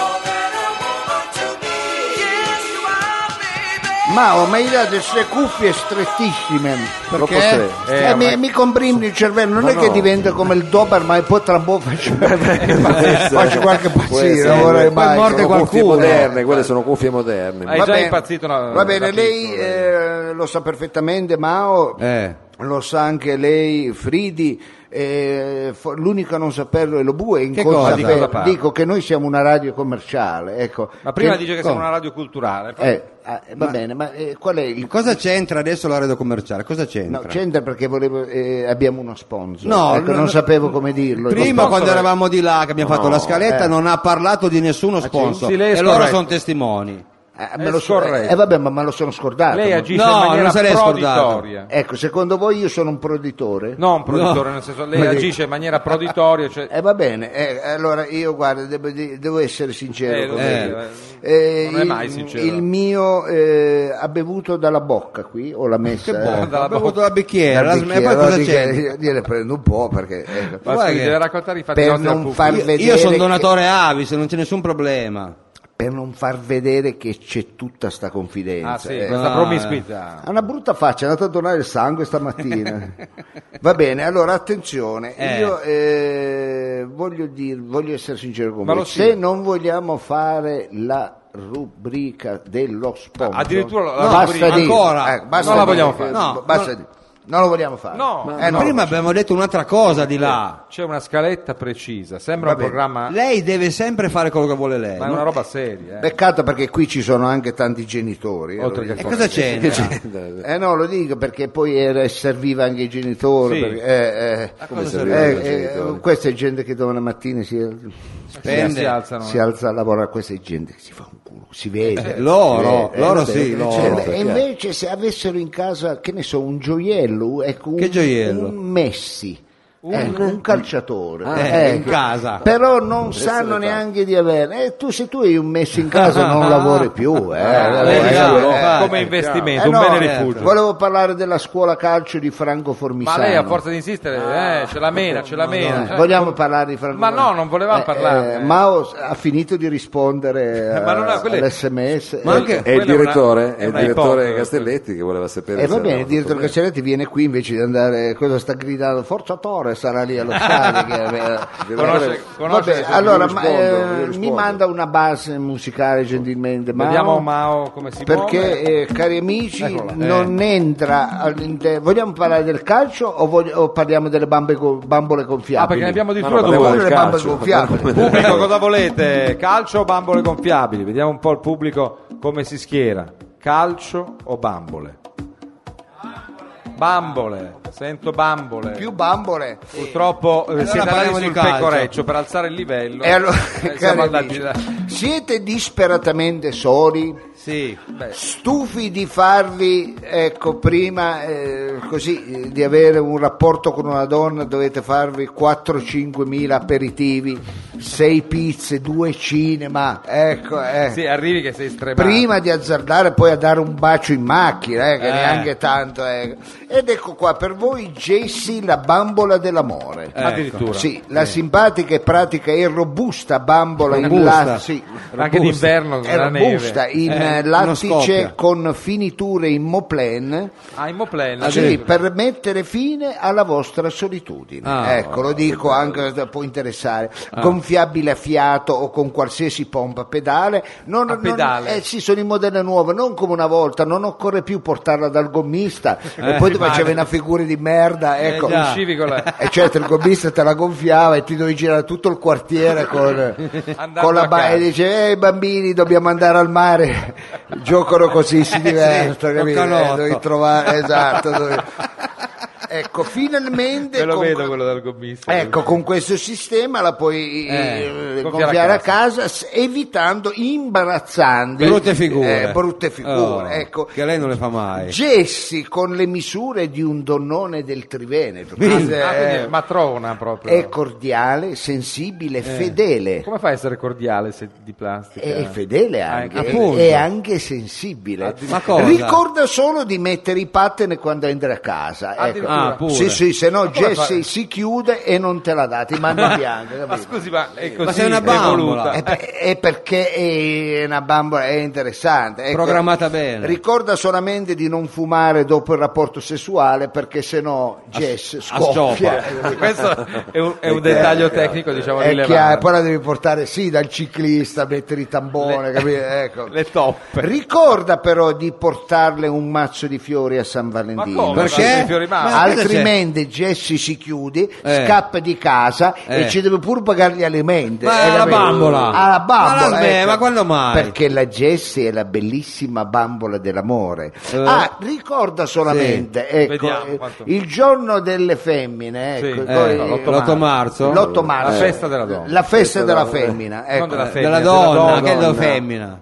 Speaker 6: more than a woman to be. Yes, you are, baby.
Speaker 3: Mao, ma hai dato queste cuffie strettissime.
Speaker 5: Troppo
Speaker 3: Perché?
Speaker 5: stretto.
Speaker 3: Eh,
Speaker 1: Eh,
Speaker 3: mi,
Speaker 1: ma-
Speaker 3: mi comprime il cervello, non è che
Speaker 5: no.
Speaker 3: diventa come il Doberman e poi tra un po' faccio, faccio qualche
Speaker 5: Può essere,
Speaker 3: pazzia. non vorrei
Speaker 5: poi
Speaker 3: mai.
Speaker 2: morde
Speaker 5: sono cuffie
Speaker 2: qualcuno.
Speaker 5: moderne, quelle sono cuffie moderne.
Speaker 1: Hai
Speaker 3: Va
Speaker 1: già
Speaker 3: bene.
Speaker 1: impazzito una-
Speaker 3: Va bene,
Speaker 1: da
Speaker 3: lei
Speaker 1: piccolo, lei.
Speaker 3: eh, lo sa perfettamente, Mao.
Speaker 2: Eh.
Speaker 3: Lo sa anche lei, Fridi. eh, fo- l'unico a non saperlo è lo bue in
Speaker 2: Che cosa?
Speaker 3: consape-
Speaker 2: Di
Speaker 1: cosa parla?
Speaker 3: dico che noi siamo una radio commerciale ecco.
Speaker 1: Ma prima
Speaker 3: Che-
Speaker 1: dice che siamo
Speaker 3: co-
Speaker 1: una radio culturale. poi-
Speaker 3: eh, ah, va bene ma eh, qual è il
Speaker 2: Cosa c'entra adesso la radio commerciale? Cosa c'entra?
Speaker 3: No, c'entra perché volevo, eh, abbiamo uno sponsor.
Speaker 2: No,
Speaker 3: Ecco,
Speaker 2: no,
Speaker 3: non
Speaker 2: no.
Speaker 3: sapevo come dirlo.
Speaker 2: Prima
Speaker 1: sponsor
Speaker 2: quando
Speaker 1: è-
Speaker 2: eravamo di là che abbiamo fatto la scaletta
Speaker 3: eh.
Speaker 2: non ha parlato di nessuno sponsor
Speaker 1: sì, lei è
Speaker 2: e loro
Speaker 1: scorretto.
Speaker 2: sono testimoni.
Speaker 3: Eh,
Speaker 1: È
Speaker 3: me lo so-
Speaker 1: scorretto.
Speaker 3: eh, vabbè, ma me lo sono scordato.
Speaker 1: Lei
Speaker 3: Ma-
Speaker 1: agisce
Speaker 2: No,
Speaker 1: in
Speaker 2: non
Speaker 1: maniera
Speaker 2: se l'è scordato.
Speaker 1: proditoria.
Speaker 3: Ecco, secondo voi io sono un proditore?
Speaker 1: No, un produttore, nel senso lei
Speaker 3: Ma dico-
Speaker 1: agisce in maniera proditoria, cioè
Speaker 3: Eh, va bene, eh, allora io guarda, devo, di- devo essere sincero.
Speaker 1: Eh, lo
Speaker 3: con
Speaker 1: vedi,
Speaker 3: voi.
Speaker 1: eh, non è
Speaker 3: il-
Speaker 1: mai sincero.
Speaker 3: Il mio eh, ha bevuto dalla bocca qui, o l'ha messa.
Speaker 2: Che buono,
Speaker 1: dalla
Speaker 2: ha bevuto
Speaker 1: bocca.
Speaker 2: la bicchiera,
Speaker 3: dal
Speaker 2: la sm- e
Speaker 3: bicchiere.
Speaker 2: poi
Speaker 3: Allora
Speaker 2: cosa
Speaker 3: dice-
Speaker 2: c'entra?
Speaker 3: io ne prendo un po' perché ecco.
Speaker 1: Ma
Speaker 2: Guarda
Speaker 1: scusi,
Speaker 2: che-
Speaker 1: deve raccontare i fatti
Speaker 3: per
Speaker 1: nostri al
Speaker 3: non
Speaker 1: pubblico.
Speaker 3: far
Speaker 2: Io,
Speaker 3: vedere
Speaker 2: io sono
Speaker 3: che-
Speaker 2: donatore Avis, non c'è nessun problema.
Speaker 3: per non far vedere che c'è tutta sta confidenza.
Speaker 1: Ah, sì,
Speaker 3: ecco.
Speaker 1: questa
Speaker 2: Ah,
Speaker 1: promiscuità.
Speaker 3: Ha una brutta faccia, è andato a donare il sangue stamattina. Va bene, allora attenzione,
Speaker 2: Eh.
Speaker 3: io eh, voglio, dir- voglio essere sincero con
Speaker 1: Ma
Speaker 3: voi,
Speaker 1: lo
Speaker 3: se
Speaker 1: sia.
Speaker 3: non vogliamo fare la rubrica dello sponsor,
Speaker 1: Ah, addirittura la
Speaker 3: basta
Speaker 1: rubrica-
Speaker 3: dire,
Speaker 2: ancora?
Speaker 3: ecco, basta
Speaker 1: Non la
Speaker 3: dire
Speaker 1: vogliamo
Speaker 3: che-
Speaker 2: fare. No,
Speaker 3: basta
Speaker 2: no.
Speaker 3: dire, non lo vogliamo fare.
Speaker 1: No,
Speaker 3: Eh, no.
Speaker 2: Prima abbiamo detto un'altra cosa di là.
Speaker 1: C'è una scaletta precisa, sembra
Speaker 3: Va
Speaker 1: un
Speaker 3: bene.
Speaker 1: programma,
Speaker 2: Lei deve sempre fare quello che vuole lei.
Speaker 1: Ah. ma è una roba seria. eh.
Speaker 3: Peccato perché qui ci sono anche tanti genitori. eh,
Speaker 1: Oltre
Speaker 3: lo
Speaker 1: che-
Speaker 2: E
Speaker 3: dico.
Speaker 2: cosa c'entra?
Speaker 3: Eh no, lo dico perché poi era- serviva anche ai genitori.
Speaker 1: Sì.
Speaker 3: perché- eh, eh,
Speaker 2: cosa
Speaker 5: serviva
Speaker 3: eh,
Speaker 5: ai
Speaker 3: eh,
Speaker 5: genitori?
Speaker 3: questa è gente che domani mattina si,
Speaker 1: Eh, si
Speaker 2: Spende.
Speaker 1: alzano.
Speaker 3: si alza a lavorare, questa è gente che si fa un culo, si vede.
Speaker 2: Eh, loro,
Speaker 3: si vede,
Speaker 2: loro
Speaker 3: eh,
Speaker 2: sì,
Speaker 3: eh,
Speaker 2: loro.
Speaker 3: cioè, E
Speaker 2: Chiaro.
Speaker 3: invece se avessero in casa, che ne so, un gioiello, ecco, un,
Speaker 2: Che gioiello?
Speaker 3: un Messi. Ecco, un calciatore
Speaker 2: eh,
Speaker 3: Ecco.
Speaker 2: in casa.
Speaker 3: però non sanno neanche di avere eh, tu se tu hai un messo in casa non lavori più eh,
Speaker 2: Ah,
Speaker 1: Eh,
Speaker 3: eh,
Speaker 1: diciamo,
Speaker 3: eh,
Speaker 1: come
Speaker 5: eh,
Speaker 1: investimento,
Speaker 3: eh,
Speaker 1: un
Speaker 3: no,
Speaker 1: bene
Speaker 3: certo.
Speaker 1: rifugio.
Speaker 3: volevo parlare della scuola calcio di Franco
Speaker 1: Ma
Speaker 3: Formisano
Speaker 1: lei a forza di insistere, eh, ce la mena, ce la
Speaker 3: Eh,
Speaker 1: mena. cioè-
Speaker 3: vogliamo parlare di Franco
Speaker 1: Ma no, non volevamo
Speaker 3: parlare
Speaker 1: parlarne.
Speaker 3: Mao s- ha finito di rispondere eh,
Speaker 1: Ma non ha- quelle-
Speaker 3: all'SMS
Speaker 1: Ma anche-
Speaker 5: è il
Speaker 1: Quella è una-
Speaker 5: direttore, è il
Speaker 1: una
Speaker 5: direttore
Speaker 1: ipotesi.
Speaker 5: Castelletti che voleva sapere.
Speaker 3: E
Speaker 5: se
Speaker 3: Eh, va
Speaker 1: Eh,
Speaker 3: bene,
Speaker 5: avevano
Speaker 3: il direttore
Speaker 5: fatto
Speaker 3: Cancelletti viene qui invece di andare, cosa sta gridando? Forza Torre sarà lì allo stadio. che, eh,
Speaker 1: Conosce-
Speaker 3: eh,
Speaker 1: conosce
Speaker 3: vabbè,
Speaker 1: se-
Speaker 3: allora,
Speaker 5: io
Speaker 3: ma,
Speaker 5: rispondo, io
Speaker 3: eh, mi
Speaker 5: rispondo.
Speaker 3: manda una base musicale gentilmente, Mao,
Speaker 1: Vediamo Mao come si muove.
Speaker 3: perché eh, cari amici
Speaker 1: Eccolo là.
Speaker 3: non entra all'interno. Vogliamo parlare del calcio o, voglio- o parliamo delle bambe co- bambole
Speaker 1: Ah,
Speaker 3: gonfiabili?
Speaker 1: perché ne abbiamo di
Speaker 5: Ma
Speaker 1: due
Speaker 5: no,
Speaker 1: due.
Speaker 5: parliamo
Speaker 3: Oppure
Speaker 5: del
Speaker 3: le bambole
Speaker 5: calcio,
Speaker 3: gonfiabile.
Speaker 1: Pubblico, cosa volete? Calcio o bambole gonfiabili? Vediamo un po' il pubblico come si schiera. Calcio o bambole? Bambole, sento bambole.
Speaker 3: Più bambole.
Speaker 1: Purtroppo eh, siete
Speaker 2: parliamo
Speaker 1: andati
Speaker 2: di
Speaker 1: sul
Speaker 2: calcio.
Speaker 1: pecoreccio per alzare il livello.
Speaker 3: E allora,
Speaker 1: Eh,
Speaker 3: cari
Speaker 1: siamo andati
Speaker 3: amici,
Speaker 1: da-
Speaker 3: siete disperatamente soli?
Speaker 1: Sì, beh,
Speaker 3: Stufi di farvi, ecco, prima eh, così, eh, di avere un rapporto con una donna dovete farvi 4-5 mila aperitivi, 6 pizze, 2 cinema, ecco, eh.
Speaker 1: sì, arrivi che sei stremato.
Speaker 3: Prima di azzardare poi a dare un bacio in macchina, eh, che
Speaker 1: Eh.
Speaker 3: neanche tanto. eh. Ed ecco qua, per voi Jessie la bambola dell'amore.
Speaker 1: Ecco. Addirittura.
Speaker 3: Sì, la simpatica e pratica e robusta bambola
Speaker 2: Robusta.
Speaker 3: in là, sì,
Speaker 1: Anche d'inverno
Speaker 3: è
Speaker 1: nella
Speaker 3: robusta
Speaker 1: neve.
Speaker 3: in
Speaker 2: Eh,
Speaker 3: eh,
Speaker 2: non scoppia.
Speaker 3: lattice con finiture in moplen
Speaker 1: Ah, in Moplella.
Speaker 3: sì, per mettere fine alla vostra solitudine
Speaker 1: Ah,
Speaker 3: ecco lo dico anche eh, può interessare gonfiabile a fiato o con qualsiasi pompa pedale non,
Speaker 1: A
Speaker 3: non-
Speaker 1: pedale.
Speaker 3: eh, sì sono in modelle nuove non come una volta non occorre più portarla dal gommista e poi ti facevi una figura di merda ecco
Speaker 1: Eh, già. Uscivi con la-
Speaker 3: e certo il gommista te la gonfiava e ti dovevi girare tutto il quartiere con,
Speaker 1: Andando
Speaker 3: con la
Speaker 1: a
Speaker 3: ba-
Speaker 1: casa.
Speaker 3: e dice i bambini dobbiamo andare al mare giocano così si divertono
Speaker 2: sì,
Speaker 3: capito?
Speaker 2: tocca
Speaker 3: Eh, dovevi trovare esatto dovevi- ecco finalmente
Speaker 1: Ve lo
Speaker 3: con-
Speaker 1: vedo quello del gommista. Ah,
Speaker 3: Ecco, con questo sistema la puoi
Speaker 1: Eh, gonfiare
Speaker 3: eh, gonfiare
Speaker 1: a
Speaker 3: a casa s- evitando imbarazzanti
Speaker 2: Brutte figure.
Speaker 3: eh, brutte
Speaker 2: Oh,
Speaker 3: figure. ecco.
Speaker 2: Che lei non le fa mai.
Speaker 3: Gessi con le misure di un donnone del Triveneto.
Speaker 1: Ah,
Speaker 3: Quindi,
Speaker 1: ah,
Speaker 3: eh,
Speaker 1: quindi è matrona proprio.
Speaker 3: è cordiale, sensibile, fedele.
Speaker 1: Come fa a essere cordiale se di plastica?
Speaker 3: È fedele anche,
Speaker 1: Anche,
Speaker 3: è-
Speaker 2: appunto.
Speaker 3: è anche sensibile.
Speaker 2: Ma cosa?
Speaker 3: Ricorda solo di mettere i pattern quando entri a casa. Ecco.
Speaker 1: Addirittura.
Speaker 2: Ah, pure.
Speaker 3: sì, sì, se no
Speaker 1: come
Speaker 3: Jesse
Speaker 1: fai?
Speaker 3: si chiude e non te la dà, ti manda bianca.
Speaker 1: Ma
Speaker 3: capito?
Speaker 1: scusi, ma è così
Speaker 2: sei una bambola.
Speaker 1: evoluta.
Speaker 3: È, per- è perché è una bambola, è interessante. Ecco,
Speaker 2: Programmata bene.
Speaker 3: Ricorda solamente di non fumare dopo il rapporto sessuale perché sennò Jess scoppia.
Speaker 1: Eh, Questo è un, è un dettaglio tecnico, diciamo,
Speaker 3: È chiaro,
Speaker 1: rilevante.
Speaker 3: poi la devi portare sì dal ciclista, mettere il tambone, capito? Ecco.
Speaker 1: Le toppe.
Speaker 3: Ricorda però di portarle un mazzo di fiori a San Valentino.
Speaker 1: Ma come?
Speaker 2: Perché?
Speaker 1: Ma i fiori male?
Speaker 2: Ma-
Speaker 3: Altrimenti Jesse si chiude,
Speaker 2: Eh.
Speaker 3: scappa di casa
Speaker 2: Eh.
Speaker 3: e ci deve pure pagare gli alimenti.
Speaker 2: Ma
Speaker 3: Eh,
Speaker 2: alla
Speaker 3: capito?
Speaker 2: bambola.
Speaker 3: Alla bambola.
Speaker 2: Ma la sme-
Speaker 3: ecco.
Speaker 2: ma quando mai?
Speaker 3: Perché la Jesse è la bellissima bambola dell'amore.
Speaker 2: Eh.
Speaker 3: Ah, ricorda solamente, ecco,
Speaker 1: Vediamo
Speaker 3: eh,
Speaker 1: quanto-
Speaker 3: il giorno delle femmine, ecco,
Speaker 1: Sì,
Speaker 3: poi-
Speaker 1: eh, l'otto
Speaker 2: L'8 marzo.
Speaker 3: l'otto marzo.
Speaker 1: La festa della donna.
Speaker 3: La festa della femmina. ecco.
Speaker 1: Non della femmina.
Speaker 2: Della donna, che è la femmina.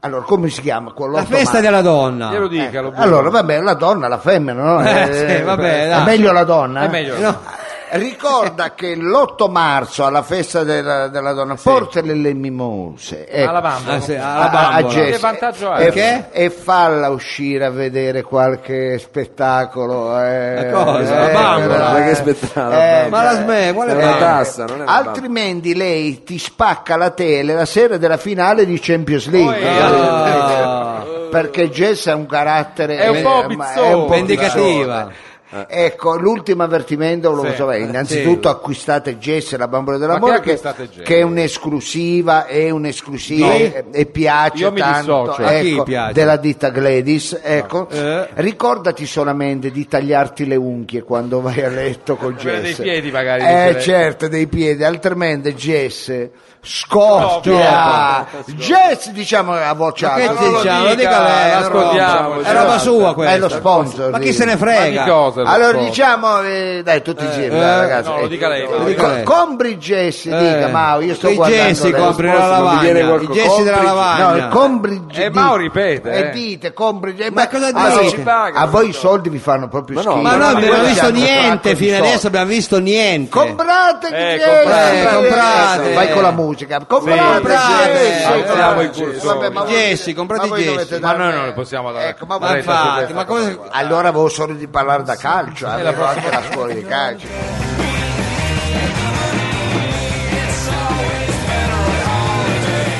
Speaker 3: Allora, come si chiama? quello?
Speaker 2: La
Speaker 3: L'otto
Speaker 2: festa
Speaker 3: marzo?
Speaker 2: della donna.
Speaker 1: Glielo dica, lo
Speaker 3: Eh, Allora, vabbè, la donna, la femmina, no?
Speaker 2: Eh, sì, vabbè,
Speaker 3: è
Speaker 2: dai.
Speaker 3: meglio la donna? eh?
Speaker 1: È meglio.
Speaker 2: No.
Speaker 3: Ricorda che l'8 marzo alla festa della, della donna portale le mimose ecco,
Speaker 1: Alla bambola.
Speaker 2: Ah, sì,
Speaker 1: Ah,
Speaker 2: alla
Speaker 3: a- a
Speaker 2: bambola.
Speaker 3: Jesse.
Speaker 1: Che vantaggio ha?
Speaker 3: E-
Speaker 2: Perché?
Speaker 3: E falla uscire a vedere qualche spettacolo. eh,
Speaker 2: Ma cosa? La
Speaker 3: eh,
Speaker 2: bambola?
Speaker 3: eh,
Speaker 5: Ma che spettacolo?
Speaker 2: Ma la
Speaker 3: cioè,
Speaker 2: sme, quale
Speaker 5: È
Speaker 2: bambola?
Speaker 5: una tassa, non è una
Speaker 3: Altrimenti lei ti spacca la tele la sera della finale di Champions League.
Speaker 2: Ah.
Speaker 3: Perché Jess ha un carattere
Speaker 1: Oh, eh. È un po'
Speaker 3: eh, ma-
Speaker 1: bizzone.
Speaker 3: è un po'
Speaker 2: Vendicativa.
Speaker 3: bizzone. Ecco, l'ultimo avvertimento lo
Speaker 1: Eh, Sì.
Speaker 3: so, eh, innanzitutto acquistate Jess la bambola
Speaker 1: Ma
Speaker 3: dell'amore
Speaker 1: che
Speaker 3: che,
Speaker 1: acquistate Jess?
Speaker 3: che è un'esclusiva, è un'esclusiva
Speaker 2: No.
Speaker 3: e, e piace
Speaker 1: Io mi
Speaker 3: tanto
Speaker 1: dissocio.
Speaker 2: A chi
Speaker 3: ecco,
Speaker 2: piace?
Speaker 3: della ditta Gladys, ecco.
Speaker 2: Eh.
Speaker 3: Ricordati solamente di tagliarti le unghie quando vai a letto con
Speaker 1: Quelle
Speaker 3: Jess.
Speaker 1: dei piedi, magari, dice
Speaker 3: Eh,
Speaker 1: lei.
Speaker 3: certo, dei piedi, altrimenti Jess scoppia. Jess, diciamo a voce
Speaker 2: Ma che
Speaker 3: alta.
Speaker 1: lo
Speaker 2: diciamo? Lo
Speaker 1: dica,
Speaker 2: dica lei, è roba-
Speaker 1: ascoltiamo,
Speaker 2: È roba
Speaker 1: certo.
Speaker 2: sua questa.
Speaker 3: È lo sponsor,
Speaker 2: Ma chi
Speaker 3: sì.
Speaker 2: se
Speaker 1: Ma
Speaker 2: ne
Speaker 1: di
Speaker 2: frega?
Speaker 1: cosa? risposta.
Speaker 3: Allora
Speaker 1: risposta.
Speaker 3: diciamo, eh, dai, tutti i giri, dai, ragazzi.
Speaker 1: no, lo
Speaker 3: eh.
Speaker 1: dica lei,
Speaker 3: Co-
Speaker 1: Mauro.
Speaker 2: dica lei.
Speaker 3: Compri Gessi,
Speaker 2: Eh,
Speaker 3: dica Mauro, io sto
Speaker 2: i
Speaker 3: guardando.
Speaker 2: gessi
Speaker 3: le-
Speaker 2: compri la
Speaker 5: risposte, non mi
Speaker 2: lavagna,
Speaker 5: viene
Speaker 2: i
Speaker 5: qualcosa.
Speaker 2: gessi della
Speaker 3: No,
Speaker 2: lavagna.
Speaker 3: il compri Gessi.
Speaker 1: Eh, Mauro ripete, eh.
Speaker 3: E dite, compri Gessi.
Speaker 2: Ma cosa
Speaker 3: a
Speaker 2: dite?
Speaker 3: voi-
Speaker 2: Si
Speaker 1: paga,
Speaker 3: A voi i soldi vi fanno proprio
Speaker 5: Ma no,
Speaker 3: schifo.
Speaker 2: ma noi non
Speaker 1: Ma
Speaker 2: abbiamo
Speaker 1: quello
Speaker 2: visto
Speaker 1: c'è un
Speaker 2: niente fino adesso,
Speaker 3: adesso
Speaker 2: abbiamo visto niente.
Speaker 3: Comprate
Speaker 1: Eh,
Speaker 3: Gessi,
Speaker 1: comprate.
Speaker 2: Eh, comprate.
Speaker 3: Vai con la musica. Comprate
Speaker 2: comprate.
Speaker 3: Gessi.
Speaker 1: Alziamo i
Speaker 3: Comprate.
Speaker 1: cursori.
Speaker 3: Vabbè, ma voi-
Speaker 2: Gessi, comprate
Speaker 3: ma voi
Speaker 2: Gessi.
Speaker 3: dovete
Speaker 1: Ma noi
Speaker 3: darne-
Speaker 1: non le possiamo dare.
Speaker 3: Ecco, ma
Speaker 2: Ma
Speaker 3: voi-
Speaker 2: infatti, ma come...
Speaker 3: Allora avevo solo di parlare da calcio, avevo anche la scuola di calcio.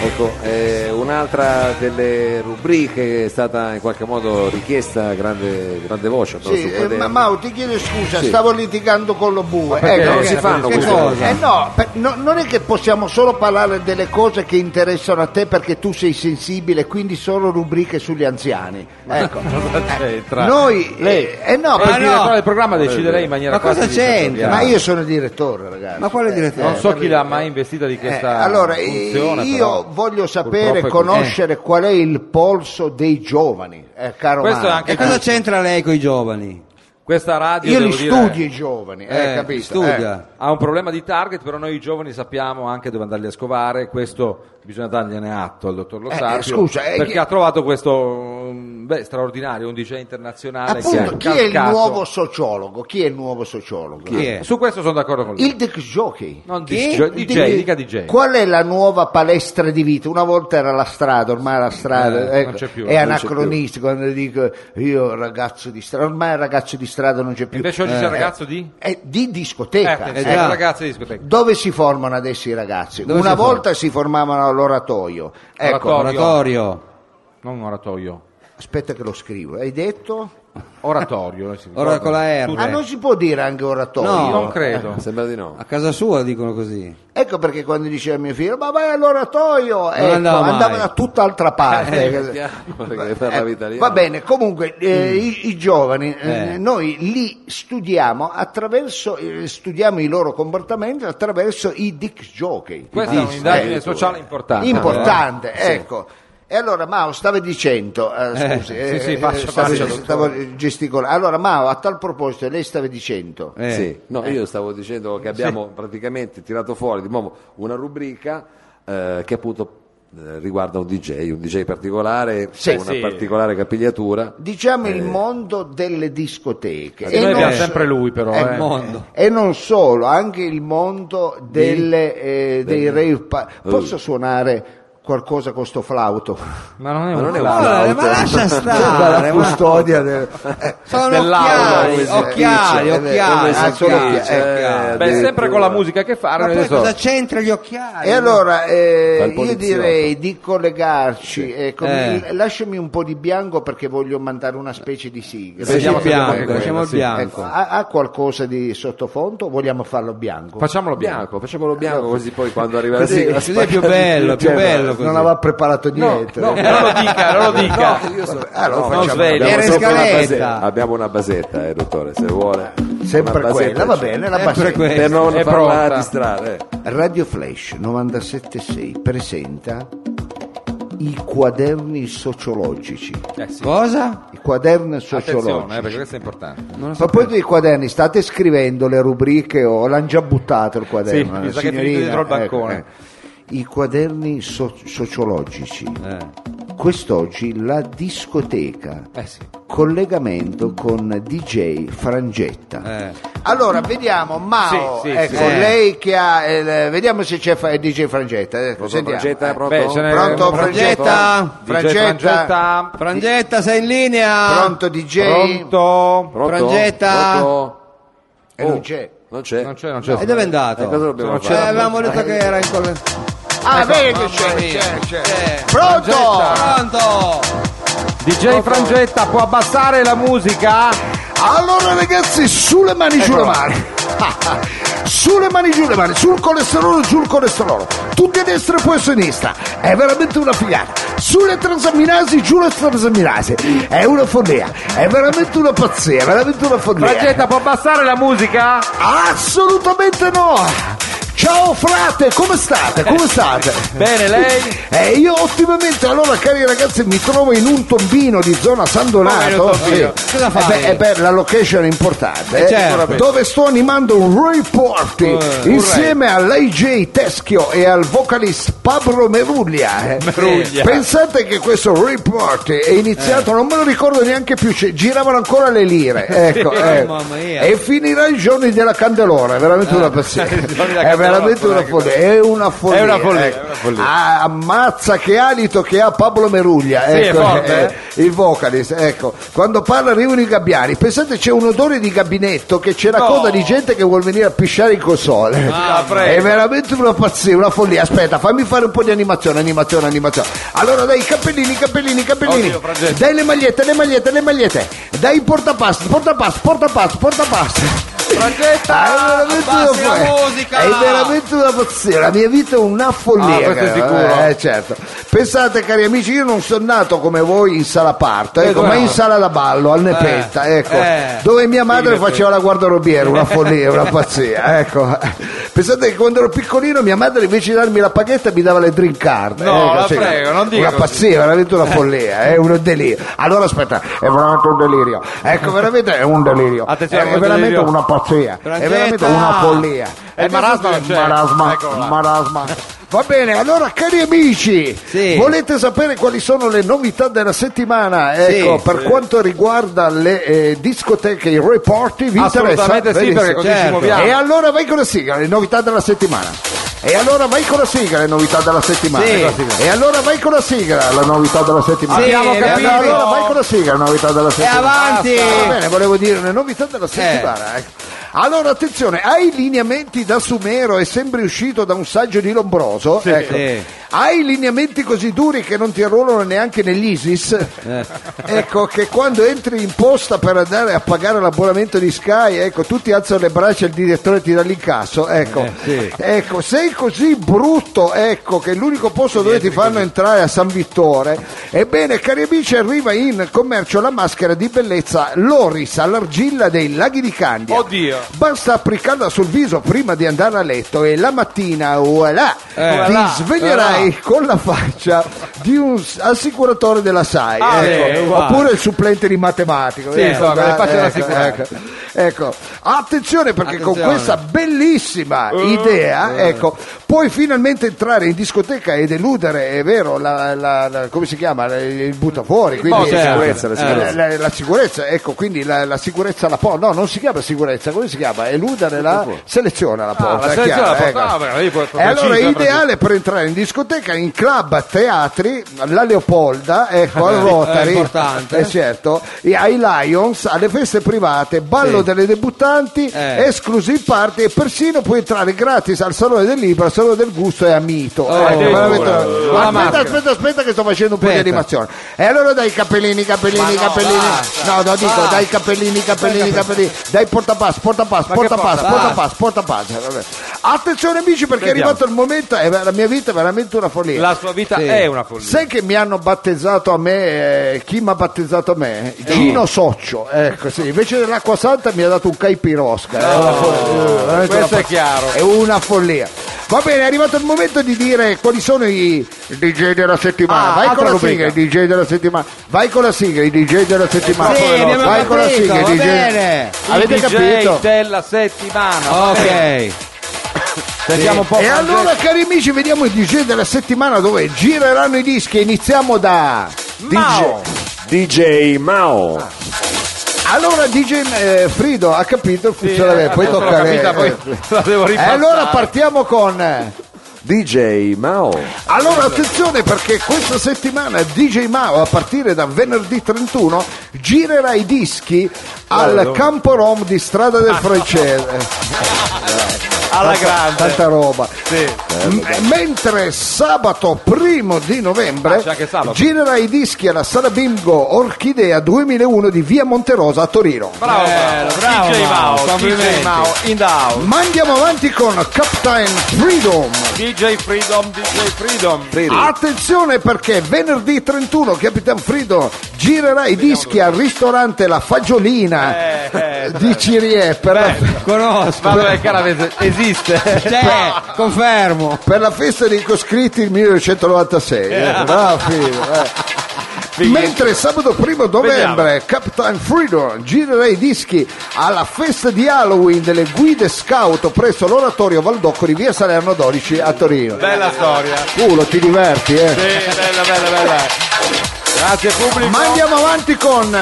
Speaker 5: Ecco, eh, un'altra delle rubriche è stata in qualche modo richiesta a grande, grande voce. però
Speaker 3: Sì,
Speaker 5: su
Speaker 3: eh, ma
Speaker 5: Quaderno.
Speaker 3: Mau ti chiedo scusa,
Speaker 5: Sì.
Speaker 3: stavo litigando con lo bue.
Speaker 5: perché
Speaker 3: Ecco,
Speaker 5: non si
Speaker 3: che-
Speaker 5: fanno
Speaker 3: che
Speaker 5: queste
Speaker 3: cosa?
Speaker 2: cose?
Speaker 3: Eh no, per- no, non è che possiamo solo parlare delle cose che interessano a te perché tu sei sensibile, quindi solo rubriche sugli anziani. Ecco.
Speaker 1: c'entra?
Speaker 3: Noi
Speaker 1: Eh, Lei-
Speaker 3: eh, eh no,
Speaker 1: No,
Speaker 3: ma-
Speaker 1: il direttore del programma decide lei in maniera
Speaker 2: Ma cosa
Speaker 1: quasi
Speaker 2: c'entra?
Speaker 1: dittatoriale.
Speaker 3: ma io sono il direttore, ragazzi.
Speaker 2: Ma quale
Speaker 3: Eh,
Speaker 2: direttore?
Speaker 1: non so chi l'ha mai investita di
Speaker 3: eh,
Speaker 1: questa
Speaker 3: allora, eh,
Speaker 1: funzione.
Speaker 3: io
Speaker 1: però
Speaker 3: voglio
Speaker 1: purtroppo
Speaker 3: sapere,
Speaker 1: è così. Eh.
Speaker 3: conoscere qual è il polso dei giovani, eh, caro
Speaker 1: Questo è
Speaker 3: Mauro.
Speaker 1: anche-
Speaker 2: E cosa c'entra lei con i giovani?
Speaker 1: Eh, Questa radio
Speaker 3: Io
Speaker 1: devo
Speaker 3: li
Speaker 1: dire,
Speaker 3: studio i giovani, eh, capito? eh.
Speaker 2: Studia.
Speaker 1: ha un problema di target, però noi giovani sappiamo anche dove andarli a scovare, questo bisogna dargliene atto al dottor Lo
Speaker 3: Eh,
Speaker 1: Sapio,
Speaker 3: eh, scusa, eh,
Speaker 1: perché
Speaker 3: chi-
Speaker 1: ha trovato questo um, beh, straordinario, un DJ internazionale che
Speaker 3: Appunto,
Speaker 1: ha
Speaker 3: chi è il
Speaker 1: calcato-
Speaker 3: nuovo sociologo? Chi è il nuovo sociologo?
Speaker 2: Chi è?
Speaker 1: Su questo sono d'accordo con lui.
Speaker 3: Il Dick Jockey.
Speaker 1: Non
Speaker 2: Chi?
Speaker 1: dis-
Speaker 2: Il
Speaker 1: DJ,
Speaker 2: DJ.
Speaker 1: dica DJ.
Speaker 3: Qual è la nuova palestra di vita? Una volta era la strada, ormai la strada
Speaker 1: Eh,
Speaker 3: ecco,
Speaker 1: non c'è più,
Speaker 3: è
Speaker 1: non
Speaker 3: anacronistico quando dico io ragazzo di strada, ormai il ragazzo di strada non c'è più.
Speaker 1: Invece oggi c'è il ragazzo di?
Speaker 3: È di
Speaker 1: Eh,
Speaker 3: discoteca.
Speaker 1: attenzione,
Speaker 3: eh.
Speaker 2: già.
Speaker 1: ragazzi di discoteca.
Speaker 3: Dove si formano adesso i ragazzi?
Speaker 2: Dove
Speaker 3: Una
Speaker 2: si
Speaker 3: volta si formavano all'oratorio. Ecco,
Speaker 1: Oratorio.
Speaker 2: Oratorio.
Speaker 1: Non oratoio.
Speaker 3: aspetta che lo scrivo. Hai detto?
Speaker 1: Oratorio. eh, si
Speaker 2: Ora
Speaker 1: ricorda?
Speaker 2: con la R.
Speaker 1: Tutti-
Speaker 3: Ah, non si può dire anche oratorio.
Speaker 2: No. Eh,
Speaker 1: Non credo.
Speaker 5: Eh, Sembra di no.
Speaker 2: A casa sua dicono così.
Speaker 3: Ecco perché quando diceva mio figlio, ma vai all'oratorio, ecco,
Speaker 2: andava mai.
Speaker 3: andava da tutt'altra
Speaker 1: Eh,
Speaker 3: parte. Eh,
Speaker 5: Perché parlavi italiano.
Speaker 3: Va bene, comunque
Speaker 1: Mm.
Speaker 3: eh, i, i giovani, eh,
Speaker 2: Eh.
Speaker 3: noi li studiamo attraverso, eh, studiamo i loro comportamenti attraverso i dick jockey.
Speaker 1: Questa è
Speaker 3: Dick-
Speaker 1: un'indagine
Speaker 3: eh,
Speaker 1: sociale importante. Eh,
Speaker 3: importante, ecco. E allora Mao stava dicendo, eh, scusi,
Speaker 1: sì,
Speaker 3: eh,
Speaker 1: sì, faccia,
Speaker 3: stavo-
Speaker 1: faccia,
Speaker 3: stavo gesticolando. Allora Mao, a tal proposito, lei stava dicendo,
Speaker 2: Eh.
Speaker 5: Sì, no, io stavo dicendo che abbiamo praticamente tirato fuori di nuovo una rubrica eh, che appunto eh, riguarda un DJ, un DJ particolare,
Speaker 3: Sì,
Speaker 5: con una
Speaker 1: sì.
Speaker 5: particolare capigliatura.
Speaker 3: Diciamo
Speaker 1: Eh.
Speaker 3: il mondo delle discoteche.
Speaker 1: Noi
Speaker 3: non
Speaker 1: abbiamo
Speaker 3: so-
Speaker 1: sempre lui però.
Speaker 3: Eh,
Speaker 1: eh.
Speaker 2: mondo.
Speaker 3: E non solo, anche il mondo delle, eh, dei rave. pa- Posso suonare qualcosa con sto flauto?
Speaker 1: Ma non è un
Speaker 5: non è un
Speaker 1: flauto.
Speaker 2: Ma, ma lascia stare,
Speaker 3: Dalla
Speaker 2: ma
Speaker 3: custodia del- eh,
Speaker 2: sono
Speaker 1: dell'aula,
Speaker 2: occhiali,
Speaker 3: come si
Speaker 2: occhiali,
Speaker 3: dice, Eh,
Speaker 2: occhiali,
Speaker 3: come si
Speaker 2: occhiali,
Speaker 3: dice, eh,
Speaker 2: occhiali.
Speaker 1: Beh, sempre con la musica che fa.
Speaker 2: Ma
Speaker 1: noi
Speaker 2: poi
Speaker 1: adesso-
Speaker 2: cosa c'entra gli occhiali?
Speaker 3: E allora eh,
Speaker 5: Fa il
Speaker 3: io
Speaker 5: poliziotto.
Speaker 3: direi di collegarci. ecco,
Speaker 2: Eh.
Speaker 3: mi- lasciami un po' di bianco perché voglio mandare una specie di sigla.
Speaker 2: Sì,
Speaker 1: Vediamo
Speaker 2: il
Speaker 1: se abbiamo
Speaker 2: bianco,
Speaker 1: anche
Speaker 2: lasciamo il
Speaker 1: quella, sì.
Speaker 2: bianco.
Speaker 3: Ecco, ha, ha qualcosa di sottofondo o vogliamo farlo bianco?
Speaker 1: Facciamolo bianco.
Speaker 5: Bianco, facciamolo bianco così poi quando arriva la
Speaker 2: Così,
Speaker 5: sigla...
Speaker 2: così è più bello, è più
Speaker 3: Ecco. Cioè,
Speaker 2: bello
Speaker 3: Non
Speaker 2: così.
Speaker 3: aveva preparato niente.
Speaker 1: No, non lo dica, non lo dica.
Speaker 5: No, io so-
Speaker 3: Vabbè, allora
Speaker 5: no,
Speaker 3: facciamo-
Speaker 5: non svegli.
Speaker 2: Era in
Speaker 5: Abbiamo sopra una
Speaker 2: scaletta.
Speaker 5: basetta. Abbiamo una basetta, eh, dottore, se vuole. Una
Speaker 3: Sempre
Speaker 5: basetta,
Speaker 3: quella, va
Speaker 5: cioè,
Speaker 3: bene, la
Speaker 2: Sempre
Speaker 3: bassetta.
Speaker 2: quella.
Speaker 5: Per non
Speaker 1: È
Speaker 5: farla
Speaker 1: pronta.
Speaker 5: distrarre. eh.
Speaker 3: Radio Flash 976 presenta i quaderni sociologici.
Speaker 1: Eh, sì.
Speaker 2: Cosa?
Speaker 3: I quaderni
Speaker 1: Attenzione, eh,
Speaker 3: sociologici.
Speaker 1: perché questo è importante.
Speaker 2: Non lo
Speaker 3: A
Speaker 2: so.
Speaker 3: proposito dei quaderni, state scrivendo le rubriche o l'hanno già buttato il quaderno?
Speaker 1: Sì, mi
Speaker 3: eh,
Speaker 1: sa che è finito
Speaker 3: signorina?
Speaker 1: dietro al
Speaker 3: Ecco,
Speaker 1: bancone.
Speaker 3: eh. I quaderni so- sociologici.
Speaker 2: Eh.
Speaker 3: Quest'oggi la discoteca.
Speaker 1: Eh sì.
Speaker 3: Collegamento con DJ Frangetta.
Speaker 2: Eh.
Speaker 3: Allora, vediamo Mao,
Speaker 1: Sì, sì,
Speaker 3: ecco,
Speaker 1: sì.
Speaker 2: Eh.
Speaker 3: lei che ha, eh, vediamo se c'è Fra- DJ Frangetta, ecco,
Speaker 5: Pronto,
Speaker 3: sentiamo.
Speaker 5: Frangetta,
Speaker 3: eh.
Speaker 5: pronto?
Speaker 1: Beh, ce n'è-
Speaker 3: Pronto,
Speaker 2: Frangetta?
Speaker 3: Frangetta?
Speaker 1: DJ Frangetta.
Speaker 2: Frangetta, sei in linea?
Speaker 3: Pronto DJ?
Speaker 1: Pronto?
Speaker 5: Pronto?
Speaker 2: Frangetta?
Speaker 5: Pronto?
Speaker 3: E non c'è.
Speaker 5: Non c'è.
Speaker 1: Non c'è, non c'è.
Speaker 2: E dove è andato?
Speaker 5: Eh, cosa dobbiamo
Speaker 1: Non
Speaker 2: Eh,
Speaker 5: fare?
Speaker 2: avevamo detto che era in colle...
Speaker 3: Ah, vedi che
Speaker 2: mamma
Speaker 3: c'è,
Speaker 2: mia.
Speaker 3: c'è, c'è.
Speaker 2: C'è.
Speaker 3: Pronto?
Speaker 2: Pronto!
Speaker 1: DJ Frangetta può abbassare la musica?
Speaker 3: Allora ragazzi, sulle mani giù le mani. sulle mani giù le mani, sul colesterolo giù il colesterolo. Tutti a destra e poi a sinistra. È veramente una figata. Sulle transaminasi giù le transaminasi. È una follia. È veramente una pazzia, è veramente una follia.
Speaker 1: Frangetta può abbassare la musica?
Speaker 3: Assolutamente no! Ciao frate, come state? Come state?
Speaker 1: Eh, Bene, lei?
Speaker 3: Eh, io ottimamente, allora cari ragazzi, mi trovo in un tombino di zona San
Speaker 1: Come in
Speaker 3: Donato.
Speaker 1: un tombino?
Speaker 2: Cosa fai?
Speaker 3: Eh beh, eh beh, la location è importante. eh,
Speaker 2: certo.
Speaker 3: Dove sto animando un reporting
Speaker 1: Eh, un
Speaker 3: insieme all'AJ Teschio e al vocalist Pablo Meruglia. eh.
Speaker 1: Meruglia. Eh.
Speaker 3: Pensate che questo report è iniziato, non me lo ricordo neanche più, c- giravano ancora le lire. Ecco, eh.
Speaker 2: mamma mia.
Speaker 3: E finirà i giorni della Candelora, è veramente una pazzia.
Speaker 1: Eh, i giorni della
Speaker 3: È veramente
Speaker 1: Candelora,
Speaker 3: una follia, è una follia.
Speaker 1: È una follia,
Speaker 3: ecco.
Speaker 1: è una follia.
Speaker 3: Ah, ammazza che alito che ha Pablo Meruglia,
Speaker 1: è
Speaker 3: ecco,
Speaker 1: forte,
Speaker 3: eh, il vocalist, ecco. Quando parla arrivano i gabbiani, pensate c'è un odore di gabinetto che c'è la coda di gente che vuol venire a pisciare in console.
Speaker 1: Ah, prego.
Speaker 3: È veramente una pazzia, una follia. Aspetta, fammi fare un po' di animazione, animazione, animazione. Allora dai, i cappellini, i cappellini, i cappellini.
Speaker 1: Oddio, Francesco.
Speaker 3: dai le magliette, le magliette, le magliette. Dai il portapass, portapass, portapass, portapass.
Speaker 1: Frangetta,
Speaker 2: abbassi
Speaker 3: è veramente una
Speaker 2: la
Speaker 3: follia.
Speaker 2: musica.
Speaker 3: È veramente una pazzia. La mia vita è una follia.
Speaker 1: Ah, questo è
Speaker 3: cara.
Speaker 1: sicuro.
Speaker 3: Eh, certo. Pensate, cari amici, io non sono nato come voi in sala parto,
Speaker 1: Eh,
Speaker 3: ecco, ma in sala da ballo, al Nepeta, ecco,
Speaker 2: eh.
Speaker 3: dove mia madre faceva la guardarobiera, una follia, una pazzia, ecco. Pensate che quando ero piccolino mia madre invece di darmi la paghetta mi dava le drink card.
Speaker 1: No,
Speaker 3: ecco,
Speaker 1: la prego, non Eh. dico
Speaker 3: Una pazzia, veramente una follia, è un delirio. Allora aspetta, è veramente un delirio. Ecco, veramente è un delirio.
Speaker 1: Attenzione,
Speaker 3: è,
Speaker 1: un
Speaker 3: veramente
Speaker 1: delirio.
Speaker 3: una pazzia, è
Speaker 2: Frangetta!
Speaker 3: veramente una follia.
Speaker 1: E il marasma non c'è.
Speaker 3: Marasma,
Speaker 1: Eccolo là.
Speaker 3: marasma. Va bene, allora cari amici,
Speaker 2: Sì.
Speaker 3: volete sapere quali sono le novità della settimana? Ecco,
Speaker 2: Sì,
Speaker 3: per quanto riguarda le eh, discoteche, i reporti, vi
Speaker 1: Assolutamente
Speaker 3: interessa?
Speaker 1: sì, perché
Speaker 3: Benissimo.
Speaker 1: così ci
Speaker 2: certo.
Speaker 1: muoviamo.
Speaker 3: E allora vai con la sigla, le novità della settimana. E allora vai con la sigla, le novità della settimana.
Speaker 2: Sì.
Speaker 3: E allora vai con la sigla, la novità della settimana.
Speaker 2: Sì, Abbiamo
Speaker 3: e
Speaker 2: capito.
Speaker 3: allora vai con la sigla, la novità della settimana.
Speaker 2: avanti.
Speaker 3: Basta. Va bene, volevo dire le novità della
Speaker 2: Eh.
Speaker 3: settimana. ecco. Allora, attenzione, ai lineamenti da Sumero e sembri uscito da un saggio di Lombroso. ecco.
Speaker 2: Sì.
Speaker 3: Hai lineamenti così duri che non ti arruolano neanche nell'ISIS. Ecco che quando entri in posta per andare a pagare l'abbonamento di Sky, ecco, tutti alzano le braccia e il direttore ti dà l'incasso. Ecco. Ecco, sei così brutto, ecco, che l'unico posto dove ti fanno entrare è a San Vittore. Ebbene, cari amici, arriva in commercio la maschera di bellezza Loris all'argilla dei laghi di Candia.
Speaker 1: Oddio.
Speaker 3: Basta applicarla sul viso prima di andare a letto e la mattina, voilà,
Speaker 1: Eh, voilà,
Speaker 3: ti sveglierai con la faccia di un s- assicuratore della SAI.
Speaker 1: Ah,
Speaker 3: ecco.
Speaker 1: sì, uguale.
Speaker 3: Oppure il supplente di matematico.
Speaker 1: Sì, insomma, con le facce
Speaker 3: ecco,
Speaker 1: dell'assicurato.
Speaker 3: ecco. Ecco. attenzione perché con
Speaker 2: Attenzione.
Speaker 3: questa bellissima
Speaker 1: Uh,
Speaker 3: idea, ecco, puoi finalmente entrare in discoteca ed eludere, è vero, la, la- la- come si chiama, il buttafuori, quindi
Speaker 1: po' di
Speaker 5: sicurezza, la sicurezza.
Speaker 3: la, la sicurezza, ecco, quindi la, la sicurezza alla porta, no, non si chiama sicurezza, come si chiama? Eludere la selezione alla porta.
Speaker 1: Ah, la
Speaker 3: è
Speaker 1: selezione alla
Speaker 3: chiaro,
Speaker 1: porta,
Speaker 3: ecco.
Speaker 1: ah, beh, lì può- può
Speaker 3: E allora è
Speaker 1: precisa,
Speaker 3: ideale per entrare in discoteca, in club, teatri, la Leopolda, ecco, al Rotary,
Speaker 2: Eh, è importante.
Speaker 3: eh, certo, e ai Lions, alle feste private, ballo
Speaker 2: Sì.
Speaker 3: delle debuttanti,
Speaker 2: Eh.
Speaker 3: esclusive party e persino puoi entrare gratis al Salone del Libro, al Salone del Gusto e a Mito.
Speaker 2: Oh,
Speaker 3: Ecco,
Speaker 1: addirittura. Con
Speaker 3: veramente-
Speaker 1: la
Speaker 3: Aspetta,
Speaker 1: maschera.
Speaker 3: aspetta, aspetta che sto facendo un po' di
Speaker 2: Ah, Aspetta.
Speaker 3: animazione. E allora dai cappellini, cappellini,
Speaker 2: no,
Speaker 3: cappellini.
Speaker 2: basta,
Speaker 3: no, no, dico,
Speaker 2: basta.
Speaker 3: dai cappellini, cappellini, cappellini. Dai portapass, portapass, portapass,
Speaker 2: porta?
Speaker 3: portapass, portapass. Eh, vabbè. Attenzione amici perché
Speaker 1: Vediamo.
Speaker 3: è arrivato il momento, eh, la mia vita è veramente una follia.
Speaker 1: La sua vita
Speaker 2: Sì.
Speaker 1: è una follia.
Speaker 3: Sai che mi hanno battezzato a me, eh, chi mi ha battezzato a me? Gino Soccio, ecco sì, invece dell'acqua santa mi ha dato un caipirosca. è una fo- eh, veramente
Speaker 1: questo
Speaker 3: una
Speaker 1: è chiaro.
Speaker 3: È una follia. Va bene, è arrivato il momento di dire quali sono i DJ della settimana.
Speaker 1: Ah,
Speaker 3: Vai con
Speaker 1: altra
Speaker 3: la sigla,
Speaker 1: rubrica.
Speaker 3: i DJ della settimana. Vai con la sigla, i DJ della settimana.
Speaker 2: Sì, abbiamo
Speaker 3: Vai con la
Speaker 2: capito,
Speaker 3: sigla, i
Speaker 2: va
Speaker 3: DJ.
Speaker 2: bene.
Speaker 3: Avete
Speaker 1: Il DJ
Speaker 3: capito? Oh,
Speaker 1: della settimana.
Speaker 2: Ok.
Speaker 1: Sentiamo un po'.
Speaker 3: E
Speaker 1: Francesco.
Speaker 3: allora cari amici vediamo i DJ della settimana dove gireranno i dischi. Iniziamo da
Speaker 1: Mao.
Speaker 4: DJ Mao.
Speaker 3: Allora DJ eh, Frido ha capito il funzionamento, poi
Speaker 1: adesso l'ho
Speaker 3: tocca a
Speaker 1: capita,
Speaker 3: lei.
Speaker 1: eh, poi la devo
Speaker 3: E
Speaker 1: ripassare.
Speaker 3: allora partiamo con...
Speaker 5: DJ Mao,
Speaker 3: Allora attenzione perché questa settimana DJ Mao a partire da venerdì 31 girerà i dischi al Campo Rom di Strada del Francese.
Speaker 1: alla grande.
Speaker 3: Tanta roba.
Speaker 1: Sì.
Speaker 3: M- mentre sabato primo di
Speaker 1: Ah,
Speaker 3: novembre
Speaker 1: c'è anche sabato.
Speaker 3: girerà i dischi alla Sala Bingo Orchidea 2001 di Via Monterosa a Torino.
Speaker 1: Bravo,
Speaker 2: Bello, bravo,
Speaker 1: DJ
Speaker 2: Mao,
Speaker 1: Mao, DJ
Speaker 2: complimenti.
Speaker 1: Mao in the house.
Speaker 3: Ma andiamo avanti con Captain Freedom.
Speaker 1: DJ Freedom, DJ Freedom.
Speaker 3: Attenzione perché venerdì 31 Capitan Freedom girerà i dischi al ristorante La Fagiolina.
Speaker 1: Eh, eh.
Speaker 3: di Cirie per la,
Speaker 2: Conosco.
Speaker 1: Vado del Caravese, esiste.
Speaker 2: C'è, confermo.
Speaker 3: per la festa dei coscritti del 1996. eh. Bravo, figlio, eh. Mentre sabato 1 novembre Captain Freedom girerà i dischi alla festa di Halloween delle guide scout presso l'oratorio Valdocco di via Salerno 12 a Torino.
Speaker 1: Bella storia.
Speaker 3: Culo, ti diverti, eh.
Speaker 1: Sì, bella, bella, bella. Grazie pubblico.
Speaker 3: Ma andiamo avanti con.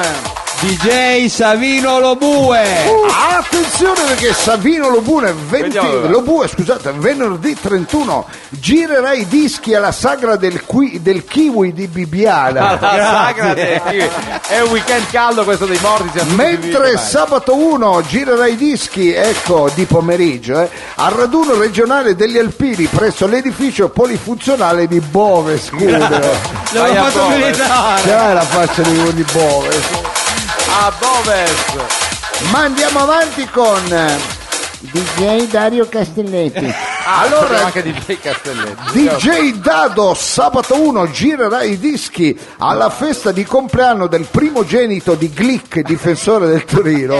Speaker 2: DJ Savino Lobue.
Speaker 3: Uh, attenzione perché Savino Lobue, 20,
Speaker 1: Vediamo dov'è.
Speaker 3: Lobue, scusate, venerdì 31 girerà i dischi alla sagra del, qui- del kiwi di Bibbiana.
Speaker 1: La sagra dei kiwi. Ah, È un weekend caldo questo dei morti. siamo tutti vivi,
Speaker 3: Mentre
Speaker 1: vai.
Speaker 3: sabato 1 girerà i dischi, ecco, di pomeriggio, eh, al raduno regionale degli Alpini presso l'edificio polifunzionale di Bove Scudo.
Speaker 2: L'ho
Speaker 1: Vai a
Speaker 2: fatto
Speaker 1: Bove.
Speaker 2: militare.
Speaker 3: C'è la faccia di uno di Bove.
Speaker 1: A Boves.
Speaker 3: Ma andiamo avanti con eh, DJ Dario Castelletti.
Speaker 1: Allora
Speaker 3: Allora,
Speaker 1: anche di Jay Castelletti.
Speaker 3: DJ Dado sabato 1 girerà i dischi alla festa di compleanno del primogenito di Glick, difensore del Torino.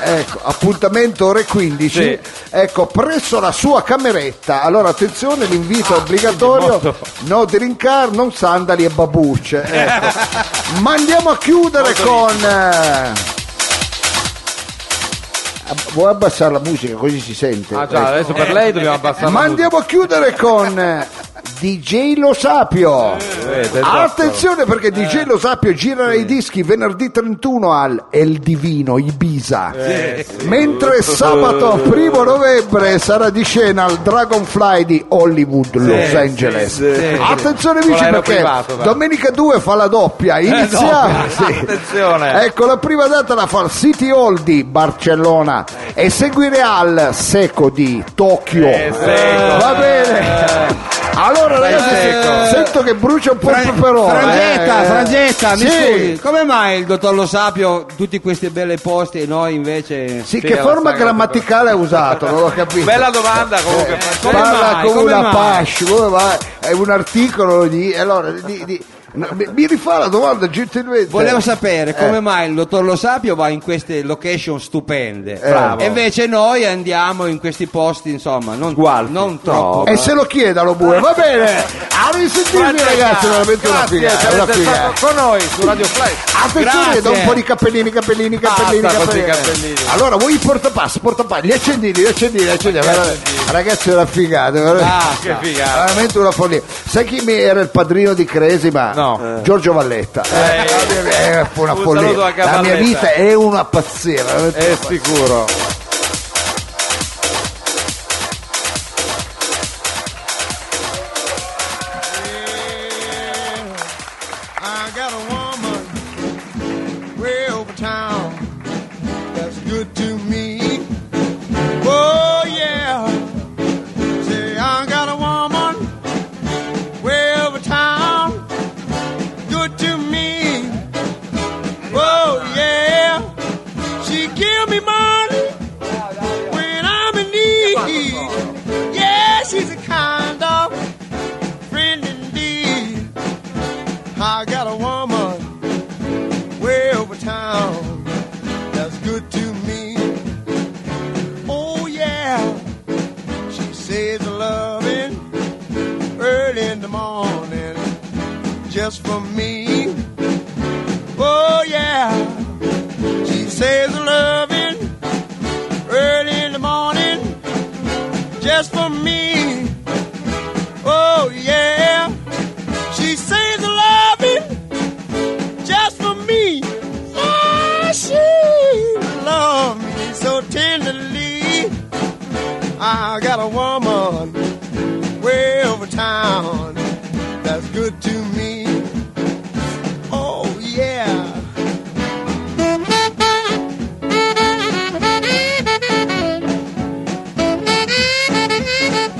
Speaker 3: Ecco, appuntamento ore 15.
Speaker 1: Sì.
Speaker 3: Ecco, presso la sua cameretta. Allora, attenzione, l'invito
Speaker 1: Ah,
Speaker 3: obbligatorio: no drink car, non sandali e babucce. Ecco. Ma andiamo a chiudere con eh, Vuoi abbassare la musica così si sente?
Speaker 1: Ah già, adesso per lei dobbiamo abbassare
Speaker 3: Ma
Speaker 1: la musica.
Speaker 3: andiamo a chiudere con eh, DJ Lo Sapio.
Speaker 1: Eh, vedete,
Speaker 3: Attenzione perché
Speaker 1: Eh.
Speaker 3: DJ Lo Sapio girerà i dischi venerdì 31 al El Divino Ibiza.
Speaker 1: Eh,
Speaker 3: Mentre sabato 1 novembre sarà di scena al Dragonfly di Hollywood, Los Angeles. Attenzione amici
Speaker 1: l'aereo
Speaker 3: perché
Speaker 1: privato, va.
Speaker 3: domenica 2 fa la doppia.
Speaker 1: Oh,
Speaker 3: Iniziamo. sì.
Speaker 2: Eh.
Speaker 1: Attenzione.
Speaker 3: Ecco, la prima data la fa il City Hall di Barcellona e seguire al Seco di Tokyo.
Speaker 1: Eh, Seco.
Speaker 3: Va bene. Allora ragazzi,
Speaker 1: Seco.
Speaker 3: sento che brucia un po' il
Speaker 2: Eh. Fra-
Speaker 3: peperone.
Speaker 2: Frangetta,
Speaker 3: eh.
Speaker 2: Frangetta, mi
Speaker 3: Sì.
Speaker 2: scusi, come mai il dottor Lo Sapio tutti questi belli posti e noi invece...
Speaker 3: Sì,
Speaker 1: Sì,
Speaker 3: che
Speaker 1: la
Speaker 3: forma
Speaker 1: sagra-
Speaker 3: grammaticale ha usato? Non l'ho capito.
Speaker 1: Bella domanda comunque.
Speaker 2: come
Speaker 3: Parla
Speaker 2: mai,
Speaker 3: come
Speaker 2: come
Speaker 3: una
Speaker 2: mai?
Speaker 3: pasce, come va? È un articolo di... Allora, di- di- no, mi, mi rifà la domanda gentilmente.
Speaker 2: Volevo sapere
Speaker 3: Eh.
Speaker 2: come mai il dottor Lo Sapio va in queste location stupende
Speaker 3: Bravo.
Speaker 2: e invece noi andiamo in questi posti, insomma, non, non troppo.
Speaker 3: E se lo chieda lo bue, va bene! A risentirvi ragazzi, veramente una figata, una
Speaker 1: Siete
Speaker 3: figata.
Speaker 1: stato con noi su Radio Flash.
Speaker 3: Attenzione,
Speaker 2: Grazie.
Speaker 3: da un po' di cappellini, cappellini, cappellini,
Speaker 1: Basta con
Speaker 3: cappellini.
Speaker 1: questi cappellini.
Speaker 3: Allora voi i portapassi, portapassi, gli accendini, gli accendini, gli accendini. Guarda, Ragazzi, è una figata, veramente.
Speaker 1: Che Ah, figata.
Speaker 3: Veramente una follia. Sai chi mi era il padrino di Cresima?
Speaker 1: No.
Speaker 3: Giorgio Valletta. Eh, eh, fu una
Speaker 1: Un
Speaker 3: follia.
Speaker 1: saluto anche a
Speaker 3: La mia
Speaker 1: Valletta.
Speaker 3: vita è una pazzia. veramente.
Speaker 1: È sicuro.
Speaker 8: I got a woman way over town that's good to me. Oh yeah, say I got a woman way over town, good to me. Oh yeah, she give me money when I'm in need. Yeah, she's a kind of friend indeed. I got a woman way over town that's good to me. Oh yeah, she says loving early in the morning just for me. Oh yeah, she says loving early in the morning just for me. Oh yeah. She sings a loving just for me. Ah, she loves me so tenderly. I got a woman way over town that's good to me. Oh, yeah.
Speaker 3: Scusi Mao,
Speaker 5: Sì.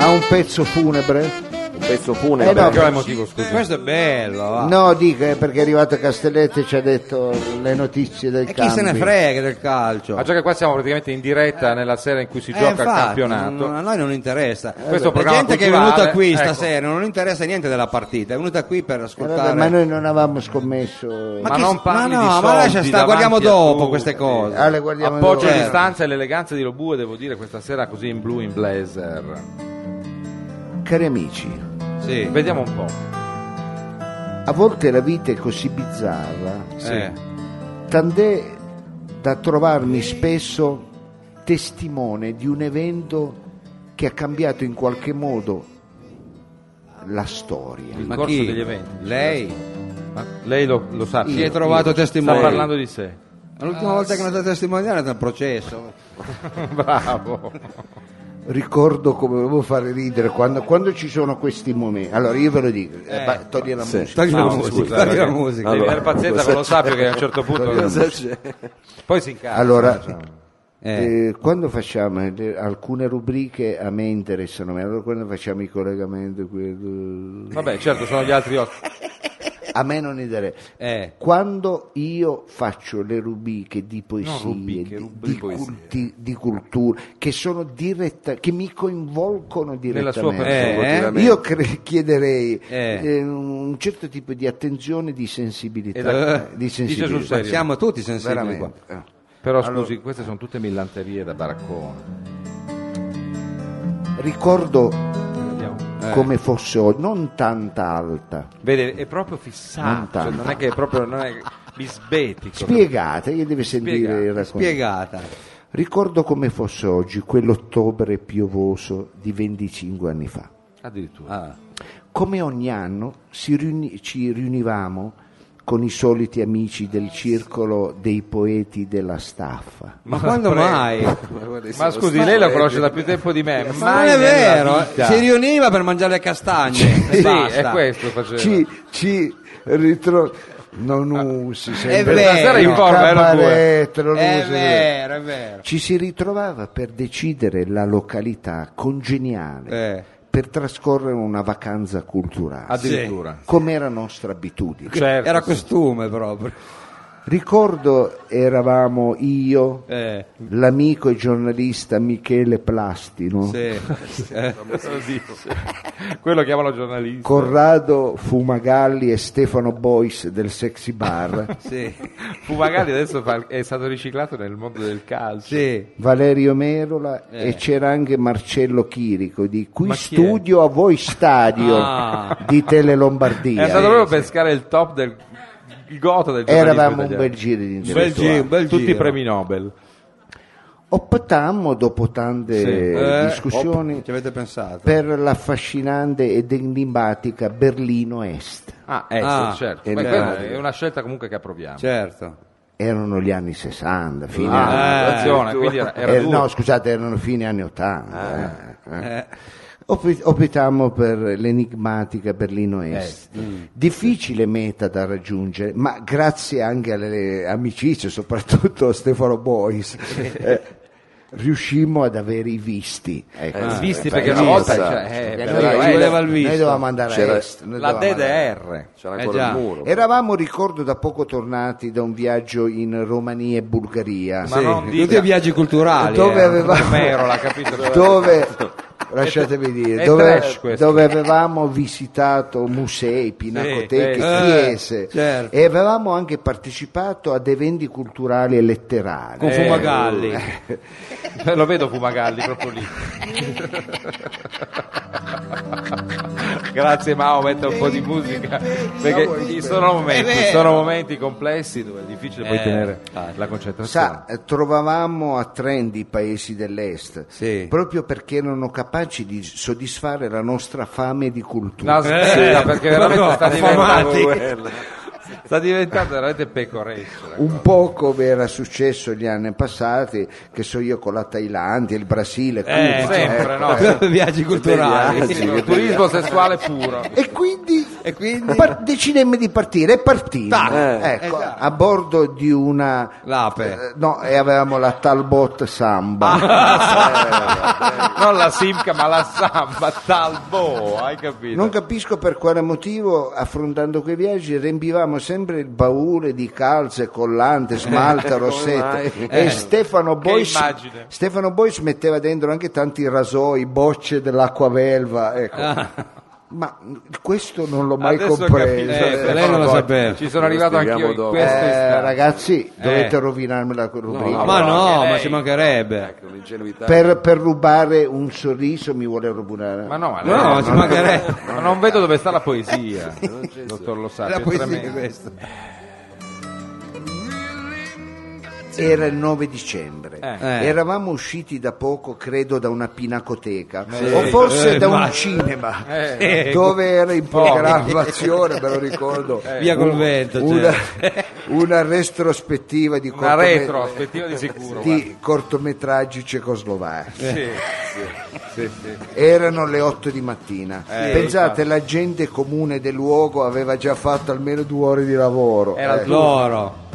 Speaker 3: ha un pezzo funebre?
Speaker 5: Un pezzo pune.
Speaker 3: Eh, no,
Speaker 5: vabbè.
Speaker 1: Che è il motivo, scusi?
Speaker 2: Questo è bello. va.
Speaker 3: No, dico eh, perché è arrivato Castelletti e ci ha detto le notizie del
Speaker 2: E chi
Speaker 3: campo.
Speaker 2: se ne frega del calcio?
Speaker 1: Ma già che qua siamo praticamente in diretta nella sera in cui si
Speaker 2: Eh,
Speaker 1: gioca il
Speaker 2: infatti,
Speaker 1: campionato.
Speaker 2: non- a noi non interessa.
Speaker 1: Questo
Speaker 2: la
Speaker 1: programma
Speaker 2: gente che è
Speaker 1: culturale,
Speaker 2: venuta qui
Speaker 1: ecco. Eh,
Speaker 2: stasera non interessa niente della partita, è venuta qui per ascoltare.
Speaker 3: Eh, ma noi non avevamo scommesso.
Speaker 1: Ma
Speaker 2: chi-
Speaker 1: non parli
Speaker 2: ma no,
Speaker 1: di
Speaker 2: ma
Speaker 1: soldi
Speaker 2: lascia stare, guardiamo
Speaker 1: davanti a
Speaker 2: dopo
Speaker 1: tutti.
Speaker 2: queste cose.
Speaker 3: Ah, le guardiamo
Speaker 1: Appoggio
Speaker 3: dopo.
Speaker 1: a
Speaker 2: Certo.
Speaker 1: distanza e l'eleganza di Lobue, devo dire, questa sera così in blu in blazer.
Speaker 3: Cari amici,
Speaker 2: Sì.
Speaker 1: Vediamo un po'.
Speaker 3: a volte la vita è così bizzarra,
Speaker 1: Eh,
Speaker 3: tant'è da trovarmi spesso testimone di un evento che ha cambiato in qualche modo la storia.
Speaker 1: il
Speaker 2: Ma
Speaker 1: corso
Speaker 2: chi?
Speaker 1: degli eventi.
Speaker 2: Lei?
Speaker 1: Lei lo, lo sa.
Speaker 2: Chi
Speaker 1: Pietro.
Speaker 2: hai trovato testimone?
Speaker 1: Sta parlando di sé.
Speaker 2: Ma
Speaker 1: Ah,
Speaker 2: L'ultima volta che non stato testimoniale è stato un processo.
Speaker 1: Bravo.
Speaker 3: Ricordo come volevo fare ridere quando, quando ci sono questi momenti. Allora io ve lo dico, eh, ba- togli la
Speaker 5: Sì.
Speaker 3: musica.
Speaker 2: Togli la
Speaker 1: No,
Speaker 2: musica,
Speaker 1: scusa,
Speaker 2: togli la
Speaker 1: perché Devi
Speaker 2: musica.
Speaker 5: Allora,
Speaker 1: avere pazienza con lo sapio che a un certo punto...
Speaker 5: Cosa c'è?
Speaker 1: Poi si incazza.
Speaker 3: Allora,
Speaker 2: Eh.
Speaker 3: eh, quando facciamo eh, alcune rubriche a me interessano, me, allora quando facciamo i collegamenti, quello-
Speaker 1: Vabbè, certo, sono gli altri ospiti.
Speaker 3: a me non interessa.
Speaker 2: Eh.
Speaker 3: Quando io faccio le rubriche di poesie,
Speaker 1: rubiche,
Speaker 3: di,
Speaker 1: rubriche
Speaker 3: di
Speaker 1: poesie.
Speaker 3: culti- di cultura, che sono diretta, che mi coinvolgono
Speaker 1: Nella sua
Speaker 3: direttamente,
Speaker 2: Eh,
Speaker 1: persona.
Speaker 2: eh.
Speaker 3: io cre- chiederei
Speaker 2: Eh.
Speaker 3: eh, un certo tipo di attenzione e di sensibilità.
Speaker 1: Esatto.
Speaker 3: eh, di
Speaker 1: Dice
Speaker 3: sensibilità.
Speaker 1: sul serio.
Speaker 2: Siamo tutti sensibili qua.
Speaker 3: Veramente, eh.
Speaker 1: Però scusi, queste sono tutte millanterie da baraccone.
Speaker 3: Ricordo
Speaker 1: Eh. Vediamo.
Speaker 3: come fosse oggi, non tanta alta.
Speaker 1: Vede, è proprio
Speaker 3: Non
Speaker 1: fissato,
Speaker 3: tanto.
Speaker 1: cioè, non è che è proprio non è bisbetico.
Speaker 3: Spiegate, che deve sentire
Speaker 1: Spiegate,
Speaker 3: il racconto.
Speaker 2: Spiegata.
Speaker 3: Ricordo come fosse oggi, quell'ottobre piovoso di 25 anni fa.
Speaker 1: Addirittura.
Speaker 2: Ah.
Speaker 3: Come ogni anno si riuni- ci riunivamo con i soliti amici del circolo dei poeti della staffa.
Speaker 2: Ma, quando
Speaker 1: prego.
Speaker 2: mai?
Speaker 1: Ma scusi, lei la conosce da più tempo di me.
Speaker 2: Ma non
Speaker 1: mai
Speaker 2: è
Speaker 1: nella
Speaker 2: vero,
Speaker 1: vita.
Speaker 2: si riuniva per mangiare le castagne.
Speaker 1: Sì,
Speaker 2: e basta.
Speaker 1: è questo faceva.
Speaker 3: Ci, ci ritro... Non usi sempre
Speaker 2: vero. Stasera in eh,
Speaker 1: forma, ero due.
Speaker 3: cabaretto, non
Speaker 2: È
Speaker 3: usi-
Speaker 2: vero, è vero.
Speaker 3: Ci si ritrovava per decidere la località congeniale
Speaker 2: Eh.
Speaker 3: per trascorrere una vacanza culturale,
Speaker 1: Addirittura.
Speaker 3: come era nostra abitudine.
Speaker 1: Certo.
Speaker 2: Era costume proprio.
Speaker 3: Ricordo eravamo io,
Speaker 2: Eh,
Speaker 3: l'amico e giornalista Michele Plastino,
Speaker 2: sì. Eh,
Speaker 1: Quello chiamano giornalista.
Speaker 3: Corrado Fumagalli e Stefano Bois del Sexy Bar,
Speaker 2: sì,
Speaker 1: Fumagalli adesso fa- è stato riciclato nel mondo del calcio.
Speaker 3: Eh,
Speaker 2: sì.
Speaker 3: Valerio Merola
Speaker 2: Eh.
Speaker 3: e c'era anche Marcello Chirico di Qui
Speaker 1: Ma chi è?
Speaker 3: Studio a Voi Stadio
Speaker 2: Ah.
Speaker 3: di Tele
Speaker 1: È andato
Speaker 3: Lombardia.
Speaker 1: proprio a pescare il top del il gota del giornalismo
Speaker 3: Eravamo un
Speaker 1: italiano.
Speaker 3: bel giro di
Speaker 1: Un bel
Speaker 3: intellettuali.
Speaker 1: giro, un bel
Speaker 2: Tutti
Speaker 1: Tutti i
Speaker 2: giro.
Speaker 1: premi Nobel.
Speaker 3: Optammo dopo tante
Speaker 1: Sì.
Speaker 3: eh,
Speaker 2: Eh,
Speaker 3: discussioni
Speaker 2: op, ci avete pensato.
Speaker 3: per l'affascinante ed enigmatica Berlino Est.
Speaker 1: Ah, eh,
Speaker 2: Ah,
Speaker 1: sì, certo.
Speaker 5: è
Speaker 1: Ma
Speaker 5: vero.
Speaker 1: quella è una scelta comunque che approviamo.
Speaker 2: Certo.
Speaker 3: Erano gli anni 60, fine
Speaker 1: Ah,
Speaker 3: anni-
Speaker 1: attenzione, quindi era, era
Speaker 3: eh,
Speaker 1: duro.
Speaker 3: no, scusate, erano fine anni 80. eh, eh. Op- optammo per l'enigmatica Berlino Est, difficile meta da raggiungere, ma grazie anche alle amicizie, soprattutto a Stefano Bois, eh, riuscimmo ad avere i visti. Ecco.
Speaker 5: Ah,
Speaker 1: Visti
Speaker 5: eh,
Speaker 1: perché una
Speaker 5: sì,
Speaker 1: volta
Speaker 5: sa.
Speaker 1: cioè, eh,
Speaker 3: Perché
Speaker 1: però-
Speaker 5: era-
Speaker 3: noi,
Speaker 5: ci
Speaker 2: voleva il
Speaker 3: noi
Speaker 2: visto.
Speaker 3: dovevamo andare
Speaker 5: C'era-
Speaker 3: a est, noi
Speaker 1: la
Speaker 3: dovevamo andare a est.
Speaker 1: DDR.
Speaker 5: C'era
Speaker 2: Eh,
Speaker 5: ancora
Speaker 2: già.
Speaker 5: il muro.
Speaker 3: Eravamo, ricordo, da poco tornati da un viaggio in Romania e Bulgaria.
Speaker 1: Ma no,
Speaker 2: Tutti
Speaker 1: dica.
Speaker 2: i viaggi culturali.
Speaker 3: dove
Speaker 2: eh.
Speaker 3: avevamo
Speaker 1: Merola, capito?
Speaker 3: dove lasciatemi dire
Speaker 1: è
Speaker 3: dove,
Speaker 1: trash questo.
Speaker 3: dove avevamo visitato musei, pinacoteche,
Speaker 1: sì.
Speaker 3: chiese
Speaker 2: Eh, certo.
Speaker 3: e avevamo anche partecipato ad eventi culturali e letterari
Speaker 2: Con
Speaker 1: Eh,
Speaker 2: Fumagalli.
Speaker 1: Eh, Lo vedo Fumagalli proprio lì. Grazie Mao, mette un po' di musica perché ci sono momenti, ci sono momenti complessi dove è difficile poi
Speaker 2: Eh,
Speaker 1: tenere
Speaker 2: infatti.
Speaker 1: la concentrazione.
Speaker 3: Sa, eh, trovavamo a trend i paesi dell'est
Speaker 2: Sì.
Speaker 3: proprio perché erano capaci di soddisfare la nostra fame di cultura.
Speaker 1: No, aspetta, perché veramente
Speaker 2: no,
Speaker 1: sta
Speaker 2: affamati.
Speaker 1: diventando sta diventando veramente pecoreccio.
Speaker 3: Un po' come era successo gli anni passati, che so io con la Thailandia, il Brasile,
Speaker 1: Eh,
Speaker 3: Cuba,
Speaker 1: sempre,
Speaker 3: ecco.
Speaker 1: no?
Speaker 2: Ah, viaggi culturali.
Speaker 1: Sì, turismo sessuale puro.
Speaker 3: E quindi
Speaker 1: E
Speaker 2: E quindi
Speaker 3: Par- decidemmo di partire e partimmo
Speaker 5: Ah,
Speaker 3: ecco,
Speaker 2: esatto.
Speaker 3: a bordo di una
Speaker 2: l'ape.
Speaker 3: eh, no e avevamo la Talbot Samba
Speaker 1: non la Simca ma la Samba Talbo hai capito
Speaker 3: non capisco per quale motivo affrontando quei viaggi riempivamo sempre il baule di calze collante smalta rossette
Speaker 5: mai?
Speaker 3: e Stefano Bois
Speaker 1: immagine.
Speaker 3: Stefano Bois metteva dentro anche tanti rasoi bocce dell'acquavelva ecco ma questo non l'ho mai
Speaker 1: Adesso ho
Speaker 3: compreso
Speaker 1: capito. Eh,
Speaker 3: Eh,
Speaker 2: lei non lo
Speaker 1: poi,
Speaker 2: sapeva.
Speaker 1: ci sono
Speaker 5: Lo
Speaker 1: arrivato anch'io
Speaker 5: spieghiamo
Speaker 1: in
Speaker 5: dopo.
Speaker 1: questo
Speaker 3: Eh,
Speaker 1: istante.
Speaker 3: ragazzi,
Speaker 1: Eh.
Speaker 3: dovete rovinarmi la rubrica.
Speaker 5: no,
Speaker 2: Ma no,
Speaker 1: anche
Speaker 2: ma
Speaker 1: lei.
Speaker 2: ci mancherebbe.
Speaker 5: Ecco, l'ingenuità.
Speaker 3: per, per rubare un sorriso mi vuole rubare.
Speaker 1: ma no, ma
Speaker 2: No,
Speaker 1: no,
Speaker 2: ma ci mancherebbe.
Speaker 1: ma non vedo dove sta la poesia
Speaker 5: non c'è,
Speaker 1: dottor Lo Sapio
Speaker 2: La
Speaker 1: è
Speaker 2: poesia è
Speaker 1: tremendo.
Speaker 2: questa.
Speaker 3: Era il 9 dicembre.
Speaker 1: Eh.
Speaker 3: Eravamo usciti da poco, credo, da una pinacoteca o forse
Speaker 2: eh,
Speaker 3: da un
Speaker 2: ma-
Speaker 3: cinema
Speaker 1: Eh.
Speaker 3: dove era in programma azione, me lo ricordo.
Speaker 1: eh.
Speaker 2: Via col vento,
Speaker 3: Una,
Speaker 2: cioè.
Speaker 3: una retrospettiva di,
Speaker 1: una
Speaker 3: cortome-
Speaker 1: retro aspettiva di sicuro guarda.
Speaker 3: di cortometraggi cecoslovacchi.
Speaker 1: Sì.
Speaker 3: Erano le 8 di mattina.
Speaker 1: Eh,
Speaker 3: Pensate, la gente comune del luogo aveva già fatto almeno due ore di lavoro.
Speaker 1: Era
Speaker 3: eh.
Speaker 2: Loro.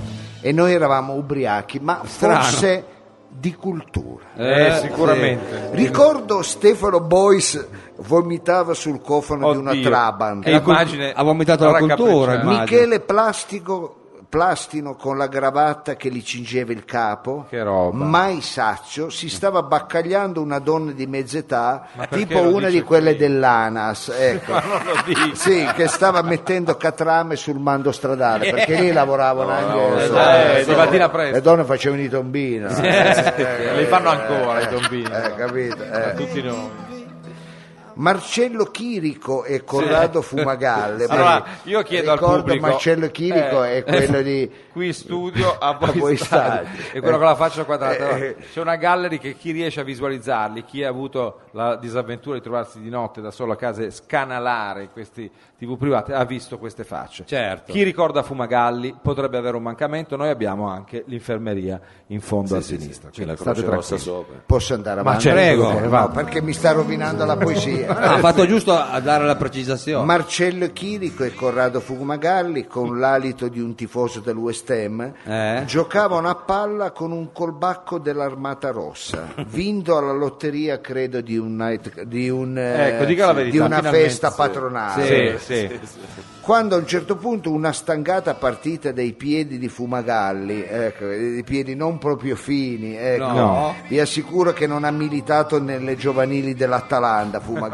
Speaker 3: E noi eravamo ubriachi, ma
Speaker 2: Strano.
Speaker 3: forse di cultura.
Speaker 1: Eh,
Speaker 2: Eh,
Speaker 1: sicuramente
Speaker 3: Ricordo Stefano Bois vomitava sul cofano
Speaker 1: Oddio.
Speaker 3: di una Trabant.
Speaker 1: E
Speaker 2: La cul-
Speaker 1: immagine
Speaker 2: ha vomitato la cultura,
Speaker 1: raccapricciante.
Speaker 2: immagino.
Speaker 3: Michele Plastico Plastino con la cravatta che gli cingeva il capo,
Speaker 1: Che roba.
Speaker 3: mai saccio, si stava baccagliando una donna di mezz'età,
Speaker 1: perché
Speaker 3: tipo
Speaker 1: lo
Speaker 3: una
Speaker 1: dice
Speaker 3: di quelle
Speaker 1: qui?
Speaker 3: dell'ANAS, ecco.
Speaker 1: ma non lo dico
Speaker 3: Sì, che stava mettendo catrame sul mando stradale perché lì lavoravano anche
Speaker 1: eh, di mattina presto.
Speaker 3: le donne facevano i tombini,
Speaker 1: li Eh, fanno ancora i tombini
Speaker 3: eh, capito?
Speaker 1: a
Speaker 3: Eh.
Speaker 1: tutti noi
Speaker 3: Marcello Chirico e Corrado Fumagalle.
Speaker 1: Allora,
Speaker 3: Beh,
Speaker 1: io chiedo al
Speaker 3: Eh, ricordo
Speaker 1: pubblico-
Speaker 3: Marcello Chirico
Speaker 1: Eh,
Speaker 3: è quello di
Speaker 1: qui studio a voi,
Speaker 3: A voi
Speaker 1: stati.
Speaker 3: stati.
Speaker 1: e quello con la faccia
Speaker 3: Eh,
Speaker 1: quadrata Allora,
Speaker 3: eh.
Speaker 1: c'è una gallery che chi riesce a visualizzarli chi ha avuto la disavventura di trovarsi di notte da solo a casa e scanalare questi tv private ha visto queste facce
Speaker 2: Certo.
Speaker 1: chi ricorda Fumagalli potrebbe avere un mancamento noi abbiamo anche l'infermeria in fondo a sinistra
Speaker 5: C'è la
Speaker 1: quindi
Speaker 5: croce
Speaker 1: state
Speaker 5: rossa
Speaker 1: tranquilli
Speaker 5: sopra.
Speaker 3: Posso andare avanti? Eh,
Speaker 2: certo, Prego.
Speaker 3: No,
Speaker 1: vai.
Speaker 3: perché mi sta rovinando la
Speaker 2: No,
Speaker 3: poesia.
Speaker 2: Ah, ha fatto giusto a dare la precisazione.
Speaker 3: Marcello Chirico e Corrado Fumagalli, con l'alito di un tifoso dell'West Ham,
Speaker 2: Eh?
Speaker 3: giocavano a palla con un colbacco dell'Armata Rossa, vinto alla lotteria, credo, di, un night- di un, eh,
Speaker 1: Ecco, dica la verità,
Speaker 3: di una
Speaker 1: finalmente,
Speaker 3: festa
Speaker 1: sì.
Speaker 3: patronale.
Speaker 1: sì, sì.
Speaker 3: quando a un certo punto una stangata partita dei piedi di Fumagalli, ecco, dei piedi non proprio fini, ecco,
Speaker 2: No.
Speaker 3: vi assicuro che non ha militato nelle giovanili dell'Atalanta Fumagalli, ecco,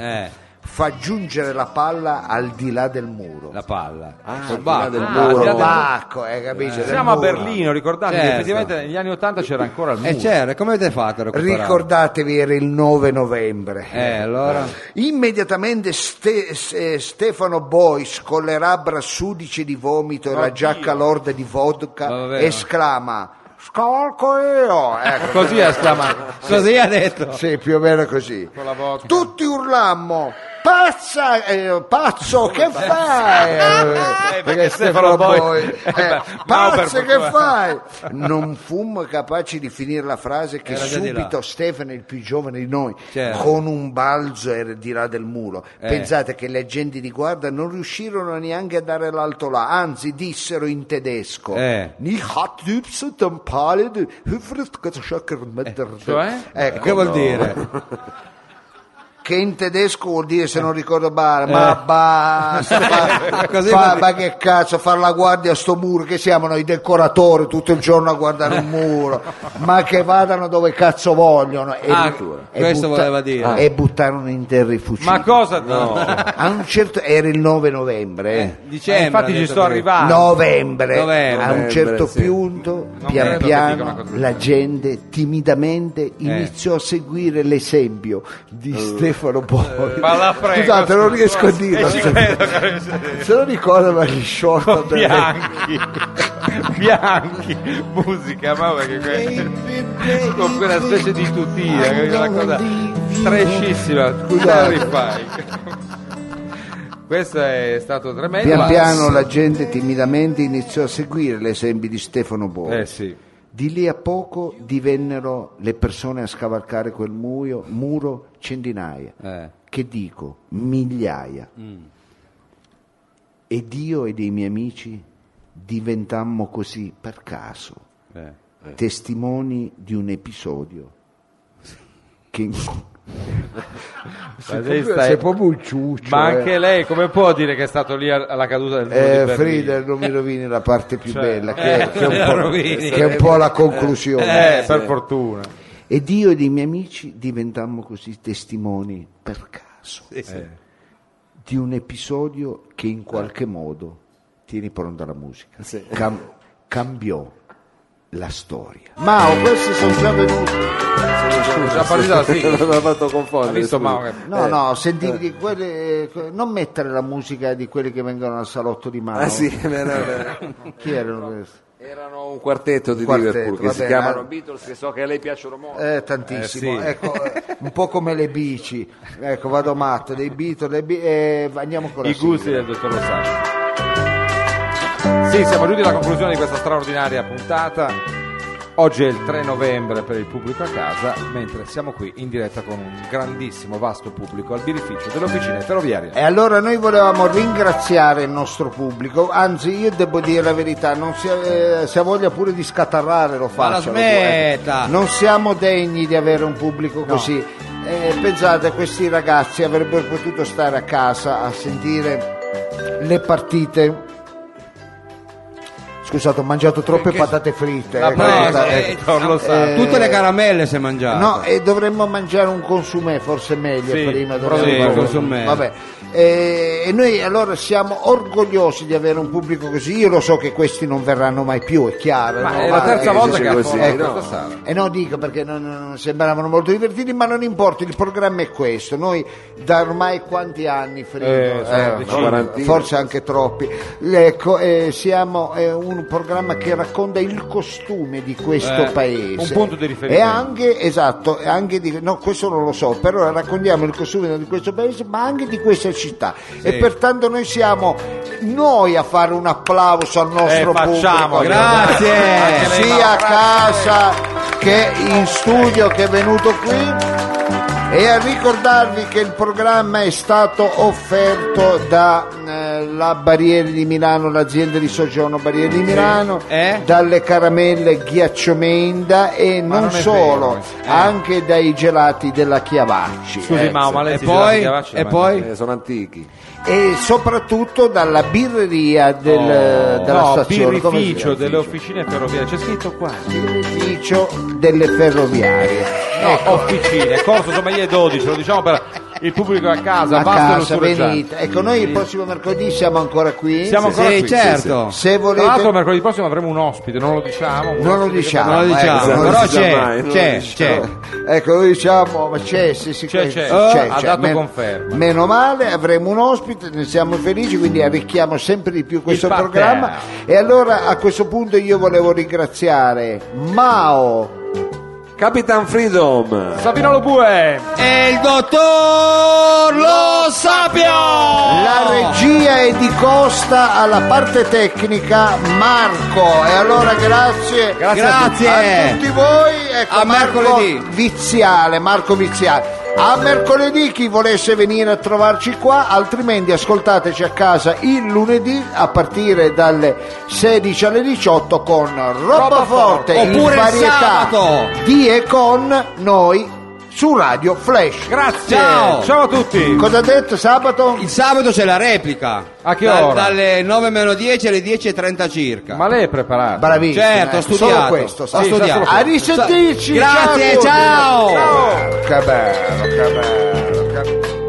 Speaker 2: Eh.
Speaker 3: fa giungere la palla al di là del muro.
Speaker 2: La palla.
Speaker 5: Ah,
Speaker 2: Col
Speaker 5: al di là
Speaker 2: bacco.
Speaker 5: del
Speaker 2: Ah,
Speaker 5: muro.
Speaker 1: al di là del-
Speaker 3: Bacco, eh, capisci? Del
Speaker 1: siamo a
Speaker 3: muro.
Speaker 1: Berlino ricordate
Speaker 2: Certo.
Speaker 1: effettivamente negli anni 80 c'era ancora
Speaker 3: Eh,
Speaker 1: il muro
Speaker 3: certo.
Speaker 2: E Eh, c'era, come avete fatto a recuperare?
Speaker 3: Ricordatevi, era il 9 novembre.
Speaker 2: Eh, allora.
Speaker 3: Immediatamente Ste- eh, Stefano Bois, con le labbra sudice di vomito e la giacca lorda di vodka,
Speaker 2: Ma vabbè,
Speaker 3: esclama: Scolco io! Ecco,
Speaker 1: così ha esclamato
Speaker 2: Così ha detto.
Speaker 3: sì, più o meno così.
Speaker 1: con la vodka
Speaker 3: Tutti urlammo. Pazza, eh, pazzo, che fai? Eh,
Speaker 1: perché
Speaker 3: perché
Speaker 1: Stefano
Speaker 3: Stefano
Speaker 1: Boi-
Speaker 3: Boi, eh,
Speaker 1: ma- ma per
Speaker 3: pazzo, che
Speaker 1: fortuna."
Speaker 3: fai? Non fummo capaci di finire la frase che
Speaker 2: Era già di là.
Speaker 3: subito Stefano, il più giovane di noi,
Speaker 2: Certo.
Speaker 3: con un balzo era di là del muro. Pensate che le agenti di guardia non riuscirono neanche a dare l'alto là, anzi dissero in tedesco.
Speaker 2: Eh.
Speaker 3: "Ni hat dübse tempale de- hüfrit geschocker Meder-"
Speaker 1: cioè?
Speaker 3: Ecco,
Speaker 2: Eh, Che vuol dire?
Speaker 1: Eh,
Speaker 3: che in tedesco vuol dire se non ricordo male ma basta fa-
Speaker 2: Eh. Così
Speaker 3: fa-
Speaker 2: vuol dire.
Speaker 3: ma che cazzo far la guardia a sto muro che siamo noi decoratori tutto il giorno a guardare un muro ma che vadano dove cazzo vogliono e,
Speaker 2: Ah,
Speaker 3: e
Speaker 2: questo voleva dire.
Speaker 3: e buttarono in terra i fucili
Speaker 1: ma cosa dici?
Speaker 3: a un certo era il 9 novembre eh.
Speaker 2: Dicembre,
Speaker 1: Eh, infatti
Speaker 2: ha
Speaker 1: ci
Speaker 2: detto
Speaker 1: sto
Speaker 2: prima.
Speaker 1: arrivando
Speaker 3: Novembre.
Speaker 2: Novembre,
Speaker 3: a un certo
Speaker 5: sì.
Speaker 3: punto,
Speaker 1: credo
Speaker 3: pian
Speaker 1: che dica una
Speaker 3: piano,
Speaker 1: cosa del Eh.
Speaker 3: la gente timidamente iniziò a seguire l'esempio di Stefano Boi.
Speaker 1: Eh, ma la prego,
Speaker 3: Scusate, non riesco a
Speaker 1: e
Speaker 3: dirlo.
Speaker 1: ci
Speaker 3: Se,
Speaker 1: credo che-
Speaker 3: se lo ricordo, ma gli sciolto delle-
Speaker 1: bianchi bianchi musica ma perché que- con quella specie di tutina che è una cosa strescissima Harry Fike questo è stato tremendo
Speaker 3: Pian
Speaker 1: ma-
Speaker 3: piano la gente timidamente iniziò a seguire l'esempio di Stefano Boi.
Speaker 1: eh sì
Speaker 3: Di lì a poco divennero le persone a scavalcare quel muio- muro centinaia.
Speaker 2: Eh.
Speaker 1: Mm.
Speaker 3: che dico migliaia. Ed io e dei miei amici diventammo così per caso
Speaker 1: Eh.
Speaker 3: testimoni di un episodio che
Speaker 1: Ma lei sta- Ma anche lei come può dire che è stato lì al- alla caduta del muro di
Speaker 3: Eh,
Speaker 1: Berlino?
Speaker 3: Frieder, non mi rovini la parte
Speaker 1: Cioè,
Speaker 3: più bella, che, è- che è un
Speaker 2: la
Speaker 3: po',
Speaker 2: rovini.
Speaker 3: che è un po' la
Speaker 1: Eh,
Speaker 3: conclusione.
Speaker 1: per fortuna.
Speaker 3: Ed io ed i miei amici diventammo così testimoni per caso eh, di un episodio che in qualche modo, tieni pronta la musica, cam- cambiò la storia.
Speaker 9: Mao, questi sono già venuti.
Speaker 1: Già partita la sigla.
Speaker 5: non l'ho fatto
Speaker 1: Ha
Speaker 5: confondere.
Speaker 1: visto
Speaker 5: scusi.
Speaker 1: Mao che-
Speaker 3: No, no, sentivi di quelle, que- non mettere la musica di quelli che vengono al salotto di Mao.
Speaker 5: Ah, sì, no, no, no.
Speaker 3: Chi erano questi?
Speaker 5: Erano un quartetto di
Speaker 3: Quartetto,
Speaker 5: Liverpool che
Speaker 3: va
Speaker 5: si
Speaker 3: bene,
Speaker 5: chiamano
Speaker 3: eh.
Speaker 5: Beatles, che so che a lei piacciono molto.
Speaker 3: Eh, tantissimo,
Speaker 1: Eh, sì.
Speaker 3: ecco, eh, un po' come le bici, ecco, vado matto, dei Beatles, dei Be- eh, andiamo con la
Speaker 1: I gusti
Speaker 3: sigla.
Speaker 1: del dottor Lo Santo. Sì, siamo giunti alla conclusione di questa straordinaria puntata. Oggi è il 3 novembre per il pubblico a casa, mentre siamo qui in diretta con un grandissimo, vasto pubblico al birrificio dell'officina ferroviaria.
Speaker 3: E allora noi volevamo ringraziare il nostro pubblico, anzi io devo dire la verità, non si, eh, se ha voglia pure di scatarrare lo
Speaker 2: Ma la
Speaker 3: faccio.
Speaker 2: smetta!
Speaker 3: Non siamo degni di avere un pubblico così. Eh, pensate, questi ragazzi avrebbero potuto stare a casa a sentire le partite. Scusate, ho mangiato troppe patate fritte.
Speaker 1: La
Speaker 3: ecco,
Speaker 1: presa,
Speaker 3: ecco.
Speaker 1: eh, dottor Lo Santo.
Speaker 3: eh,
Speaker 2: Tutte le caramelle si è mangiate.
Speaker 3: No, e dovremmo mangiare un consumè, forse meglio
Speaker 1: Sì,
Speaker 3: prima.
Speaker 1: proprio
Speaker 3: dovremmo-
Speaker 1: il
Speaker 2: consumè.
Speaker 3: Vabbè. Eh, E noi allora siamo orgogliosi di avere un pubblico così. Io lo so che questi non verranno mai più, è chiaro.
Speaker 1: Ma
Speaker 3: no?
Speaker 1: è la terza
Speaker 3: eh,
Speaker 1: volta
Speaker 5: dice
Speaker 1: che ha
Speaker 5: così,
Speaker 1: fatto
Speaker 5: no?
Speaker 1: questa sala.
Speaker 3: e no, dico perché non, non sembravano molto divertiti, ma non importa, il programma è questo. Noi da ormai quanti anni, Frido?
Speaker 1: Eh, sono decine.
Speaker 5: Quarantina.
Speaker 3: forse anche troppi. Ecco, eh, siamo eh, un programma che racconta il costume di questo
Speaker 1: Eh,
Speaker 3: paese.
Speaker 1: un punto di riferimento.
Speaker 3: E anche, esatto, e anche di, no, questo non lo so, però raccontiamo il costume di questo paese, ma anche di questa città. E pertanto noi siamo noi a fare un applauso al nostro
Speaker 1: Eh, facciamolo.
Speaker 3: pubblico.
Speaker 2: Grazie.
Speaker 1: Anche lei,
Speaker 3: Sia a
Speaker 1: Mauro.
Speaker 3: casa che in studio che è venuto qui e a ricordarvi che il programma è stato offerto da eh, la Barriere di Milano, l'azienda di soggiorno Barriere di Milano,
Speaker 2: Eh?
Speaker 3: dalle caramelle Ghiacciomenda e non,
Speaker 1: non è
Speaker 3: solo,
Speaker 1: vero, eh.
Speaker 3: anche dai gelati della Chiavacci.
Speaker 1: Scusi
Speaker 3: eh.
Speaker 1: Mao, ma lei
Speaker 2: E
Speaker 1: si sa
Speaker 2: poi?
Speaker 1: che la faccia
Speaker 2: E
Speaker 1: la
Speaker 2: poi?
Speaker 5: Eh, sono antichi.
Speaker 3: E soprattutto dalla birreria del,
Speaker 1: mangia?
Speaker 3: eh, della
Speaker 1: Oh. no,
Speaker 3: stazione. come si
Speaker 1: birrificio
Speaker 3: chiama?
Speaker 1: delle officine ferroviarie, c'è scritto qua.
Speaker 3: Birrificio delle ferroviarie.
Speaker 1: No, officine, Corso Sommelier 12, lo diciamo per il pubblico a casa,
Speaker 3: a
Speaker 1: basta e
Speaker 3: casa,
Speaker 1: lussureggiante.
Speaker 3: venite. Ecco, noi il prossimo mercoledì siamo ancora qui.
Speaker 1: Siamo ancora Ah,
Speaker 2: Sì,
Speaker 1: qui,
Speaker 2: certo.
Speaker 3: Se
Speaker 1: Tra l'altro
Speaker 3: volete,
Speaker 1: mercoledì prossimo avremo un ospite, non lo diciamo. un
Speaker 3: non lo
Speaker 1: ospite che-
Speaker 3: diciamo.
Speaker 2: Non lo diciamo,
Speaker 1: esatto,
Speaker 3: ecco, non lo
Speaker 2: però
Speaker 5: si sa
Speaker 2: c'è,
Speaker 5: mai, non lo
Speaker 2: c'è, c'è.
Speaker 5: diciamo.
Speaker 3: Ecco, lo diciamo, ma c'è, sì, sì,
Speaker 1: Cioè, C'è,
Speaker 3: questo-
Speaker 1: c'è.
Speaker 3: c'è,
Speaker 1: Ha
Speaker 3: c'è.
Speaker 1: dato
Speaker 3: Men-
Speaker 1: conferma.
Speaker 3: Meno male, avremo un ospite, ne siamo felici, quindi arricchiamo sempre di più questo
Speaker 1: Il parterre.
Speaker 3: programma. E allora a questo punto io volevo ringraziare Mao,
Speaker 5: Capitan Freedom.
Speaker 1: Sabino Lobue!
Speaker 2: E il dottor Lo Sapio!
Speaker 3: la regia e di Costa alla parte tecnica Marco. E allora grazie.
Speaker 2: Grazie.
Speaker 3: a tutti voi ecco,
Speaker 2: A
Speaker 3: Marco
Speaker 2: mercoledì.
Speaker 3: Viziale Marco Viziale a mercoledì chi volesse venire a trovarci qua altrimenti ascoltateci a casa il lunedì a partire dalle 16 alle 18 con roba forte in
Speaker 2: Oppure il
Speaker 3: varietà
Speaker 2: sabato.
Speaker 3: di e con noi su Radio Flash
Speaker 1: Grazie!
Speaker 2: Ciao.
Speaker 1: Ciao a tutti!
Speaker 3: cosa ha detto sabato?
Speaker 2: Il sabato c'è la replica.
Speaker 1: A che
Speaker 2: Da-
Speaker 1: ora?
Speaker 2: Dalle 9 meno 10 alle 10.30 circa.
Speaker 1: Ma lei è preparato?
Speaker 3: bravissimo
Speaker 2: Certo, ho
Speaker 3: eh, solo
Speaker 2: studiato.
Speaker 3: questo
Speaker 2: Ho
Speaker 3: sì,
Speaker 2: studiato.
Speaker 3: a risentirci
Speaker 2: Grazie,
Speaker 3: a tutti.
Speaker 2: ciao.
Speaker 3: che bello che bello che bello